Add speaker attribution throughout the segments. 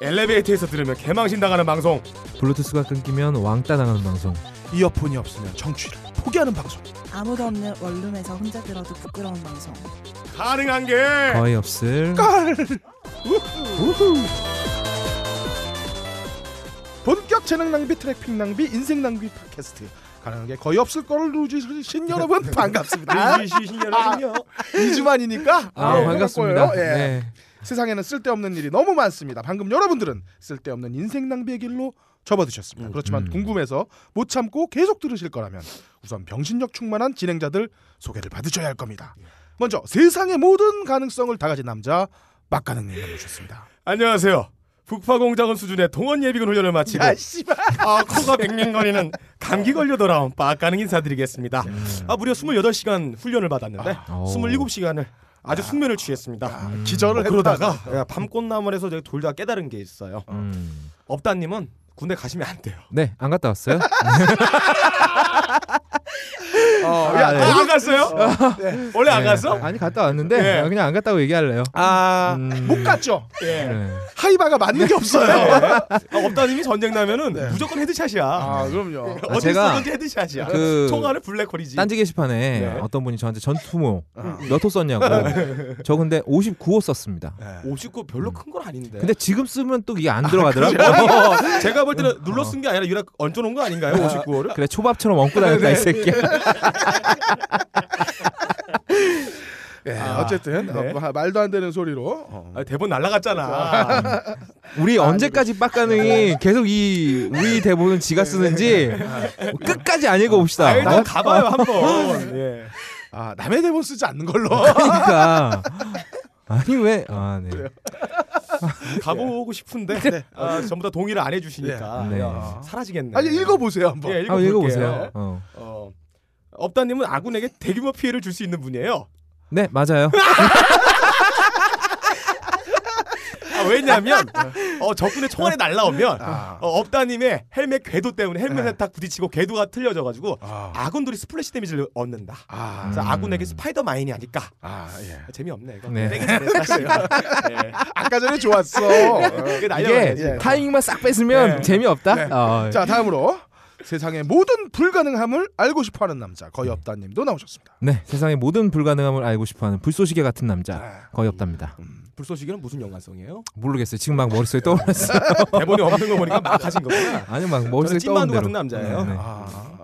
Speaker 1: 엘리베이터에서 들으면 개망신 당하는 방송
Speaker 2: 블루투스가 끊기면 왕따 당하는 방송
Speaker 1: 네.
Speaker 3: 이어폰이 없으면 청취를 포기하는 방송
Speaker 4: 아무도 없는 원룸에서 혼자 들어도 부끄러운 방송.
Speaker 1: 가능한 게
Speaker 2: 거의 없을
Speaker 1: 아,
Speaker 3: 깔 우후. 본격 재능 낭비 트래핑 낭비 인생 낭비 팟캐스트 가능한 게 거의 없을 걸 루지신 여러분 반갑습니다
Speaker 1: 시신이라는요.
Speaker 3: 2주만이니까 네, 예.
Speaker 2: 아 반갑습니다
Speaker 1: 예.
Speaker 2: 네.
Speaker 3: 세상에는 쓸데없는 일이 너무 많습니다 방금 여러분들은 쓸데없는 인생 낭비의 길로 접어드셨습니다 그렇지만
Speaker 2: 음.
Speaker 3: 궁금해서 못 참고 계속 들으실 거라면 우선 병신력 충만한 진행자들 소개를 받으셔야 할 겁니다
Speaker 2: 예.
Speaker 3: 먼저 세상의 모든 가능성을 다 가진 남자 막가능님 나오셨습니다
Speaker 1: 안녕하세요. 북파공작원 수준의 동원 예비군 훈련을 마치고
Speaker 3: 야 씨발
Speaker 1: 아, 코가 뱅뱅거리는 감기 걸려 돌아온 빠가능 인사드리겠습니다. 아, 무려 28시간 훈련을 받았는데
Speaker 2: 아.
Speaker 1: 27시간을 아주 숙면을 취했습니다.
Speaker 3: 기절을
Speaker 2: 뭐
Speaker 3: 했다.
Speaker 1: 그러다가 예, 밤꽃나물에서 제가 돌다 깨달은 게 있어요.
Speaker 2: 음.
Speaker 1: 업다님은 군대 가시면 안 돼요.
Speaker 2: 네, 안 갔다 왔어요? 아, 예.
Speaker 3: 어,
Speaker 1: 야,
Speaker 3: 야,
Speaker 1: 아, 안 갔어요? 원래 안 갔어?
Speaker 2: 네. 아니 갔다 왔는데
Speaker 1: 네.
Speaker 2: 그냥 안 갔다고 얘기할래요.
Speaker 3: 아, 못 갔죠.
Speaker 1: 예.
Speaker 2: 네.
Speaker 3: 하이바가 맞는 게 없어요.
Speaker 1: 아, 업다님이 전쟁 나면은
Speaker 3: 네.
Speaker 1: 무조건 헤드샷이야.
Speaker 3: 그럼요.
Speaker 2: 아,
Speaker 1: 어디
Speaker 2: 제가
Speaker 1: 쏘든지 헤드샷이야.
Speaker 2: 그-
Speaker 1: 총알은 블랙홀이지.
Speaker 2: 딴지 게시판에
Speaker 1: 네. 아.
Speaker 2: 어떤 분이 저한테 전투모 몇 호 썼냐고. 저 근데 59호 썼습니다.
Speaker 1: 네. 59 별로 큰 건 아닌데.
Speaker 2: 근데 뭐? 지금 쓰면 또 이게 안 들어가더라고.
Speaker 1: 어, 제가 볼 때는 눌러 쓴 게 아니라 유락 얹어 놓은 거 아닌가요? 59호를?
Speaker 2: 그래 초밥처럼 얹고
Speaker 1: 네,
Speaker 2: 다녔다 이 새끼야.
Speaker 3: 예,
Speaker 1: 아,
Speaker 3: 어쨌든
Speaker 1: 네.
Speaker 3: 어, 마- 말도 안 되는 소리로 어.
Speaker 1: 아, 대본 날라갔잖아. 네,
Speaker 2: 우리 언제까지 빡가능이 계속 이 우리 대본은 지가 쓰는지 끝까지 안 읽어봅시다.
Speaker 1: 네. 아, 일단 가봐요 한번. 예.
Speaker 3: 아, 남의 대본 쓰지 않는 걸로.
Speaker 2: 그러니까 아니 왜? 아 네.
Speaker 1: 가보고 싶은데 아, 전부 다 동의를 안 해주시니까
Speaker 2: 네.
Speaker 1: 야, 사라지겠네.
Speaker 3: 아니 읽어보세요 한번.
Speaker 1: 예,
Speaker 2: 아
Speaker 1: 읽어볼게요.
Speaker 2: 읽어보세요. 어.
Speaker 1: 어, 업다님은 아군에게 대규모 피해를 줄 수 있는 분이에요.
Speaker 2: 네 맞아요.
Speaker 1: 아, 왜냐하면 어, 적군의 총알이 날라오면
Speaker 3: 아. 네.
Speaker 1: 어, 업다님의 헬멧 궤도 때문에 헬멧에 딱 부딪히고 궤도가 틀려져가지고
Speaker 3: 아,
Speaker 1: 아군들이 스플래시 데미지를 얻는다.
Speaker 3: 아,
Speaker 1: 그래서
Speaker 2: 음.
Speaker 1: 아군에게 스파이더 마인이 아닐까.
Speaker 3: 아, 예.
Speaker 1: 아, 재미없네 이거.
Speaker 2: 네.
Speaker 1: 되게 잘했다 지금.
Speaker 3: 어.
Speaker 1: 네.
Speaker 3: 아까 전에 좋았어. 어.
Speaker 1: 이게
Speaker 2: 이게
Speaker 1: 날려야지.
Speaker 2: 타이밍만 싹 뺐으면
Speaker 1: 네.
Speaker 2: 재미없다. 어.
Speaker 3: 자, 다음으로 세상의 모든 불가능함을 알고 싶어하는 남자 거의 없다님도 나오셨습니다.
Speaker 2: 네 세상의 모든 불가능함을 알고 싶어하는 불쏘시개 같은
Speaker 1: 아,
Speaker 2: 남자 거의 없답니다.
Speaker 1: 음. 불쏘시기는 무슨 연관성이에요?
Speaker 2: 모르겠어요. 지금 막 머릿속에 떠올랐어. 요
Speaker 1: 대본이 없는 거 보니까 막 하신 거구나.
Speaker 2: 아니 막
Speaker 1: 저는
Speaker 2: 머릿속에 떠오른
Speaker 1: 찐만두
Speaker 2: 대로.
Speaker 1: 같은 남자예요.
Speaker 2: 네, 네.
Speaker 3: 아,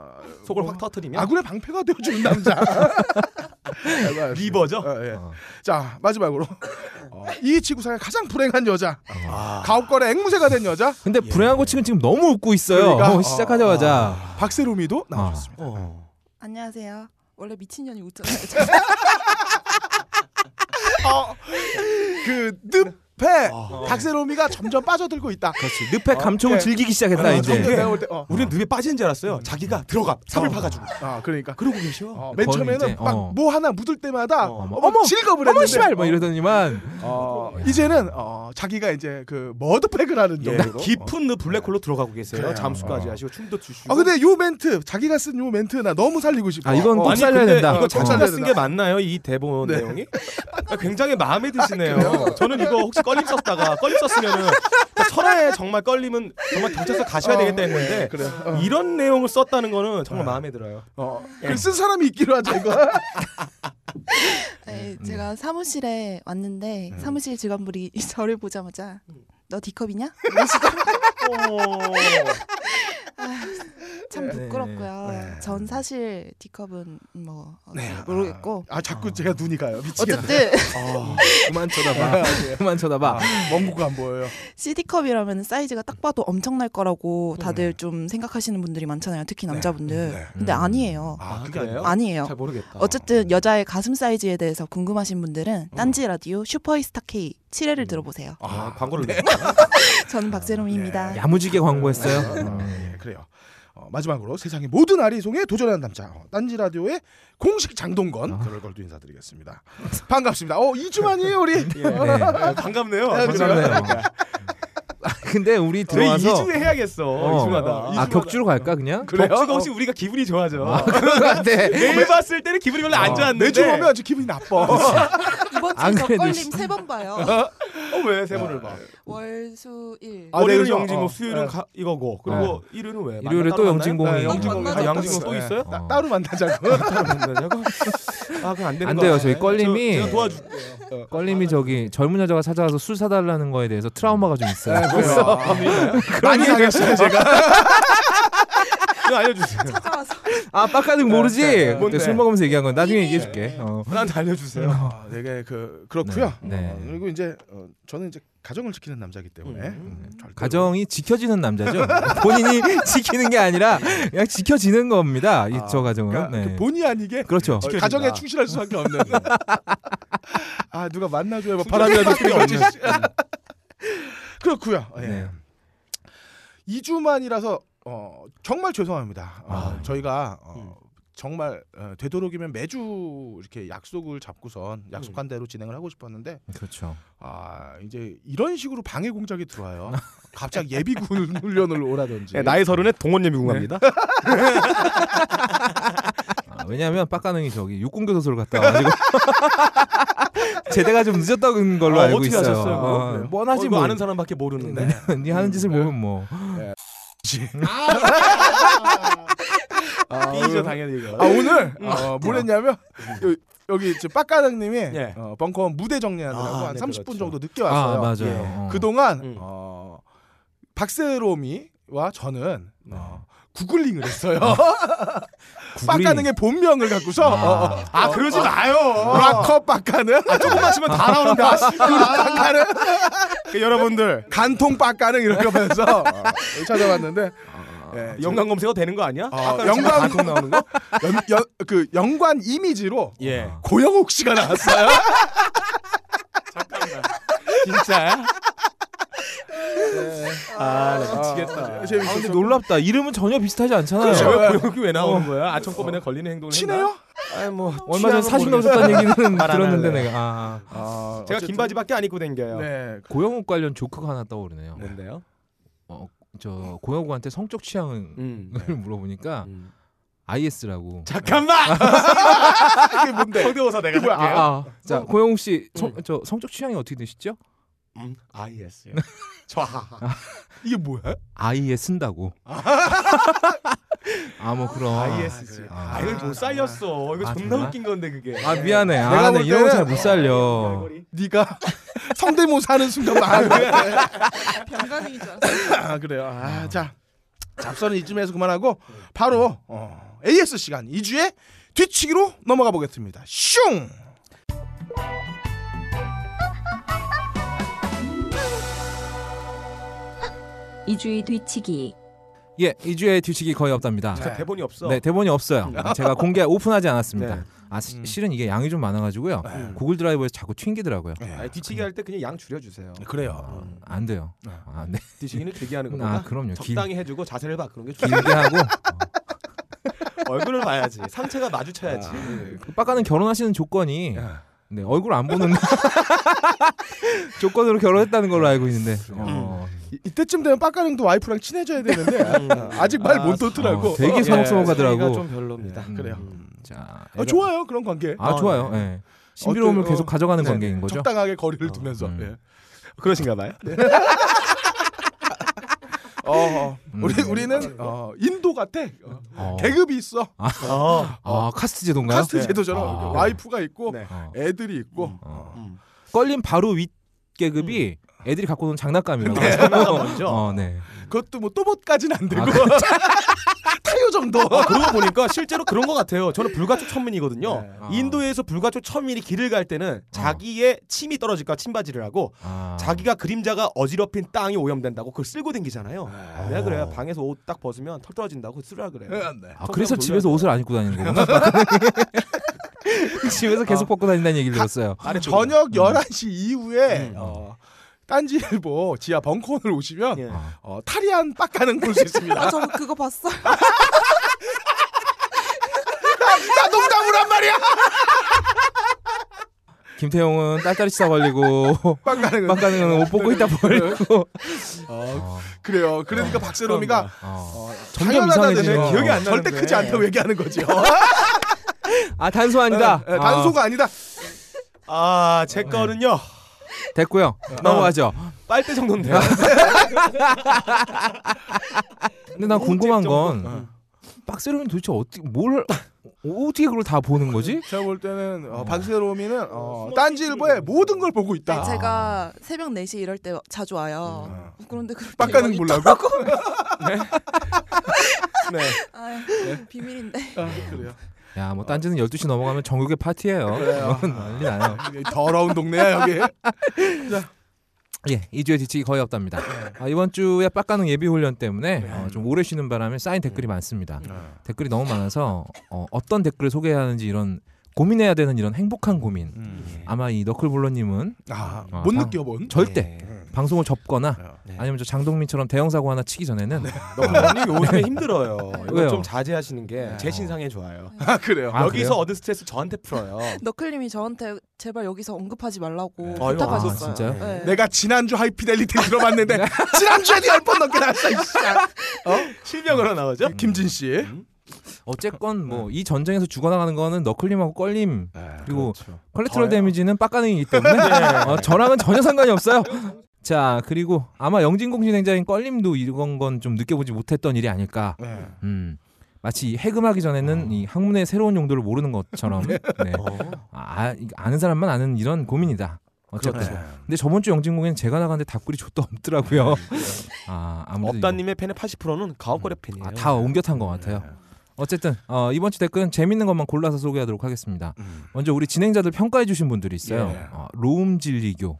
Speaker 1: 속을 확 터트리면
Speaker 3: 아군의 방패가 되어주는 남자.
Speaker 1: 리버죠.
Speaker 3: 어, 예.
Speaker 2: 어.
Speaker 3: 자 마지막으로 어, 이 지구상의 가장 불행한 여자 가옥걸의 앵무새가 된 여자
Speaker 2: 근데
Speaker 1: 예.
Speaker 2: 불행한 고치은 지금 너무 웃고 있어요.
Speaker 3: 그러니까,
Speaker 2: 어, 시작하자마자.
Speaker 1: 아.
Speaker 3: 박세롬이도 나오셨습니다. 어.
Speaker 4: 안녕하세요. 원래 미친년이 웃잖아요. 제가.
Speaker 3: 그 늪에 박세롬이가 점점 빠져들고 있다.
Speaker 2: 그렇지.
Speaker 1: 아,
Speaker 2: 늪의 감촉을
Speaker 3: 네.
Speaker 2: 즐기기 시작했다
Speaker 3: 성격
Speaker 2: 이제.
Speaker 3: 나올 때, 어.
Speaker 1: 우리는 늪에 빠지는 줄 알았어요. 자기가 들어가 삽을
Speaker 3: 어.
Speaker 1: 파가지고
Speaker 3: 아 그러니까
Speaker 1: 그러고 계셔.
Speaker 3: 어, 맨
Speaker 2: 거의
Speaker 3: 처음에는
Speaker 2: 이제,
Speaker 3: 막
Speaker 2: 어.
Speaker 3: 뭐 하나 묻을 때마다
Speaker 1: 어,
Speaker 3: 어,
Speaker 2: 어머,
Speaker 3: 머
Speaker 2: 어머,
Speaker 3: 즐겁을
Speaker 2: 어머
Speaker 3: 했는데
Speaker 2: 씨발 뭐 이러더니만
Speaker 3: 어, 이제는 어, 자기가 이제 그 머드팩을 하는
Speaker 1: 예,
Speaker 3: 정도로
Speaker 1: 깊은 늪 블랙홀로 들어가고 계세요.
Speaker 3: 어. 그래요.
Speaker 1: 잠수까지
Speaker 3: 어.
Speaker 1: 하시고 춤도 추시고.
Speaker 3: 아 근데 요 멘트 자기가 쓴 요 멘트 나 너무 살리고 싶어.
Speaker 2: 아, 이건
Speaker 3: 어,
Speaker 2: 꼭
Speaker 1: 아니,
Speaker 2: 살려야
Speaker 1: 근데
Speaker 2: 된다.
Speaker 1: 이거 작가가
Speaker 3: 어.
Speaker 1: 쓴 게 맞나요? 이 대본
Speaker 3: 네.
Speaker 1: 내용이? 아, 굉장히 마음에 드시네요. 저는 이거 혹시 껄림 썼다가 껄림 썼으면은 그러니까 철화에 정말 껄림은 정말 경찰서 가셔야
Speaker 3: 어,
Speaker 1: 되겠다
Speaker 3: 예,
Speaker 1: 했는데
Speaker 3: 그래.
Speaker 1: 이런 내용을 썼다는 거는 정말 마음에 들어요.
Speaker 3: 어, 글쓴 사람이 있기로 하자 이거. 음.
Speaker 4: 네, 제가 사무실에 왔는데 사무실 직원분이 저를 보자마자 너 D컵이냐? 참
Speaker 2: 네.
Speaker 4: 부끄럽고요.
Speaker 3: 네.
Speaker 4: 전 사실 D컵은 뭐 모르겠고
Speaker 3: 아 자꾸 제가 눈이 가요. 미치겠네.
Speaker 4: 어쨌든
Speaker 2: 그만 쳐다봐. 그만 쳐다봐.
Speaker 3: 아, 멍구가 안 보여요.
Speaker 4: CD컵이라면 사이즈가 딱 봐도 엄청날 거라고 다들 좀 생각하시는 분들이 많잖아요. 특히 남자분들.
Speaker 3: 음. 네.
Speaker 4: 근데
Speaker 2: 음.
Speaker 4: 아니에요.
Speaker 1: 아, 그래요?
Speaker 4: 아니에요.
Speaker 1: 잘
Speaker 3: 그러니까.
Speaker 1: 모르겠다.
Speaker 4: 어쨌든 여자의 가슴 사이즈에 대해서 궁금하신 분들은 딴지 라디오 슈퍼이스타 K 7회를 들어보세요.
Speaker 1: 아, 광고를
Speaker 4: 저는 박세롬입니다.
Speaker 2: 야무지게 광고했어요.
Speaker 3: 어, 예, 그래요. 어, 마지막으로 세상의 모든 아리송에 도전하는 남자 어, 딴지 라디오의 공식
Speaker 1: 아.
Speaker 3: 장동건 그럴 걸도 인사드리겠습니다.
Speaker 1: 네.
Speaker 3: 반갑습니다. 어 2주 만이에요 우리.
Speaker 1: 아,
Speaker 2: 네.
Speaker 1: 반갑네요.
Speaker 2: 반갑네요. 근데 우리
Speaker 1: 저희
Speaker 2: 들어와서
Speaker 1: 2주에 해야겠어.
Speaker 2: 어.
Speaker 1: 이중하다.
Speaker 2: 아 격주로 갈까 그냥?
Speaker 1: 그래요?
Speaker 3: 격주가
Speaker 1: 격주가
Speaker 3: 혹시
Speaker 1: 혹시 우리가 기분이 좋아져.
Speaker 2: 그런 거 같아.
Speaker 1: 매일 봤을 때는 기분이 별로 안
Speaker 2: 어.
Speaker 1: 좋았는데
Speaker 3: 매주 보면 아주 기분이 나빠.
Speaker 4: 이번
Speaker 2: 안
Speaker 4: 주
Speaker 2: 그래도
Speaker 4: 덕걸림
Speaker 2: 있어.
Speaker 4: 세 번 봐요.
Speaker 1: 어왜세 번을 봐?
Speaker 4: 월수일.
Speaker 3: 아,
Speaker 1: 월요일은
Speaker 3: 네, 그죠.
Speaker 1: 영진공,
Speaker 3: 어.
Speaker 1: 수요일은
Speaker 3: 네.
Speaker 1: 가, 이거고 그리고 일요일은 왜?
Speaker 2: 일요일에
Speaker 1: 만나-
Speaker 2: 또
Speaker 1: 따로
Speaker 2: 영진공이.
Speaker 1: 만나요? 네, 영진공,
Speaker 4: 만나죠.
Speaker 1: 아, 양진공 또
Speaker 3: 네.
Speaker 1: 있어요? 아,
Speaker 2: 어.
Speaker 3: 따로 만나자고.
Speaker 1: 따로 만나냐고? 아 그럼 안 되는
Speaker 2: 안
Speaker 1: 거
Speaker 2: 돼요.
Speaker 1: 같아.
Speaker 2: 저희
Speaker 1: 저-
Speaker 2: 껄림이-
Speaker 1: 제가 도와줄게요.
Speaker 2: 껄림이 저기 젊은 여자가 찾아와서 술 사달라는 거에 대해서 트라우마가 좀 있어요.
Speaker 3: 그래서 많이 당했어요 제가.
Speaker 1: 좀 알려주세요.
Speaker 4: 찾아와서
Speaker 2: 아 빡가는 모르지.
Speaker 3: 네, 네.
Speaker 2: 그때
Speaker 1: 뭔데?
Speaker 2: 술 먹으면서 얘기한 건 나중에 얘기해줄게. 어.
Speaker 1: 나한테 알려주세요.
Speaker 3: 어, 되게 그 그렇고요.
Speaker 2: 네,
Speaker 3: 어,
Speaker 2: 네.
Speaker 3: 그리고 이제 어, 저는 이제 가정을 지키는 남자이기 때문에
Speaker 1: 음.
Speaker 3: 음, 절대로-
Speaker 2: 가정이 지켜지는 남자죠. 본인이 지키는 게 아니라 그냥 지켜지는 겁니다. 이
Speaker 3: 아,
Speaker 2: 저 가정은.
Speaker 3: 그러니까
Speaker 2: 네.
Speaker 3: 그 본의 아니게
Speaker 2: 그렇죠.
Speaker 3: 어,
Speaker 1: 지켜진다. 네.
Speaker 3: 가정에 충실할 수밖에 없는. 아 누가 만나줘야 뭐
Speaker 1: 충실할
Speaker 3: 바람이라도
Speaker 1: 수밖에
Speaker 3: 필요 없는. 그렇고요. 예.
Speaker 2: 네.
Speaker 3: 2주만이라서 어, 정말 죄송합니다. 어,
Speaker 1: 예.
Speaker 2: 아.
Speaker 3: 저희가
Speaker 1: 음.
Speaker 3: 어, 정말 어, 되도록이면 매주 이렇게 약속을
Speaker 1: 음.
Speaker 3: 잡고선 약속한 대로 진행을 하고 싶었는데
Speaker 2: 그렇죠.
Speaker 3: 아 이제 이런 식으로 방해 공작이 들어와요. 갑자기 예비군 훈련을 오라든지.
Speaker 1: 네, 나이 서른에 동원 예비군 갑니다.
Speaker 2: 아, 왜냐하면 빡가능이 저기 육군교도소를 갔다 와가지고 제대가 좀 늦었다는 걸로
Speaker 1: 아,
Speaker 2: 알고
Speaker 1: 어떻게
Speaker 2: 있어요.
Speaker 1: 아셨어요, 그거?
Speaker 2: 어,
Speaker 1: 그래요?
Speaker 2: 뻔하지
Speaker 1: 어, 이거
Speaker 2: 뭐.
Speaker 1: 아는 사람밖에 모르는데. 음, 아,
Speaker 2: 네. 네 하는 짓을 보면 뭐.
Speaker 3: 아,
Speaker 1: 삐죠 당연히 이거.
Speaker 3: 아 오늘
Speaker 1: 음.
Speaker 3: 어, 뭘 했냐면 여- 여기 지금 빡가능님이
Speaker 1: 예.
Speaker 3: 어, 벙커 무대 정리하느라고
Speaker 1: 아,
Speaker 3: 한
Speaker 1: 네,
Speaker 3: 30분
Speaker 1: 그렇죠.
Speaker 3: 정도 늦게
Speaker 2: 아
Speaker 3: 왔어요.
Speaker 2: 맞아요.
Speaker 1: 예.
Speaker 2: 어.
Speaker 3: 그동안
Speaker 1: 음.
Speaker 3: 어, 박세롬이와 저는 어,
Speaker 1: 네.
Speaker 3: 구글링을 했어요.
Speaker 2: 구글링.
Speaker 3: 빡가능의 본명을 갖고서 어, 어,
Speaker 1: 아. 아 그러지 마요. 아,
Speaker 3: 락커 빡가능,
Speaker 1: 조금만 치면 다 나오는데. 아, 씨.
Speaker 3: 빡가능, 여러분들 간통 빡가능 이렇게 하면서 어, 찾아봤는데 예,
Speaker 1: 연관 네, 검색어 되는 거 아니야?
Speaker 3: 어,
Speaker 1: 아까
Speaker 3: 연관-
Speaker 1: 연관 검 나오는 거?
Speaker 3: 연, 연, 그 연관 이미지로
Speaker 1: 예.
Speaker 3: 고영욱 씨가
Speaker 1: 아,
Speaker 3: 나왔어요.
Speaker 1: 진짜야? 아, 나 미치겠다.
Speaker 3: 재밌었어요.
Speaker 2: 아 근데 놀랍다. 이름은 전혀 비슷하지 않잖아요.
Speaker 1: 아, 왜 고용이 왜 나오는 거야? 아청법에 걸리는 행동을 했나?
Speaker 3: 친해요?
Speaker 1: 아니 뭐
Speaker 2: 얼마
Speaker 1: 취향은 네.
Speaker 2: 전에 사십
Speaker 1: 모르겠어요.
Speaker 2: 넘었다는 얘기는
Speaker 1: 말안
Speaker 2: 들었는데
Speaker 1: 할래.
Speaker 2: 내가 아, 아.
Speaker 3: 아,
Speaker 1: 제가
Speaker 3: 어쨌든,
Speaker 1: 긴 바지밖에 안 입고 댕겨요. 음.
Speaker 3: 네.
Speaker 2: 고영욱 관련 조크가 하나 떠오르네요.
Speaker 1: 뭔데요?
Speaker 2: 저 고영욱한테 성적 취향을
Speaker 1: 음.
Speaker 2: 물어보니까 IS라고.
Speaker 1: 잠깐만.
Speaker 3: 이게 뭔데?
Speaker 1: 성대모사 내가
Speaker 3: 이거야,
Speaker 1: 할게요.
Speaker 2: 아, 아.
Speaker 3: 어.
Speaker 2: 자 고영욱 씨, 성,
Speaker 3: 네.
Speaker 1: 음.
Speaker 2: 저 성적 취향이 어떻게 되시죠?
Speaker 1: 음. 아 예스. 좌.
Speaker 3: 아. 이게 뭐야?
Speaker 2: 아이에 쓴다고. 아 뭐 그럼.
Speaker 1: IS지.
Speaker 2: 아.
Speaker 1: 아 이걸 못 살렸어. 이거
Speaker 2: 아,
Speaker 1: 존나
Speaker 2: 정말?
Speaker 1: 웃긴 건데 그게. 네.
Speaker 2: 아 미안해.
Speaker 3: 내가
Speaker 2: 아, 나
Speaker 3: 볼
Speaker 2: 이런 거 잘
Speaker 3: 때는-
Speaker 2: 못 살려.
Speaker 1: 갈고리.
Speaker 3: 네가 성대모사 하는 순간 말하는 거야.
Speaker 4: 병간인 줄 알았어요.
Speaker 3: 아, 그래요. 아, 자. 잡선은 이쯤에서 그만하고 바로 어, AS 시간 2주에 뒤치기로 넘어가 보겠습니다. 슝!
Speaker 5: 이주의 뒤치기
Speaker 2: 예, 2주에 뒤치기 거의 없답니다.
Speaker 1: 진짜 대본이 없어.
Speaker 2: 네, 대본이 없어요. 제가 공개 오픈하지 않았습니다.
Speaker 1: 네.
Speaker 2: 아 시-
Speaker 3: 음. 네.
Speaker 2: 실은 이게 양이 좀 많아가지고요.
Speaker 1: 음.
Speaker 2: 구글 드라이브에서 자꾸 튕기더라고요.
Speaker 3: 예.
Speaker 1: 아니, 뒤치기 할 때 그냥 양 줄여주세요.
Speaker 3: 그래요.
Speaker 2: 아, 안 돼요. 아, 네.
Speaker 1: 뒤치기는 길게 하는
Speaker 2: 아
Speaker 1: 거보다
Speaker 2: 그럼요. 길,
Speaker 1: 적당히 해주고 자세를 봐 그런 게 좋아.
Speaker 2: 길게 하고.
Speaker 1: 얼굴을 봐야지. 상체가 마주쳐야지.
Speaker 2: 빡가는 결혼하시는 조건이 네, 얼굴 안 보는 거. 조건으로 결혼했다는 걸로 알고 있는데. 어,
Speaker 3: 이, 이때쯤 되면 빡가능도 와이프랑 친해져야 되는데
Speaker 1: 음.
Speaker 3: 아직 말
Speaker 1: 아,
Speaker 3: 못 듣더라고.
Speaker 2: 어, 되게
Speaker 3: 어,
Speaker 2: 서먹- 서먹서먹하더라고.
Speaker 1: 사이가 좀 별로입니다.
Speaker 2: 음.
Speaker 3: 그래요.
Speaker 2: 자,
Speaker 3: 아, 좋아요 그런 관계.
Speaker 2: 아
Speaker 1: 어,
Speaker 2: 좋아요. 예.
Speaker 1: 네.
Speaker 2: 신비로움을
Speaker 3: 어떤-
Speaker 2: 계속 가져가는
Speaker 3: 네,
Speaker 2: 관계인 거죠.
Speaker 3: 적당하게 거리를 두면서.
Speaker 2: 음.
Speaker 3: 예.
Speaker 1: 그러신가 봐요.
Speaker 3: 어, 어,
Speaker 2: 음.
Speaker 3: 우리 우리는 어, 인도 같아. 어,
Speaker 2: 어.
Speaker 3: 계급이 있어.
Speaker 1: 어.
Speaker 2: 아 카스트 제도인가요?
Speaker 3: 카스트
Speaker 1: 네.
Speaker 3: 제도처럼
Speaker 2: 아.
Speaker 3: 이렇게 와이프가 있고
Speaker 1: 네.
Speaker 2: 어.
Speaker 3: 애들이 있고
Speaker 1: 음.
Speaker 2: 어.
Speaker 1: 음.
Speaker 2: 껄림 바로 윗 계급이 애들이 갖고 노는 장난감이라고.
Speaker 1: 네, 장난감 먼저.
Speaker 2: 어, 네.
Speaker 3: 그것도 뭐 또봇까지는 안 되고
Speaker 2: 아,
Speaker 3: 타요 정도.
Speaker 1: 아, 그러고 보니까 실제로 그런 것 같아요. 저는 불가촉 천민이거든요.
Speaker 3: 네.
Speaker 2: 아. 어.
Speaker 1: 인도에서 불가촉 천민이 길을 갈 때는 자기의 침이 떨어질까 침바지를 하고
Speaker 2: 아.
Speaker 1: 자기가 그림자가 어지럽힌 땅이 오염된다고 그걸 쓸고 댕기잖아요.
Speaker 2: 네.
Speaker 1: 내가
Speaker 2: 어.
Speaker 1: 그래요. 방에서 옷 딱 벗으면 털 떨어진다고 쓰라 그래요.
Speaker 3: 네.
Speaker 2: 아 그래서 집에서 옷을 안 입고 다니는 거구나. 집에서 계속 벗고 다닌다는 얘기를 들었어요.
Speaker 1: 아래
Speaker 3: 저녁 11시 이후에
Speaker 1: 음.
Speaker 3: 어, 딴지일보 지하
Speaker 2: 네.
Speaker 3: 벙커원을 오시면
Speaker 1: 예.
Speaker 2: 아.
Speaker 3: 어, 탈의한 빡가는 볼 수 있습니다.
Speaker 4: 아, 저 그거 봤어. 요
Speaker 3: 나 농담을 한 말이야.
Speaker 2: 김태형은 딸딸이 치다 걸리고
Speaker 3: 빡가는 건-
Speaker 2: 막가는 옷 벗고 있다 버리고
Speaker 3: 어,
Speaker 2: 어,
Speaker 3: 그래요. 그러니까 박세롬이가
Speaker 2: 어.
Speaker 3: 어,
Speaker 2: 점점
Speaker 3: 당연하다는
Speaker 2: 이상해지네요.
Speaker 3: 기억이 안
Speaker 1: 어.
Speaker 3: 나는데 어, 절대 크지 않다고 얘기하는 거죠.
Speaker 2: 아 단소 아니다
Speaker 3: 예, 예, 단소가 아니다.
Speaker 1: 아,
Speaker 2: 네.
Speaker 1: 제 거는요.
Speaker 2: 아, 됐고요 넘어가죠
Speaker 1: 빨대
Speaker 2: 아,
Speaker 1: 정도인데요.
Speaker 2: 근데 난
Speaker 1: 오직
Speaker 2: 궁금한
Speaker 1: 정도.
Speaker 3: 어.
Speaker 2: 건 박세롬이 도대체 어떻게 뭘 어떻게 그걸 다 보는 거지?
Speaker 3: 제가 볼 때는 어,
Speaker 2: 어.
Speaker 3: 박세롬이는 어,
Speaker 1: 어,
Speaker 3: 딴지일보의 모든 걸 보고
Speaker 4: 네,
Speaker 3: 있다.
Speaker 4: 제가 새벽 4시 이럴 때 자주 와요. 그런데 그렇게
Speaker 3: 빡가는
Speaker 4: 막
Speaker 3: 몰라고? 네.
Speaker 4: 아, 비밀인데.
Speaker 3: 아, 그래요.
Speaker 2: 야 뭐 딴지는 12시 넘어가면 전국의 파티예요
Speaker 3: 그래요.
Speaker 2: 난리 나요
Speaker 3: 더러운 동네야 여기.
Speaker 2: 예, 2주에 뒤치기 거의 없답니다.
Speaker 3: 네.
Speaker 2: 아, 이번 주에 빡가는 예비 훈련 때문에 어, 좀 오래 쉬는 바람에 쌓인
Speaker 3: 네.
Speaker 2: 댓글이 많습니다. 댓글이 너무 많아서 어, 어떤 댓글을 소개해야 하는지 이런 고민해야 되는 이런 행복한 고민. 아마 이 너클볼러님은 아,
Speaker 3: 음. 아못
Speaker 2: 방-
Speaker 3: 느껴본.
Speaker 2: 절대
Speaker 3: 음.
Speaker 2: 방송을 접거나
Speaker 1: 네.
Speaker 2: 아니면 저 장동민처럼 대형 사고 하나 치기 전에는
Speaker 1: 너클볼러님 요즘에 힘들어요.
Speaker 2: 왜요? 네.
Speaker 1: 이거 좀 자제하시는 게 제 신상에 좋아요.
Speaker 3: 아 그래요.
Speaker 2: 아,
Speaker 1: 여기서
Speaker 2: 그래요?
Speaker 1: 얻은 스트레스 저한테 풀어요.
Speaker 4: 너클님이 저한테 제발 여기서 언급하지 말라고
Speaker 1: 아, 이거
Speaker 4: 부탁하셨어요.
Speaker 2: 아, 진짜요?
Speaker 4: 네.
Speaker 3: 내가 지난주 하이피델리티 들어봤는데 지난주에도 열번 넘게 나왔어. 이 씨.
Speaker 1: 실명으로 나오죠?
Speaker 2: 네.
Speaker 3: 김진 씨.
Speaker 2: 어쨌건
Speaker 1: 네.
Speaker 2: 뭐 이 전쟁에서 죽어나가는 거는 너클림하고 껄림
Speaker 3: 네,
Speaker 2: 그리고
Speaker 1: 그렇죠. 저요.
Speaker 2: 컬렉트럴
Speaker 1: 네.
Speaker 2: 데미지는 빡가능이기 때문에 어, 저랑은 전혀 상관이 없어요. 자 그리고 아마 영진공신행자인 껄림도 이런 건 좀 느껴보지 못했던 일이 아닐까.
Speaker 3: 네.
Speaker 2: 음, 마치 이 해금하기
Speaker 1: 어.
Speaker 2: 전에는 이 학문의 새로운 용도를 모르는 것처럼 네. 아, 아, 아는 사람만 아는 이런 고민이다. 어쨌든.
Speaker 3: 그렇죠.
Speaker 1: 그렇죠.
Speaker 2: 근데 저번 주 영진공에는 제가 나갔는데 답글이 좆도 없더라고요.
Speaker 3: 네.
Speaker 2: 아 아무래도
Speaker 1: 업다님의 팬의 80%는 가업거래 팬이에요.
Speaker 2: 아, 다 옮겨 탄 것 같아요. 어쨌든 어, 이번 주 댓글은 재밌는 것만 골라서 소개하도록 하겠습니다.
Speaker 3: 음.
Speaker 2: 먼저 우리 진행자들 평가해 주신 분들이 있어요.
Speaker 3: 예.
Speaker 2: 어, 로움진리교.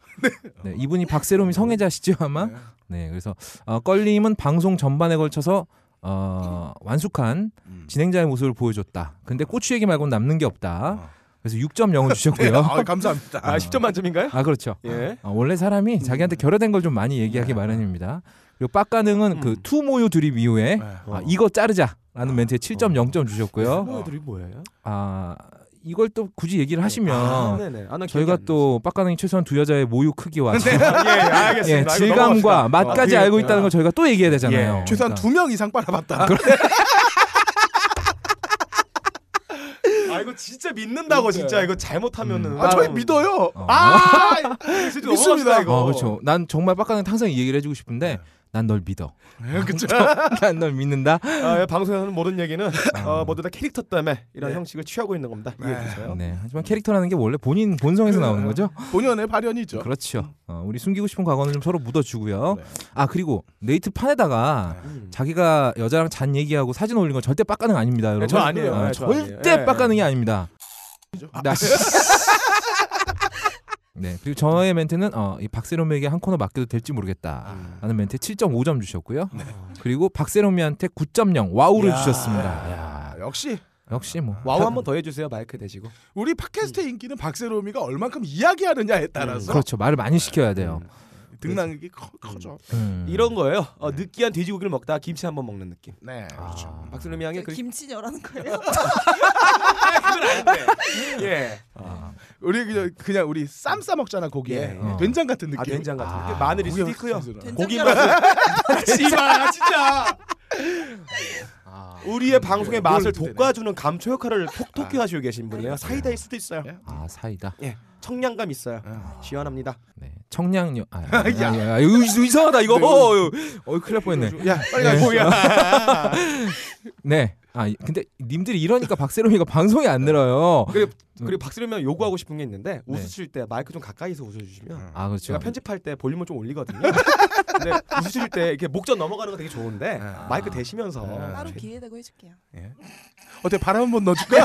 Speaker 2: 네, 이분이 박세롬이 성애자시죠 아마. 네, 그래서 어, 껄림은 방송 전반에 걸쳐서 어, 완숙한
Speaker 3: 음.
Speaker 2: 진행자의 모습을 보여줬다. 근데 꼬추 얘기 말고는 남는 게 없다.
Speaker 3: 어.
Speaker 2: 그래서 6.0을 주셨고요.
Speaker 3: 아, 감사합니다.
Speaker 1: 아, 10점 만점인가요?
Speaker 2: 아 그렇죠.
Speaker 1: 예.
Speaker 2: 어, 원래 사람이 자기한테 결여된 걸 좀 많이 얘기하기 마련입니다. 그리고 빡가능은 그
Speaker 1: 음.
Speaker 2: 투모유 드립 이후에
Speaker 3: 네.
Speaker 1: 어.
Speaker 2: 아, 이거 자르자라는 멘트에 7.0점 주셨고요.
Speaker 1: 뭐들이 뭐예요?
Speaker 2: 아 이걸 또 굳이 얘기를 하시면
Speaker 1: 아, 네네. 아, 나 기억이
Speaker 2: 저희가
Speaker 1: 안
Speaker 2: 또 빡가능이 최소한 두 여자의 모유 크기와 질-
Speaker 1: 나요. 예, 예, 알겠습니다.
Speaker 2: 예,
Speaker 1: 이거
Speaker 2: 질감과
Speaker 1: 넘어갑시다.
Speaker 2: 맛까지
Speaker 1: 어,
Speaker 2: 알고
Speaker 1: 그게-
Speaker 2: 있다는 걸 저희가 또 얘기해야 되잖아요.
Speaker 1: 예.
Speaker 2: 그러니까.
Speaker 3: 최소한 두 명 이상 빨아봤다.
Speaker 1: 아, 이거 진짜 믿는다고 진짜 이거
Speaker 2: 음.
Speaker 1: 잘못하면은.
Speaker 3: 아, 저희 믿어요.
Speaker 2: 어.
Speaker 1: 아, 믿습니다
Speaker 3: 믿습니다.
Speaker 1: 이거. 네.
Speaker 2: 어, 그렇죠. 난 정말 빡가능 항상 이 얘기를 해주고 싶은데 난 널 믿어.
Speaker 3: 네, 그쵸.
Speaker 2: 난 널 믿는다.
Speaker 1: 아, 예, 방송에서는 모든 얘기는 어, 모두 다 캐릭터 때문에 이런 형식을 취하고 있는 겁니다. 이해해 주세요.
Speaker 2: 음. 네. 하지만 캐릭터라는 게 원래 본인 본성에서
Speaker 1: 그, 아.
Speaker 2: 나오는 거죠.
Speaker 3: 본연의 발현이죠.
Speaker 2: 그렇죠. 어, 우리 숨기고 싶은 과거는 좀 서로 묻어주고요.
Speaker 3: 네.
Speaker 2: 아 그리고 네이트 판에다가
Speaker 1: 음.
Speaker 2: 자기가 여자랑 잔 얘기하고 사진 올린 건 절대 빡가능 아닙니다, 여러분.
Speaker 1: 저 아니에요.
Speaker 2: 아,
Speaker 1: 네, 저 아니에요.
Speaker 2: 절대
Speaker 1: 예.
Speaker 2: 빡가능이 아닙니다. 나- 네 그리고 저의 멘트는 어, 이 박세롬에게 한 코너 맡겨도 될지 모르겠다라는 멘트 에 7.5점 주셨고요. 그리고 박세롬이한테 9.0 와우를
Speaker 1: 야.
Speaker 2: 주셨습니다. 야,
Speaker 3: 아, 역시
Speaker 2: 역시 뭐
Speaker 1: 와우 한 번 더 해주세요 마이크 대시고.
Speaker 2: 음.
Speaker 3: 우리 팟캐스트의 인기는 박세롬이가 얼만큼 이야기하느냐에 따라서
Speaker 2: 그렇죠 말을 많이 시켜야 돼요.
Speaker 3: 등락이 커, 커져.
Speaker 2: 음.
Speaker 1: 이런 거예요. 어, 느끼한 돼지고기를 먹다가 김치 한 번 먹는 느낌.
Speaker 3: 네. 그렇죠.
Speaker 2: 아,
Speaker 1: 박수름이 향이 그
Speaker 4: 네. 김치녀라는 거예요?
Speaker 1: 예.
Speaker 3: 우리 그냥, 그냥 우리 쌈 싸 먹잖아 고기에
Speaker 1: 예,
Speaker 2: 예.
Speaker 3: 된장 같은 느낌.
Speaker 1: 아 된장 같은
Speaker 2: 아.
Speaker 1: 아, 마늘이
Speaker 3: 고기가
Speaker 1: 스티크요.
Speaker 3: 쌈스러워.
Speaker 1: 고기 맛을 씨발 진짜
Speaker 2: 아,
Speaker 1: 우리의 방송의 맛을
Speaker 3: 그걸 또
Speaker 1: 돋궈주는 감초 역할을 톡톡히 하시고 계신 분이에요. 사이다일 수도 있어요.
Speaker 2: 아 사이다.
Speaker 1: 예. 청량감 있어요.
Speaker 3: 아,
Speaker 1: 시원합니다.
Speaker 2: 네 청량료. 아, 아, 야, 야, 야, 이거 이상하다 이거.
Speaker 3: 네.
Speaker 2: 어, 어, 어, 큰일 날 뻔했네.
Speaker 3: 야 빨리 가. 고기야.
Speaker 2: 네. 아 이- 근데 님들이 이러니까 박세롬이가 방송이 안 늘어요.
Speaker 1: 그리고 그리고 박수름이 요구하고 싶은 게 있는데 웃으실 때 마이크 좀 가까이서 웃어주시면
Speaker 2: 아 그렇죠.
Speaker 1: 제가 편집할 때 볼륨을 좀 올리거든요. 근데 웃으실 때 이렇게 목전 넘어가는 거 되게 좋은데 마이크 대시면서 아,
Speaker 4: 따로 기회되고 해줄게요.
Speaker 3: 어때 바람 한번 넣어줄까?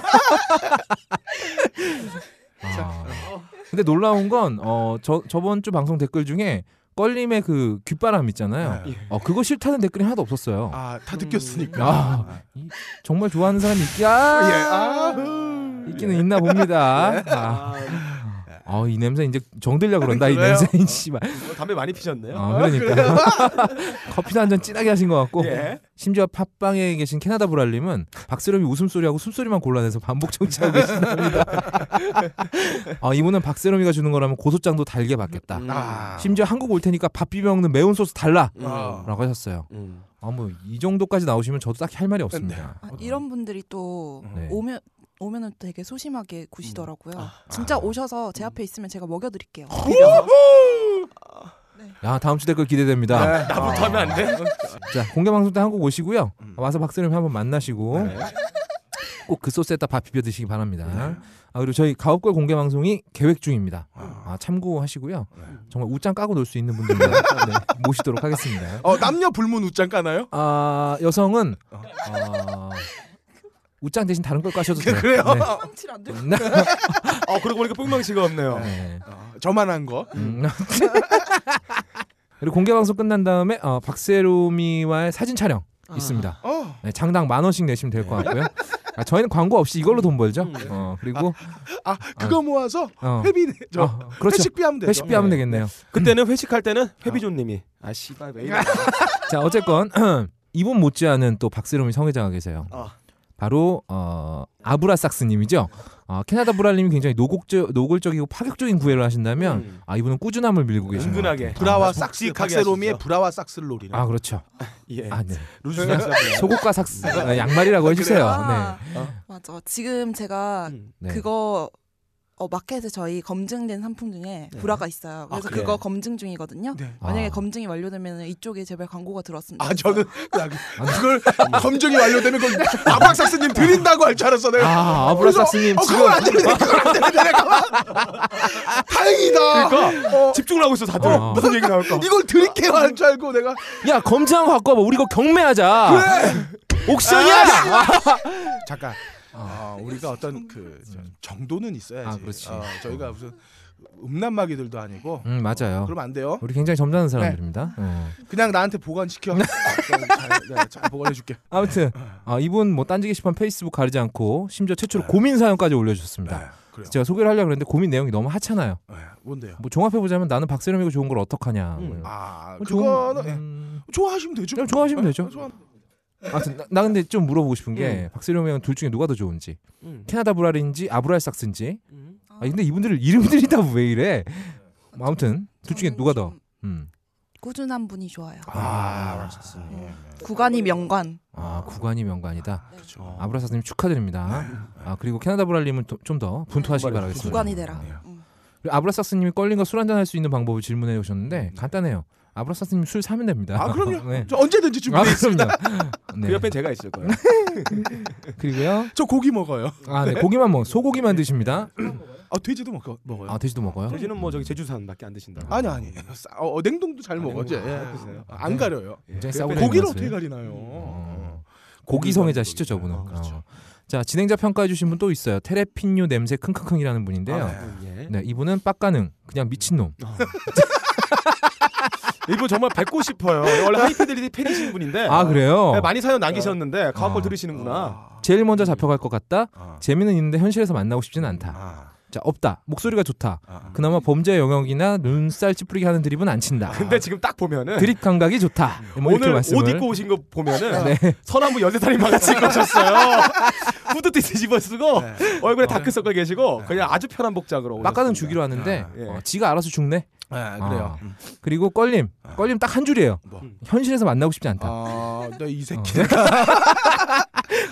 Speaker 2: 아.
Speaker 1: 어.
Speaker 2: 근데 놀라운 건 어 저 저번 주 방송 댓글 중에 껄림의 그 귓바람 있잖아요.
Speaker 3: 네.
Speaker 2: 어 그거 싫다는 댓글이 하나도 없었어요. 아,
Speaker 3: 아다 느꼈으니까.
Speaker 2: 이- 정말
Speaker 1: 어,
Speaker 2: 좋아하는 사람이 있기 아,
Speaker 3: 예. 아.
Speaker 1: 네.
Speaker 2: 있기는 있나 봅니다. 아.
Speaker 1: 아,
Speaker 2: 아, 아, 이 냄새 이제 정들려 그런다 이
Speaker 1: 그래요?
Speaker 2: 냄새 이 씨발.
Speaker 1: 어, 담배 많이 피셨네요.
Speaker 2: 아, 그러니까 커피도 한잔 진하게 하신 것 같고
Speaker 1: 예.
Speaker 2: 심지어 팟빵에 계신 캐나다 불알님은 박스럽이 웃음소리하고 숨소리만 골라내서 반복 청취하고 계신답니다. 아, 이분은 박스럽이가 주는 거라면 고소장도 달게 받겠다.
Speaker 1: 음.
Speaker 3: 아.
Speaker 2: 심지어 한국 올 테니까 밥 비벼 먹는 매운 소스 달라.
Speaker 1: 음.
Speaker 3: 아.
Speaker 2: 라고 하셨어요.
Speaker 1: 음.
Speaker 2: 아, 뭐 이 정도까지 나오시면 저도 딱히 할 말이 없습니다.
Speaker 4: 아, 이런 분들이 또
Speaker 2: 네.
Speaker 4: 오면 오면은 되게 소심하게 구시더라고요.
Speaker 1: 아.
Speaker 4: 진짜 오셔서 제
Speaker 2: 음.
Speaker 4: 앞에 있으면 제가 먹여드릴게요.
Speaker 2: 어? 야, 다음 주 댓글 기대됩니다.
Speaker 1: 네. 나부터 하면 안 돼?
Speaker 2: 자, 공개 방송 때 한국 오시고요. 와서 박스럽이 한번 만나시고
Speaker 1: 네.
Speaker 2: 꼭 그 소스에다 밥 비벼 드시기 바랍니다.
Speaker 3: 네.
Speaker 2: 아, 그리고 저희 가업걸 공개 방송이 계획 중입니다. 아, 참고하시고요.
Speaker 3: 네.
Speaker 2: 정말 웃장 까고 놀 수 있는 분들 네, 모시도록 하겠습니다.
Speaker 3: 어, 남녀 불문 웃장 까나요?
Speaker 2: 아, 여성은 어, 웃장 대신 다른 걸 까셔도 돼요.
Speaker 3: 그래요?
Speaker 4: 칠 안돼.
Speaker 2: 네.
Speaker 1: 아 그러고 보니까 뿡망치가 없네요.
Speaker 2: 네.
Speaker 3: 어, 저만 한 거.
Speaker 2: 음. 그리고 공개 방송 끝난 다음에 어, 박세롬이와의 사진 촬영 있습니다.
Speaker 3: 어.
Speaker 2: 네, 장당 만 원씩 내시면 될
Speaker 3: 네.
Speaker 2: 것 같고요. 아, 저희는 광고 없이 이걸로 돈 벌죠. 어, 그리고
Speaker 3: 아, 그거 음. 모아서
Speaker 2: 어,
Speaker 3: 회비 내- 저
Speaker 2: 어, 그렇죠.
Speaker 3: 회식비 하면 되죠. 예.
Speaker 2: 회식비 하면 되겠네요.
Speaker 1: 그때는 회식할
Speaker 2: 어.
Speaker 1: 때는 회비존님이 아 씨발 왜 이래?
Speaker 2: 자 어쨌건 이분 못지않은 또 박세롬이 성회자가 계세요.
Speaker 1: 아.
Speaker 2: 바로 어, 아브라삭스님이죠. 어, 캐나다 브랄님이 굉장히 노곡적, 노골적이고 파격적인 구애를 하신다면
Speaker 1: 음.
Speaker 2: 아 이분은 꾸준함을 밀고 계시는 것
Speaker 1: 은근하게.
Speaker 2: 같아요.
Speaker 3: 브라와
Speaker 1: 아,
Speaker 3: 삭스
Speaker 1: 독특하게
Speaker 3: 박세로미의
Speaker 1: 하시죠.
Speaker 3: 브라와 삭스를 노리는.
Speaker 2: 아 그렇죠.
Speaker 1: 예.
Speaker 2: 아 네.
Speaker 1: 루즈나
Speaker 2: 소곡과 삭스 아, 양말이라고 해주세요.
Speaker 4: 아, 맞아. 지금 제가
Speaker 1: 음.
Speaker 2: 네. 네.
Speaker 4: 그거 어, 마켓에 저희 검증된 상품 중에
Speaker 1: 네.
Speaker 4: 불화가 있어요. 그래서
Speaker 1: 그래요?
Speaker 4: 그거 검증 중이거든요.
Speaker 3: 네.
Speaker 4: 만약에
Speaker 2: 아.
Speaker 4: 검증이 완료되면 이쪽에 제발 광고가 들어왔습니다.
Speaker 3: 아 저는 나 그- 그걸 검증이 완료되면 그걸 아박 삭스님 드린다고 할 줄 알았어 내가.
Speaker 2: 아 아브라삭스님
Speaker 3: 어,
Speaker 2: 지금
Speaker 3: 그건 안 되는데 그건 안 되는데 내가 다행이다.
Speaker 1: 그러니까 집중을 하고 있어 다들
Speaker 2: 어.
Speaker 1: 무슨 얘기 나올까?
Speaker 3: 이걸 드릴게요 할 줄 알고 내가
Speaker 2: 야 검증 갖고 와봐. 우리 이거 경매하자. 옥션이야.
Speaker 1: 아.
Speaker 3: 잠깐 어, 우리가 어떤 그 정도는 있어야지.
Speaker 2: 음. 아, 그렇지.
Speaker 3: 어, 저희가 무슨 음란마귀들도 아니고
Speaker 2: 음 맞아요.
Speaker 3: 그러면 안 돼요.
Speaker 2: 우리 굉장히 점잖은 사람들입니다.
Speaker 1: 네.
Speaker 2: 어.
Speaker 3: 그냥 나한테 보관시켜. 잘, 네, 잘 보관해줄게.
Speaker 2: 아무튼
Speaker 3: 네.
Speaker 2: 아, 이분 뭐 딴지 게시판 페이스북 가리지 않고 심지어 최초로
Speaker 3: 네.
Speaker 2: 고민 사연까지 올려주셨습니다.
Speaker 3: 그래요.
Speaker 2: 제가 소개를 하려고 했는데 고민 내용이 너무 하찮아요.
Speaker 3: 네, 뭔데요?
Speaker 2: 뭐 종합해보자면 나는 박세롬이고 좋은 걸 어떡하냐. 뭐 이런.
Speaker 3: 아
Speaker 2: 뭐 좋은-
Speaker 3: 그거는 예,
Speaker 2: 음,
Speaker 3: 좋아하시면 되죠.
Speaker 2: 그냥 좋아하시면
Speaker 3: 네,
Speaker 2: 되죠.
Speaker 3: 좋아하면-
Speaker 2: 아무튼 나, 나 근데 좀 물어보고 싶은 게
Speaker 3: 음.
Speaker 2: 박세롬이랑 둘 중에 누가 더 좋은지
Speaker 1: 음.
Speaker 2: 캐나다 브랄인지 아브랄삭스인지
Speaker 1: 음.
Speaker 2: 아, 근데 이분들 이름들이 다 왜 이래. 뭐 아무튼 둘 중에
Speaker 4: 저는
Speaker 2: 누가 더.
Speaker 4: 좀
Speaker 2: 음.
Speaker 4: 꾸준한 분이 좋아요.
Speaker 3: 아 알았습니다.
Speaker 4: 구간이 명관.
Speaker 2: 아 구관이 명관이다.
Speaker 3: 그렇죠.
Speaker 2: 아브랄삭스님 축하드립니다.
Speaker 3: 네.
Speaker 2: 아 그리고 캐나다 브랄님은 좀 더 분투하시기 바라겠습니다.
Speaker 4: 구간이 되라.
Speaker 2: 네.
Speaker 3: 아니에요.
Speaker 4: 음.
Speaker 2: 그리고 아브라삭스님이 껄린과 술 한잔 할 수 있는 방법을 질문해
Speaker 1: 음.
Speaker 2: 오셨는데 간단해요. 아브라삭스님 술 사면 됩니다.
Speaker 3: 아 그럼요.
Speaker 2: 네.
Speaker 3: 저 언제든지
Speaker 2: 아,
Speaker 3: 준비해.
Speaker 2: 그럼요.
Speaker 1: 그
Speaker 2: 네.
Speaker 1: 옆엔 제가 있을 거예요.
Speaker 2: 그리고요.
Speaker 3: 저 고기 먹어요.
Speaker 2: 아, 네. 고기만 먹. 소고기만 드십니다.
Speaker 3: 아 돼지도 먹, 먹어요.
Speaker 2: 아, 돼지도 먹어요.
Speaker 1: 돼지는 뭐 저기 제주산밖에 안 드신다.
Speaker 3: 아, 니 아니. 싸- 어, 어, 냉동도 잘
Speaker 1: 아,
Speaker 3: 먹어. 제
Speaker 1: 냉동 잘 드세요?
Speaker 2: 아, 네.
Speaker 3: 안 가려요.
Speaker 2: 굉장히
Speaker 1: 그
Speaker 2: 싸구려
Speaker 1: 옆에
Speaker 3: 고기를
Speaker 2: 맛을.
Speaker 3: 어떻게 가리나요? 아.
Speaker 2: 어. 고기 성애자시죠, 저분은.
Speaker 1: 어, 그렇죠.
Speaker 2: 어. 자, 진행자 평가해 주신 분 또 있어요. 테레핀유 냄새 킁킁킁이라는 분인데요.
Speaker 3: 아,
Speaker 1: 예. 어.
Speaker 2: 네, 이분은 빡가능. 그냥 미친놈.
Speaker 1: 이분 정말 뵙고 싶어요. 원래 하이피델리티 팬이신 분인데.
Speaker 2: 아, 그래요?
Speaker 1: 네, 많이 사연 남기셨는데 가업걸
Speaker 2: 어.
Speaker 1: 들으시는구나.
Speaker 2: 제일 먼저 잡혀갈 것 같다.
Speaker 3: 아.
Speaker 2: 재미는 있는데 현실에서 만나고 싶지는 않다.
Speaker 3: 아.
Speaker 2: 자, 없다. 목소리가 좋다.
Speaker 3: 아.
Speaker 2: 그나마 범죄 영역이나 눈살 찌푸리게 하는 드립은 안 친다.
Speaker 1: 근데 지금 딱 보면은
Speaker 2: 드립 감각이 좋다. 뭐 이렇게
Speaker 1: 오늘 옷
Speaker 2: 말씀을. 네.
Speaker 1: 입고 오신 거 보면은 서나무 연세살인 망치 입고 오셨어요. 후드티 뒤집어 쓰고
Speaker 3: 네.
Speaker 1: 얼굴에 다크서클 계시고 그냥 아주 편한 복장으로 오셨습니다.
Speaker 2: 막가는 주기로 왔는데
Speaker 1: 예.
Speaker 2: 어, 지가 알아서 죽네.
Speaker 3: 아, 그래요.
Speaker 2: 아. 그리고 껄림, 껄림 딱 한 줄이에요.
Speaker 3: 뭐.
Speaker 2: 현실에서 만나고 싶지 않다.
Speaker 3: 아, 나이 새끼.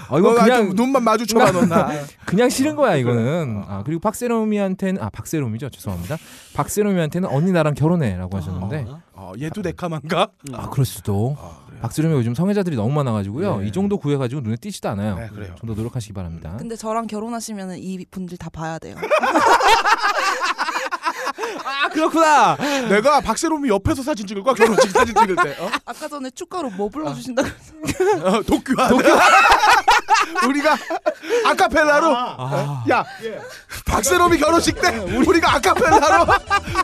Speaker 2: 어, 이거
Speaker 3: 너가
Speaker 2: 그냥
Speaker 3: 아, 좀 눈만 마주쳐봐 넌나.
Speaker 2: 그냥 싫은 거야 이거는. 아, 그리고 박세롬이한테는 아 박세롬이죠 죄송합니다. 박세롬이한테는 언니 나랑 결혼해라고 하셨는데
Speaker 3: 어, 얘도 데카만가?
Speaker 2: 아 그럴 수도. 박세롬이 요즘 성애자들이 너무 많아가지고요 이 정도 구해가지고 눈에 띄지도 않아요.
Speaker 3: 네, 그래요.
Speaker 2: 좀 더 노력하시기 바랍니다.
Speaker 4: 근데 저랑 결혼하시면 이 분들 다 봐야 돼요.
Speaker 2: 아 그렇구나.
Speaker 3: 내가 박세롬이 옆에서 사진 찍을 거야 결혼식 사진 찍을 때. 어?
Speaker 4: 아까 전에 축가로 뭐
Speaker 2: 아.
Speaker 4: 불러주신다고 해서
Speaker 3: 어, 도쿄 도쿄 우리가 아카펠라로 어? 야 박세롬이 결혼식 때 우리가 아카펠라로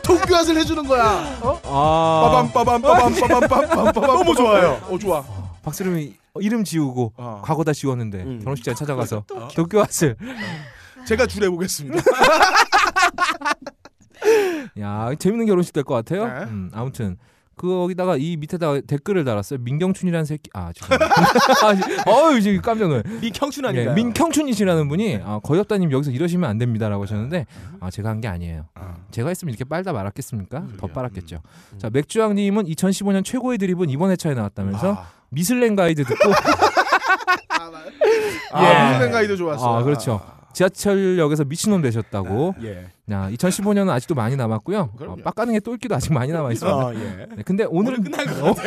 Speaker 3: 도쿄앗을 해주는 거야 어?
Speaker 2: 아
Speaker 3: 빠밤 빠밤 빠밤 빠밤 빠밤 빠밤 너무 좋아요 어 좋아
Speaker 2: 박세롬이 이름 지우고
Speaker 3: 어.
Speaker 2: 과거 다 지웠는데
Speaker 1: 음.
Speaker 2: 결혼식장에 찾아가서 도쿄 왔을
Speaker 3: 제가 줄여보겠습니다
Speaker 2: 야 재밌는 결혼식 될 것 같아요.
Speaker 3: 네.
Speaker 2: 음, 아무튼 거기다가 이 밑에다가 댓글을 달았어요. 민경춘이라는 새끼 아 지금 어유 지금 깜짝 놀랐.
Speaker 1: 민경춘
Speaker 2: 예,
Speaker 1: 아닌가요?
Speaker 2: 민경춘이시라는 분이 아, 거엽다님 여기서 이러시면 안 됩니다라고 하셨는데 아, 제가 한 게 아니에요. 제가 했으면 이렇게 빨다 말았겠습니까? 더 빨았겠죠.
Speaker 1: 음.
Speaker 2: 자 맥주왕님은 2015년 최고의 드립은 이번 회차에 나왔다면서
Speaker 3: 아,
Speaker 2: 미슬랭 가이드 듣고
Speaker 3: 아,
Speaker 2: 예.
Speaker 3: 무슨 생각이도 좋았어.
Speaker 2: 아, 그렇죠. 지하철역에서 미친놈 되셨다고.
Speaker 3: 예.
Speaker 2: 야, 2015년은 아직도 많이 남았고요. 어,
Speaker 3: 그럼요.
Speaker 2: 빡가능의 똘끼도 아직 많이 남아 있습니다.
Speaker 3: 아, 예.
Speaker 2: 네, 근데 오늘
Speaker 1: 끝난 거 같아.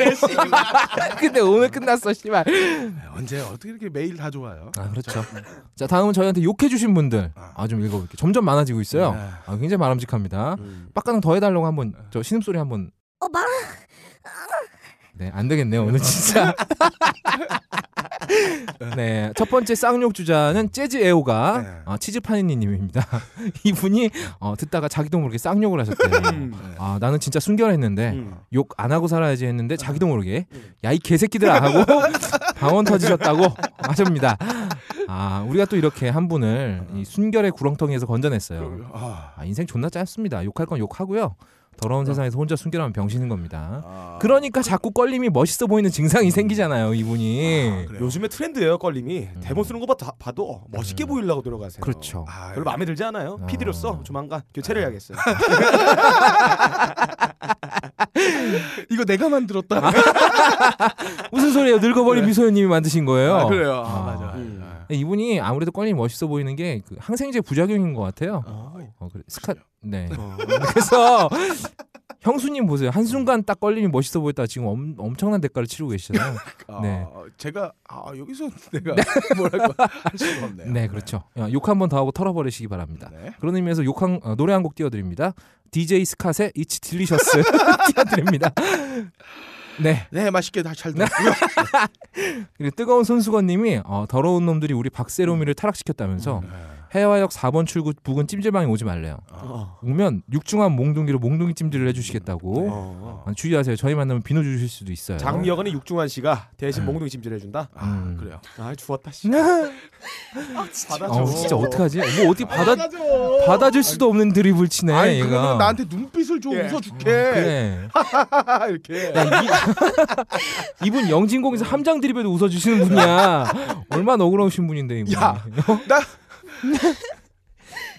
Speaker 2: 근데 오늘 끝났어, 씨발.
Speaker 3: 네, 언제 어떻게 이렇게 매일 다 좋아요?
Speaker 2: 아, 그렇죠. 자, 다음은 저희한테 욕해 주신 분들. 아, 좀 읽어 볼게요. 점점 많아지고 있어요.
Speaker 3: 네.
Speaker 2: 아, 굉장히 바람직합니다.
Speaker 3: 음.
Speaker 2: 빡가능 더해 달라고 한번 저 신음 소리 한번
Speaker 5: 오빠.
Speaker 2: 네, 안 되겠네요. 오늘 진짜. 네, 첫 번째 쌍욕 주자는 재즈 에오가
Speaker 3: 네.
Speaker 2: 아, 치즈 파니니 님입니다. 이분이 어, 듣다가 자기도 모르게
Speaker 1: 음.
Speaker 2: 쌍욕을 하셨대요. 아, 나는 진짜 순결했는데 욕 안 하고 살아야지 했는데 자기도 모르게 야 이 개새끼들아 하고 방언 터지셨다고 하십니다. 아, 우리가 또 이렇게 한 분을 이 순결의 구렁텅이에서 건져냈어요.
Speaker 3: 아.
Speaker 2: 아, 인생 존나 짧습니다. 욕할 건 욕하고요. 더러운 세상에서 혼자 순결하면 병신인 겁니다.
Speaker 3: 아.
Speaker 2: 그러니까 자꾸 껄림이 멋있어 보이는 증상이 예, 생기잖아요, 이분이.
Speaker 3: 음.
Speaker 1: 네.
Speaker 3: 그래요.
Speaker 1: 요즘에 트렌드예요, 껄림이. 대본 쓰는 거 봐, 봐도 멋있게
Speaker 2: 음.
Speaker 1: 보이려고 들어가세요.
Speaker 2: 그렇죠.
Speaker 3: 아,
Speaker 1: 별로 마음에 들지 않아요.
Speaker 2: 아.
Speaker 1: PD로서 조만간 교체를 해야겠어요.
Speaker 3: 예. 이거 내가
Speaker 2: 아,
Speaker 3: 만들었다.
Speaker 2: 무슨 소리예요? 늙어버린 미소연님이 만드신 거예요.
Speaker 3: 네. 아, 그래요. 아,
Speaker 2: 아.
Speaker 3: 맞아.
Speaker 1: 음.
Speaker 3: 아.
Speaker 2: 이분이 아무래도 껄림이 멋있어 보이는 게그 항생제 부작용인 것 같아요. 어, 그래.
Speaker 3: 아,
Speaker 2: 스카 네.
Speaker 1: 아,
Speaker 2: 그래서 형수님 보세요. 한순간 딱 껄림이 멋있어 보였다. 지금 엄, 엄청난 대가를 치르고 계시잖아요.
Speaker 3: 아,
Speaker 2: 네.
Speaker 3: 제가 아, 여기서 내가 뭐랄까 할 수가 없네요.
Speaker 2: 네, 그렇죠. 야, 욕 한 번 더 하고 털어버리시기 바랍니다.
Speaker 3: 네.
Speaker 2: 그런 의미에서 욕한 어, 노래 한 곡 띄워드립니다. DJ 스캇의 It's Delicious 띄워드립니다. 네.
Speaker 3: 네, 맛있게 다잘 들었고요.
Speaker 2: 그리고 뜨거운 손수건님이 어, 더러운 놈들이 우리 박세롬이를 타락시켰다면서
Speaker 3: 음, 네.
Speaker 2: 해화역 4번 출구 부근 찜질방에 오지 말래요.
Speaker 1: 어.
Speaker 2: 오면 육중한 몽둥이로 몽둥이 찜질을 해주시겠다고.
Speaker 3: 네.
Speaker 1: 어.
Speaker 2: 아, 주의하세요. 저희 만나면 비누 주실 수도 있어요.
Speaker 1: 장미여관의 육중환 씨가 대신 몽둥이 찜질해 준다.
Speaker 3: 아,
Speaker 2: 음.
Speaker 3: 그래요.
Speaker 1: 아, 죽었다 씨.
Speaker 2: 어,
Speaker 1: 받아줘.
Speaker 2: 진짜 어떡하지? 뭐 어디 받아
Speaker 3: 받아줘.
Speaker 2: 받아줄 수도 없는 드립을 치네
Speaker 3: 아니,
Speaker 2: 얘가.
Speaker 3: 그러면 나한테 눈빛을 좀
Speaker 1: 예.
Speaker 3: 웃어 줄게.
Speaker 2: 아, 그래.
Speaker 1: 아,
Speaker 3: 이렇게.
Speaker 2: 이분 영진공에서 함장 드립에도 웃어주시는 분이야. 얼마나 억울하신 분인데 이분.
Speaker 3: 야. 나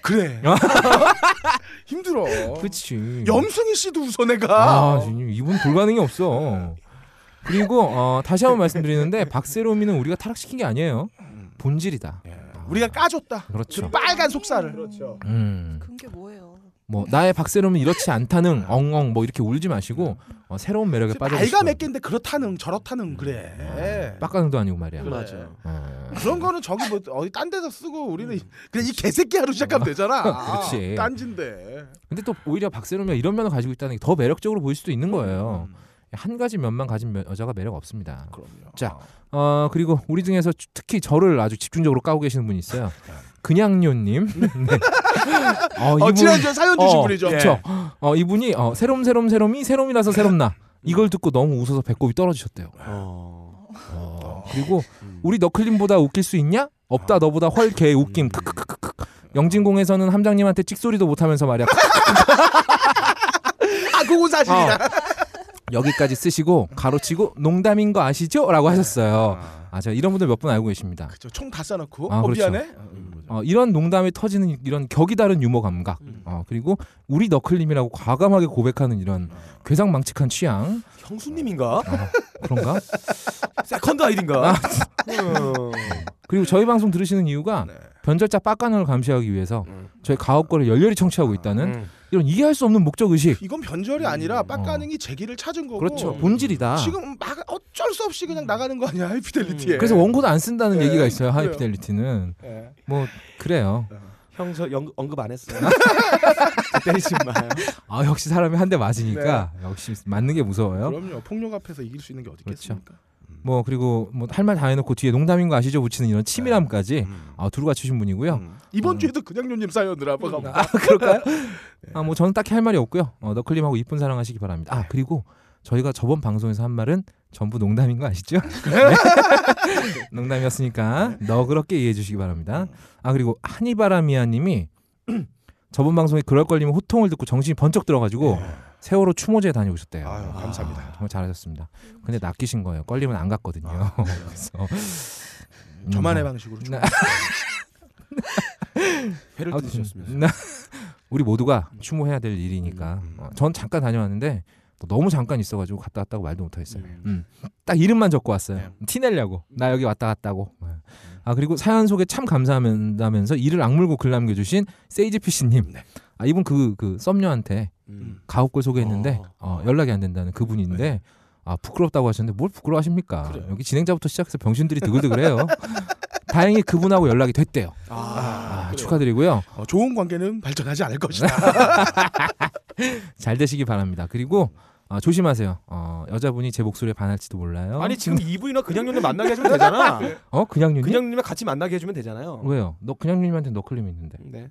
Speaker 3: 그래.
Speaker 2: 어.
Speaker 3: 힘들어.
Speaker 2: 그렇지.
Speaker 3: 염승희 씨도 웃어 내가.
Speaker 2: 아, 진짜 이분 불가능이 없어. 그리고 어, 다시 한번 말씀드리는데 박세롬이는 우리가 타락시킨 게 아니에요. 본질이다.
Speaker 3: 예. 우리가 까줬다.
Speaker 2: 예. 그렇죠.
Speaker 3: 빨간 속살을.
Speaker 1: 그렇죠.
Speaker 2: 음,
Speaker 4: 그게 뭐예요?
Speaker 2: 뭐 나의 박세롬은 이렇지 않다는 엉엉 뭐 이렇게 울지 마시고 어, 새로운 매력에 빠져.
Speaker 3: 알가 몇 개인데 그렇다는 저렇다는 그래.
Speaker 2: 빡가능도 아니고 말이야.
Speaker 1: 맞아.
Speaker 2: 어.
Speaker 3: 그런 거는 저기 뭐 어디 딴 데서 쓰고 우리는 그냥 이 개새끼 하루 시작하면 되잖아.
Speaker 2: 음. 그렇지.
Speaker 3: 딴진데.
Speaker 2: 근데 또 오히려 박세롬이가 이런 면을 가지고 있다는 게 더 매력적으로 보일 수도 있는 거예요.
Speaker 3: 음,
Speaker 2: 한 가지 면만 가진 여- 여자가 매력 없습니다.
Speaker 3: 그럼요.
Speaker 2: 자, 어 그리고 우리 중에서 주- 특히 저를 아주 집중적으로 까고 계시는 분이 있어요. 그냥요님. 네. 어,
Speaker 3: 어,
Speaker 2: 이분-
Speaker 3: 지난주에 사연 주신
Speaker 2: 어,
Speaker 3: 분이죠.
Speaker 2: 그쵸. 어 이분이 어, 새롬 새롬 새롬이 새롬이라서 새롬나 이걸 듣고 너무 웃어서 배꼽이 떨어지셨대요.
Speaker 1: 어.
Speaker 2: 어, 그리고 우리 너클림보다 웃길 수 있냐? 없다 너보다 헐 개 웃김. 크크크크크. 영진공에서는 함장님한테 찍소리도 못하면서 말이야. 어.
Speaker 3: 아, 그건 사실이다.
Speaker 2: 여기까지 쓰시고 가로치고 농담인 거 아시죠? 라고 하셨어요. 아 제가 이런 분들 몇 분 알고 계십니다.
Speaker 3: 그쵸. 총다 쏴놓고.
Speaker 2: 아,
Speaker 3: 어,
Speaker 2: 그렇죠.
Speaker 3: 미안해.
Speaker 2: 어, 이런 농담이 터지는 이런 격이 다른 유머 감각 어, 그리고 우리 너클림이라고 과감하게 고백하는 이런 괴상망측한 취향
Speaker 1: 형수님인가?
Speaker 2: 그런가?
Speaker 1: 세컨드 아이디인가? 어.
Speaker 2: 그리고 저희 방송 들으시는 이유가 변절자 빡가능을 감시하기 위해서 저희 가업거를 열렬히 청취하고 있다는
Speaker 1: 음.
Speaker 2: 이런 이해할 수 없는 목적의식
Speaker 3: 이건 변절이 아니라 빡가능이 제기를 찾은 거고.
Speaker 2: 음, 어. 그렇죠 본질이다
Speaker 3: 어, 지금 막 어쩔 수 없이 그냥 나가는 거 아니야 하이피델리티에.
Speaker 2: 음. 그래서 원고도 안 쓴다는
Speaker 3: 네,
Speaker 2: 얘기가 있어요
Speaker 3: 그래요. 네.
Speaker 2: 하이피델리티는
Speaker 3: 예.
Speaker 2: 뭐 그래요
Speaker 1: 형저 언급 안 했어요. 때리지 마.
Speaker 2: 아 역시 사람이 한 대 맞으니까 역시 맞는 게 무서워요
Speaker 3: 네. 그럼요. 폭력 앞에서 이길 수 있는 게 어디
Speaker 2: 어? 그렇죠.
Speaker 3: 있겠습니까?
Speaker 2: 뭐 그리고 뭐 할 말 다 해놓고 뒤에 농담인 거 아시죠 붙이는 이런 치밀함까지
Speaker 3: 음.
Speaker 2: 아, 두루 갖추신 분이고요.
Speaker 3: 음. 이번 주에도 그냥요님 사연으로 한번 가볼까?
Speaker 2: 아 그럴까요?
Speaker 3: 네.
Speaker 2: 아 뭐 저는 딱히 할 말이 없고요. 어, 너클림하고 이쁜 사랑하시기 바랍니다. 아 그리고 저희가 저번 방송에서 한 말은 전부 농담인 거 아시죠? 네.
Speaker 3: 네.
Speaker 2: 농담이었으니까 너그럽게 이해해 주시기 바랍니다. 아 그리고 하니바라미아님이 저번 방송에 그럴 걸리면 호통을 듣고 정신이 번쩍 들어가지고
Speaker 3: 예.
Speaker 2: 세월호 추모제에 다니고 오셨대요.
Speaker 3: 네. 아유, 감사합니다.
Speaker 2: 아, 정말 잘하셨습니다. 근데 낚이신 거예요. 걸리면 안 갔거든요.
Speaker 3: 아.
Speaker 2: 그래서 음,
Speaker 3: 저만의 방식으로 좀
Speaker 2: 네.
Speaker 1: 회를
Speaker 2: 아무튼, 네.
Speaker 1: 드셨으면서
Speaker 2: 나- 우리 모두가 추모해야 될 일이니까.
Speaker 3: 음.
Speaker 2: 어, 전 잠깐 다녀왔는데 또 너무 잠깐 있어가지고 갔다 왔다고 말도 못하겠어요.
Speaker 1: 음.
Speaker 2: 음. 딱 이름만 적고 왔어요.
Speaker 1: 네.
Speaker 2: 티 내려고. 나 여기 왔다 갔다고. 네. 아 그리고 사연 소개 참 감사하면서 이를 악물고 글 남겨주신 세이지피시님.
Speaker 3: 네.
Speaker 2: 아 이분 그그 썸녀한테
Speaker 1: 음.
Speaker 2: 가옥골 소개했는데
Speaker 1: 어. 네.
Speaker 2: 어, 연락이 안 된다는 그분인데 아 부끄럽다고 하셨는데 뭘 부끄러워하십니까?
Speaker 1: 그래요.
Speaker 2: 여기 진행자부터 시작해서 병신들이 드글드글해요. 다행히 그분하고 연락이 됐대요.
Speaker 1: 아,
Speaker 2: 아,
Speaker 1: 그래요.
Speaker 2: 축하드리고요.
Speaker 3: 어, 좋은 관계는 발전하지 않을 것이다.
Speaker 2: 잘 되시기 바랍니다. 그리고 아, 조심하세요. 어, 여자분이 제 목소리에 반할지도 몰라요.
Speaker 1: 아니 지금 이분이나 그냥님을 만나게 해주면 되잖아.
Speaker 2: 어 음. 그냥 윤님?
Speaker 1: 그냥님을 같이 만나게 해주면 되잖아요.
Speaker 2: 왜요? 너 그냥 윤님한테 너클림 있는데.
Speaker 1: 네.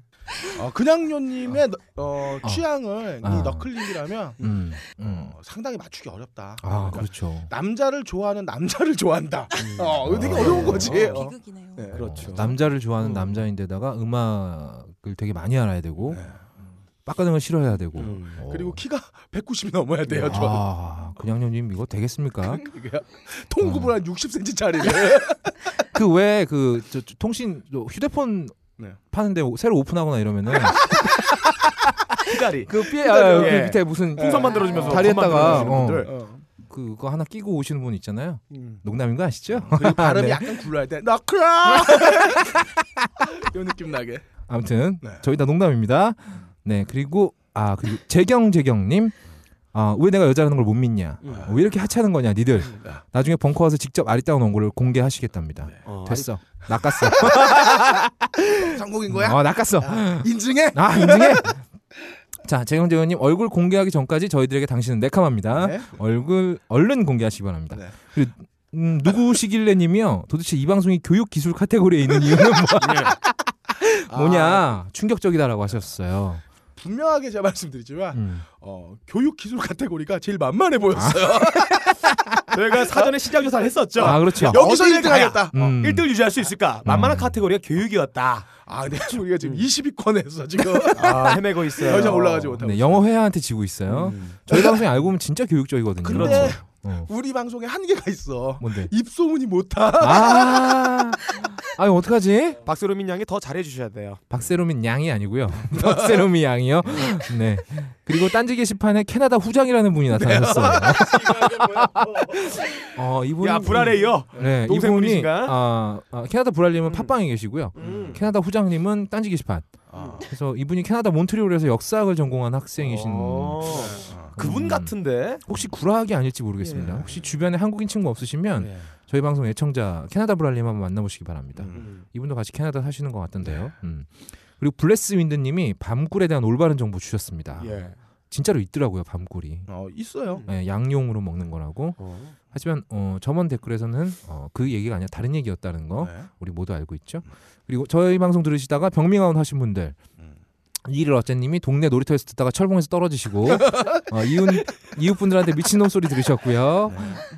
Speaker 3: 어, 그냥요님의 너- 어,
Speaker 2: 어.
Speaker 3: 취향을
Speaker 2: 아.
Speaker 3: 이 너클림이라면
Speaker 2: 음. 음.
Speaker 3: 어, 상당히 맞추기 어렵다.
Speaker 2: 아
Speaker 3: 그러니까
Speaker 2: 그렇죠.
Speaker 3: 남자를 좋아하는 남자를 좋아한다. 어, 이거 되게
Speaker 2: 아.
Speaker 3: 어려운 거지.
Speaker 1: 어.
Speaker 4: 비극이네요.
Speaker 3: 네.
Speaker 1: 그렇죠.
Speaker 2: 어, 남자를 좋아하는
Speaker 1: 음.
Speaker 2: 남자인데다가 음악을 되게 많이 알아야 되고
Speaker 3: 네.
Speaker 2: 빡가능을 싫어해야 되고
Speaker 1: 음.
Speaker 2: 어.
Speaker 3: 그리고 키가 190이 넘어야 돼요. 저
Speaker 2: 아, 그냥 요님 이거 되겠습니까?
Speaker 3: 그러니까 통구분 한 60cm 짜리를.
Speaker 2: 그 왜 그 통신 저 휴대폰
Speaker 3: 네.
Speaker 2: 파는데 오- 새로 오픈하거나 이러면은
Speaker 1: 키다리.
Speaker 2: 그 삐에 아, 여기
Speaker 1: 예.
Speaker 2: 밑에 무슨
Speaker 1: 풍선 만들어주면서
Speaker 2: 다리에다가,
Speaker 1: 겉만
Speaker 2: 어.
Speaker 1: 아, 들어주시는 분들.
Speaker 3: 어.
Speaker 2: 그거 하나 끼고 오시는 분 있잖아요.
Speaker 3: 음.
Speaker 2: 농담인 거 아시죠?
Speaker 3: 그리고 발음이
Speaker 2: 네.
Speaker 3: 약간 굴러야 돼. 너클라. 이런 느낌 나게.
Speaker 2: 아무튼
Speaker 3: 네.
Speaker 2: 저희 다 농담입니다. 네 그리고 아 그리고 재경 재경님 아 왜 내가 여자라는 걸 못 믿냐? 아,
Speaker 1: 음.
Speaker 2: 왜 이렇게 하찮은 거냐 니들? 나중에 벙커 와서 직접 아리따운 원고를 공개하시겠답니다.
Speaker 3: 네.
Speaker 1: 어,
Speaker 2: 됐어 낚았어.
Speaker 3: 성공인 거야?
Speaker 2: 어 낚았어.
Speaker 3: 인증해.
Speaker 2: 아 인증해. 자 재경 재경님 얼굴 공개하기 전까지 저희들에게 당신은 내카마입니다.
Speaker 3: 네.
Speaker 2: 얼굴 얼른 공개하시기 바랍니다.
Speaker 3: 네.
Speaker 2: 그리고 음, 누구시길래님이요? 도대체 이 방송이 교육 기술 카테고리에 있는 이유는
Speaker 3: 네.
Speaker 2: 뭐, 냐 충격적이다라고 하셨어요.
Speaker 3: 아, 분명하게 제가 말씀드리지만
Speaker 2: 음.
Speaker 3: 어, 교육 기술 카테고리가 제일 만만해 보였어요.
Speaker 1: 저희가 사전에 시장 조사를 했었죠.
Speaker 2: 아 그렇죠.
Speaker 3: 여기서
Speaker 1: 어딜
Speaker 3: 1등
Speaker 1: 가야?
Speaker 3: 하겠다.
Speaker 2: 음.
Speaker 1: 1등을 유지할 수 있을까? 만만한
Speaker 2: 음.
Speaker 1: 카테고리가 교육이었다.
Speaker 3: 아, 근데 우리가 지금 20위권에서 지금
Speaker 1: 아, 헤매고 있어요.
Speaker 3: 여자 올라가지 못하고.
Speaker 2: 네, 영어 회화한테 지고 있어요. 저희 방송이 알고 보면 진짜 교육적이거든요.
Speaker 1: 그렇죠.
Speaker 3: 근데
Speaker 2: 어.
Speaker 3: 우리 방송에 한계가 있어.
Speaker 2: 뭔데?
Speaker 3: 입소문이 못하.
Speaker 2: 아, 아니 어떡하지?
Speaker 1: 박세롬인 양이 더 잘해주셔야 돼요.
Speaker 2: 박세롬인 양이 아니고요. 박세롬이 양이요. 네. 그리고 딴지 게시판에 캐나다 후장이라는 분이
Speaker 1: 네.
Speaker 2: 나타나셨어요. 어, 이분이
Speaker 1: 야, 불안해요.
Speaker 2: 네, 이분이
Speaker 1: 동생분이신가?
Speaker 2: 아, 아, 캐나다 브랄님은
Speaker 1: 음.
Speaker 2: 팟빵에 계시고요.
Speaker 1: 음.
Speaker 2: 캐나다 후장님은 딴지 게시판.
Speaker 3: 아.
Speaker 2: 그래서 이분이 캐나다 몬트리올에서 역사학을 전공한 학생이신.
Speaker 1: 어.
Speaker 2: 음.
Speaker 1: 그분 같은데.
Speaker 2: 혹시 구라학이 아닐지 모르겠습니다.
Speaker 1: 예.
Speaker 2: 혹시 주변에 한국인 친구 없으시면
Speaker 1: 예.
Speaker 2: 저희 방송 애청자 캐나다 브랄님 한번 만나보시기 바랍니다.
Speaker 1: 음. 네.
Speaker 2: 이분도 같이 캐나다 사시는 것 같던데요. 음. 그리고 블레스 윈드님이 밤꿀에 대한 올바른 정보 주셨습니다.
Speaker 1: 예. 음.
Speaker 2: 진짜로 있더라고요 밤꿀이.
Speaker 3: 어, 있어요.
Speaker 2: 예, 양용으로 먹는 거라고.
Speaker 1: 어.
Speaker 2: 하지만 어, 저번 댓글에서는 어, 그 얘기가 아니라 다른 얘기였다는 거
Speaker 3: 네.
Speaker 2: 우리 모두 알고 있죠. 그리고 저희 방송 들으시다가 병명아웃 하신 분들
Speaker 3: 음.
Speaker 2: 이일 어째님이 동네 놀이터에서 듣다가 철봉에서 떨어지시고 어, 이웃 이웃 분들한테 미친놈 소리 들으셨고요.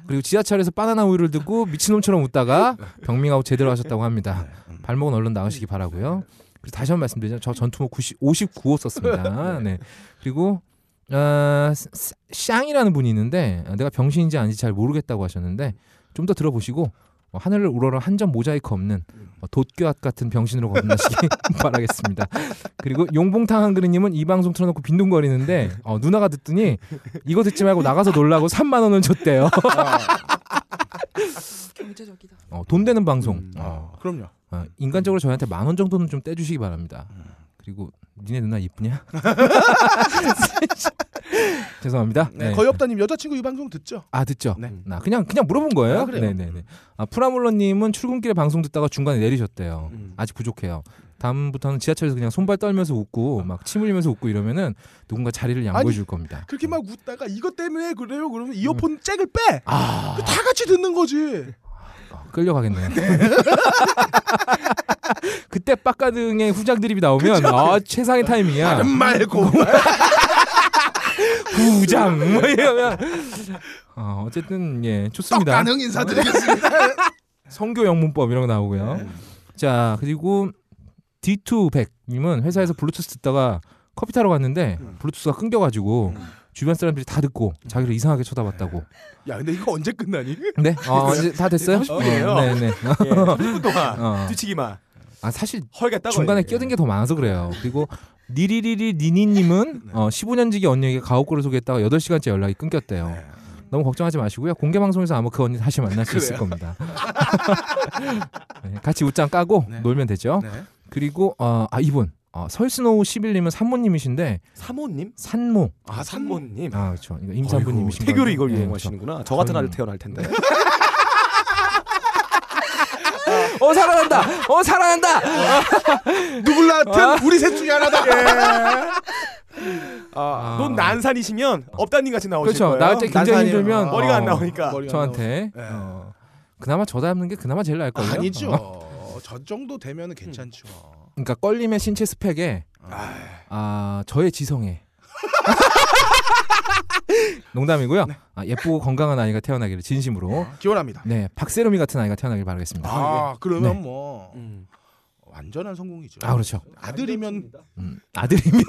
Speaker 2: 그리고 지하철에서 바나나 우유를 듣고 미친놈처럼 웃다가 병명아웃 제대로 하셨다고 합니다. 발목은 얼른 나으시기 바라고요. 그리고 다시 한 번 말씀드리자면 저 전투모 90, 59호 썼습니다. 네. 그리고 아, 스- 스- 샹이라는 분이 있는데 아, 내가 병신인지 아닌지 잘 모르겠다고 하셨는데 좀 더 들어보시고 어, 하늘을 우러러 한 점 모자이크 없는
Speaker 3: 음.
Speaker 2: 어, 돗교앗 같은 병신으로 거듭나시기 바라겠습니다. 그리고 용봉탕 한그리님은 이 방송 틀어놓고 빈둥거리는데 어, 누나가 듣더니 이거 듣지 말고 나가서 놀라고 3만 원을 줬대요.
Speaker 3: 아,
Speaker 4: 경제적이다.
Speaker 2: 어, 돈 되는 방송.
Speaker 1: 음.
Speaker 2: 어,
Speaker 3: 어, 그럼요.
Speaker 2: 어, 인간적으로 저희한테 만 원 정도는 좀 떼주시기 바랍니다.
Speaker 3: 음.
Speaker 2: 그리고 니네 누나 이쁘냐? 죄송합니다.
Speaker 3: 네.
Speaker 2: 네.
Speaker 3: 거의 없다님 여자친구 이 방송 듣죠?
Speaker 2: 아 듣죠.
Speaker 3: 네.
Speaker 2: 나 그냥 그냥 물어본 거예요.
Speaker 3: 아, 그래요?
Speaker 2: 네네네. 아 프라몰러님은 출근길에 방송 듣다가 중간에 내리셨대요.
Speaker 1: 음.
Speaker 2: 아직 부족해요. 다음부터는 지하철에서 그냥 손발 떨면서 웃고 막 침 흘리면서 웃고 이러면은 누군가 자리를 양보해
Speaker 3: 아니.
Speaker 2: 줄 겁니다.
Speaker 3: 그렇게 막 웃다가 이것 때문에 그래요. 그러면 이어폰 잭을 빼.
Speaker 2: 아
Speaker 3: 그다 같이 듣는 거지.
Speaker 2: 어, 끌려가겠네요. 그때 빡가등의 후장 드립이 나오면 아 최상의 타이밍이야.
Speaker 3: 말고.
Speaker 2: 부장 뭐 이러면 어, 어쨌든 예 좋습니다.
Speaker 3: 떡가능 인사드리겠습니다. 네.
Speaker 2: 성교 영문법 이런 거 나오고요. 자 그리고 D200님은 회사에서 블루투스 듣다가 커피 타러 갔는데
Speaker 3: 음.
Speaker 2: 블루투스가 끊겨가지고
Speaker 3: 음.
Speaker 2: 주변 사람들이 다 듣고 자기를 이상하게 쳐다봤다고.
Speaker 3: 야 근데 이거 언제 끝나니?
Speaker 2: 네? 어, 이제 다 됐어요?
Speaker 1: 30 아, 분이에요.
Speaker 2: 어, 네네.
Speaker 1: 30분 동안
Speaker 2: 어.
Speaker 1: 뒤치기만
Speaker 2: 아 사실
Speaker 1: 헐겠다고
Speaker 2: 중간에 끼어든 게 더 많아서
Speaker 1: 네.
Speaker 2: 그래요. 그리고 니리리리 니니님은 어, 15년지기 언니에게 가옥골을 소개했다가 8시간째 연락이 끊겼대요.
Speaker 3: 네.
Speaker 2: 너무 걱정하지 마시고요. 공개 방송에서 아마 그 언니 다시 만날 수 있을 겁니다. 네, 같이 웃장 까고
Speaker 3: 네.
Speaker 2: 놀면 되죠.
Speaker 3: 네.
Speaker 2: 그리고 어, 아 이분 어, 설스노우 11님은 산모님이신데
Speaker 1: 사모님?
Speaker 2: 산모
Speaker 1: 아 산모님.
Speaker 2: 아 그렇죠. 이거
Speaker 1: 어이구,
Speaker 2: 임산부님이신
Speaker 1: 태교를 이걸
Speaker 2: 거죠. 예,
Speaker 1: 이용하시는구나. 저 같은
Speaker 2: 저는-
Speaker 1: 아들 태어날 텐데.
Speaker 2: 그렇죠. 어 살아난다. 어 살아난다.
Speaker 3: 누굴라든 우리 셋 중에 하나다. 예.
Speaker 1: 아,
Speaker 2: 아.
Speaker 1: 넌 난산이시면 업다님 같이 나오실
Speaker 2: 그렇죠.
Speaker 1: 거예요.
Speaker 2: 나올 때 굉장히
Speaker 1: 난산이에요.
Speaker 2: 힘들면
Speaker 3: 아,
Speaker 1: 머리가 안
Speaker 2: 어,
Speaker 1: 나오니까.
Speaker 3: 머리가
Speaker 2: 저한테
Speaker 3: 예.
Speaker 2: 어, 그나마 저 닮는 게 그나마 제일 나을 거예요.
Speaker 3: 아니죠.
Speaker 2: 어.
Speaker 3: 저 정도 되면 괜찮죠.
Speaker 2: 그러니까 껄림의 신체 스펙에 아 저의 지성에 농담이고요.
Speaker 3: 네.
Speaker 2: 아, 예쁘고 건강한 아이가 태어나기를 진심으로
Speaker 3: 기원합니다.
Speaker 2: 네 박세롬이 같은 아이가 태어나길 바라겠습니다.
Speaker 3: 아, 그러면
Speaker 2: 네.
Speaker 3: 뭐
Speaker 1: 음.
Speaker 3: 완전한 성공이죠.
Speaker 2: 아 그렇죠.
Speaker 3: 아들이면
Speaker 2: 음, 아들이면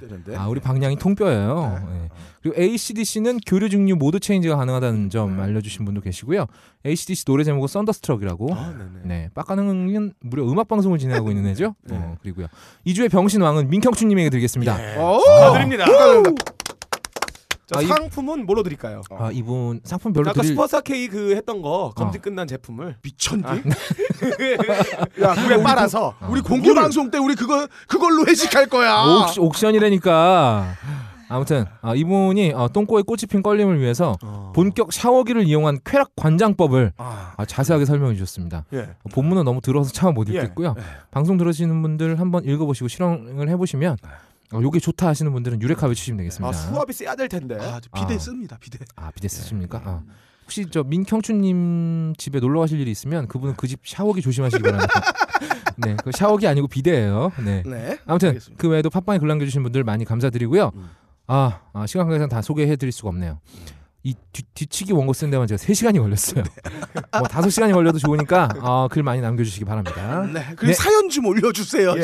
Speaker 3: 되는데.
Speaker 2: 아 우리 방향이 통뼈예요.
Speaker 3: 네.
Speaker 2: 예. 그리고 ACDC는 교류 중류 모드 체인지가 가능하다는
Speaker 3: 네.
Speaker 2: 점 알려주신 분도 계시고요. ACDC 노래 제목은 썬더스트럭이라고.
Speaker 1: 아, 네네. 네.
Speaker 2: 네, 빡가능은 무려 음악 방송을 진행하고 있는 애죠. 어, 그리고요. 이주의 병신왕은 민경춘님에게 드리겠습니다.
Speaker 1: 예.
Speaker 3: 오!
Speaker 1: 축하드립니다.
Speaker 3: 축하드립니다.
Speaker 1: 자,
Speaker 2: 아, 이-
Speaker 1: 상품은 뭘로 드릴까요?
Speaker 2: 아 이분 상품 별로
Speaker 1: 아까
Speaker 2: 드릴 어.
Speaker 1: 슈퍼사 K 그 했던 거 검증 끝난 제품을 예.
Speaker 3: 미쳤니?
Speaker 1: 야, 그게 빨아서
Speaker 3: 우리 공개 방송 때 우리 그거 그걸로 회식할 거야.
Speaker 1: 아!
Speaker 2: 옥시, 옥션이라니까. 아무튼 아, 이분이 어, 똥꼬에 꽃이 핀 껄림을 위해서
Speaker 1: 어.
Speaker 2: 본격 샤워기를 이용한 쾌락 관장법을
Speaker 3: 아,
Speaker 2: 아, 자세하게 설명해 주셨습니다.
Speaker 1: 예.
Speaker 2: 어, 본문은 너무 들어서 참 못
Speaker 1: 예.
Speaker 2: 읽겠고요. 방송 들으시는 분들 한번 읽어보시고 실험을 해보시면 어, 요게 좋다 하시는 분들은 유레카를 치시면
Speaker 1: 네.
Speaker 2: 되겠습니다.
Speaker 1: 아, 수압이 세야 될 텐데.
Speaker 3: 아, 저 비대
Speaker 2: 네. 아.
Speaker 3: 씁니다. 비대.
Speaker 2: 아, 비데 쓰십니까?
Speaker 3: 예.
Speaker 2: 아. 혹시 저 민경춘님 집에 놀러 가실 일이 있으면 그분은 그 집 샤워기 조심하시기 바랍니다. 네, 그 샤워기 아니고 비데예요. 네.
Speaker 3: 네.
Speaker 2: 아무튼
Speaker 3: 알겠습니다.
Speaker 2: 그 외에도 팟빵에 글 남겨주신 분들 많이 감사드리고요.
Speaker 1: 음.
Speaker 2: 아, 아, 시간 관계상 다 소개해드릴 수가 없네요.
Speaker 3: 음.
Speaker 2: 이 뒤, 뒤치기 원고 쓰는 데만 제가 3시간이 걸렸어요. 뭐 5시간이 걸려도 좋으니까 아, 글 많이 남겨주시기 바랍니다.
Speaker 3: 네. 그리고
Speaker 2: 네.
Speaker 3: 사연 좀 올려주세요.
Speaker 1: 예.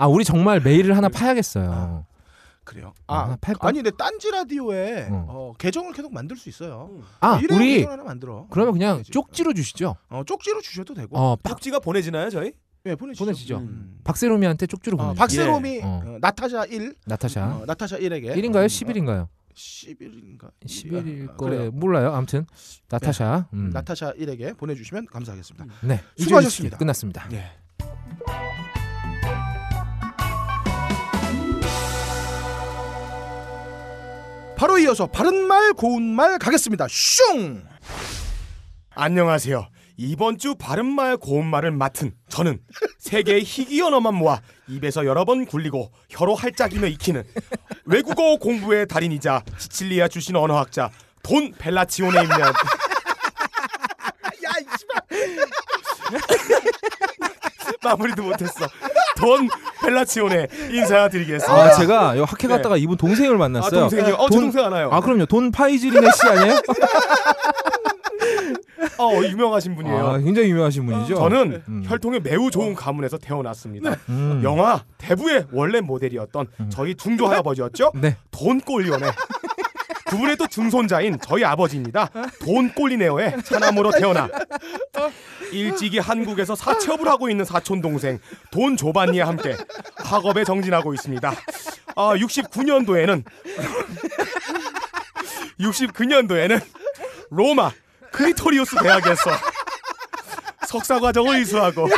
Speaker 2: 아, 우리 정말 메일을 하나 파야겠어요.
Speaker 3: 그래요.
Speaker 2: 아,
Speaker 3: 아,
Speaker 2: 하나 팔까?
Speaker 3: 아니 내 딴지 라디오에
Speaker 2: 응.
Speaker 3: 어, 계정을 계속 만들 수 있어요. 아,
Speaker 2: 아,
Speaker 3: 일회용
Speaker 2: 우리
Speaker 3: 계정 하나 만들어.
Speaker 2: 그러면 그냥
Speaker 3: 해야지.
Speaker 2: 쪽지로 주시죠.
Speaker 3: 어, 쪽지로 주셔도 되고.
Speaker 2: 어, 박,
Speaker 1: 박쥐가 보내지나요, 저희?
Speaker 3: 네, 보내시죠.
Speaker 2: 보내시죠.
Speaker 3: 음.
Speaker 2: 박세롬이한테 쪽지로
Speaker 3: 어,
Speaker 2: 보내주세요.
Speaker 3: 박세롬이
Speaker 2: 예. 어.
Speaker 3: 어, 나타샤 1
Speaker 2: 나타샤.
Speaker 3: 어, 나타샤
Speaker 1: 예?
Speaker 3: 1에게
Speaker 2: 1인가요? 10일인가요?
Speaker 3: 10일인가? 아,
Speaker 2: 10일일
Speaker 3: 그래요.
Speaker 2: 거예요. 몰라요. 아무튼 나타샤.
Speaker 1: 예.
Speaker 2: 음.
Speaker 3: 나타샤 1에게 보내주시면 감사하겠습니다.
Speaker 2: 네.
Speaker 3: 수고하셨습니다.
Speaker 2: 이주일 끝났습니다.
Speaker 1: 예.
Speaker 3: 바로 이어서 바른 말 고운 말 가겠습니다. 슝!
Speaker 1: 안녕하세요. 이번 주 바른말 고운말을 맡은 저는 세계의 희귀 언어만 모아 입에서 여러 번 굴리고 혀로 할짝이며 익히는 외국어 공부의 달인이자 시칠리아 출신 언어학자 돈 벨라치온의 입년
Speaker 3: 야, 이씨발.
Speaker 1: 마무리도 못했어 돈 벨라치온의 인사드리겠습니다.
Speaker 2: 아, 제가 요 학회 갔다가 이분 동생을
Speaker 1: 네. 아,
Speaker 2: 만났어요.
Speaker 1: 동생이요? 어, 저
Speaker 2: 돈-
Speaker 1: 동생 하나요.
Speaker 2: 아, 그럼요. 돈 파이지린의 씨 아니에요?
Speaker 1: 어, 유명하신 분이에요.
Speaker 2: 그-
Speaker 1: 어,
Speaker 2: 아, 굉장히 유명하신 분이죠.
Speaker 1: 저는
Speaker 2: 음.
Speaker 1: 혈통이 매우 좋은 가문에서 태어났습니다.
Speaker 2: 음.
Speaker 1: 영화 대부의 원래 모델이었던 저희 중조 할아버지였죠.
Speaker 2: 네.
Speaker 1: 돈 꼴리오네. 그분의 또 증손자인 저희 아버지입니다.
Speaker 2: 어?
Speaker 1: 돈 꼴리네오의 차남으로 태어나 일찍이 한국에서 사채업을 하고 있는 사촌 동생 돈 조반니와 함께 학업에 정진하고 있습니다. 아, 69년도에는 69년도에는 로마 크리토리우스 대학에서 석사 과정을 이수하고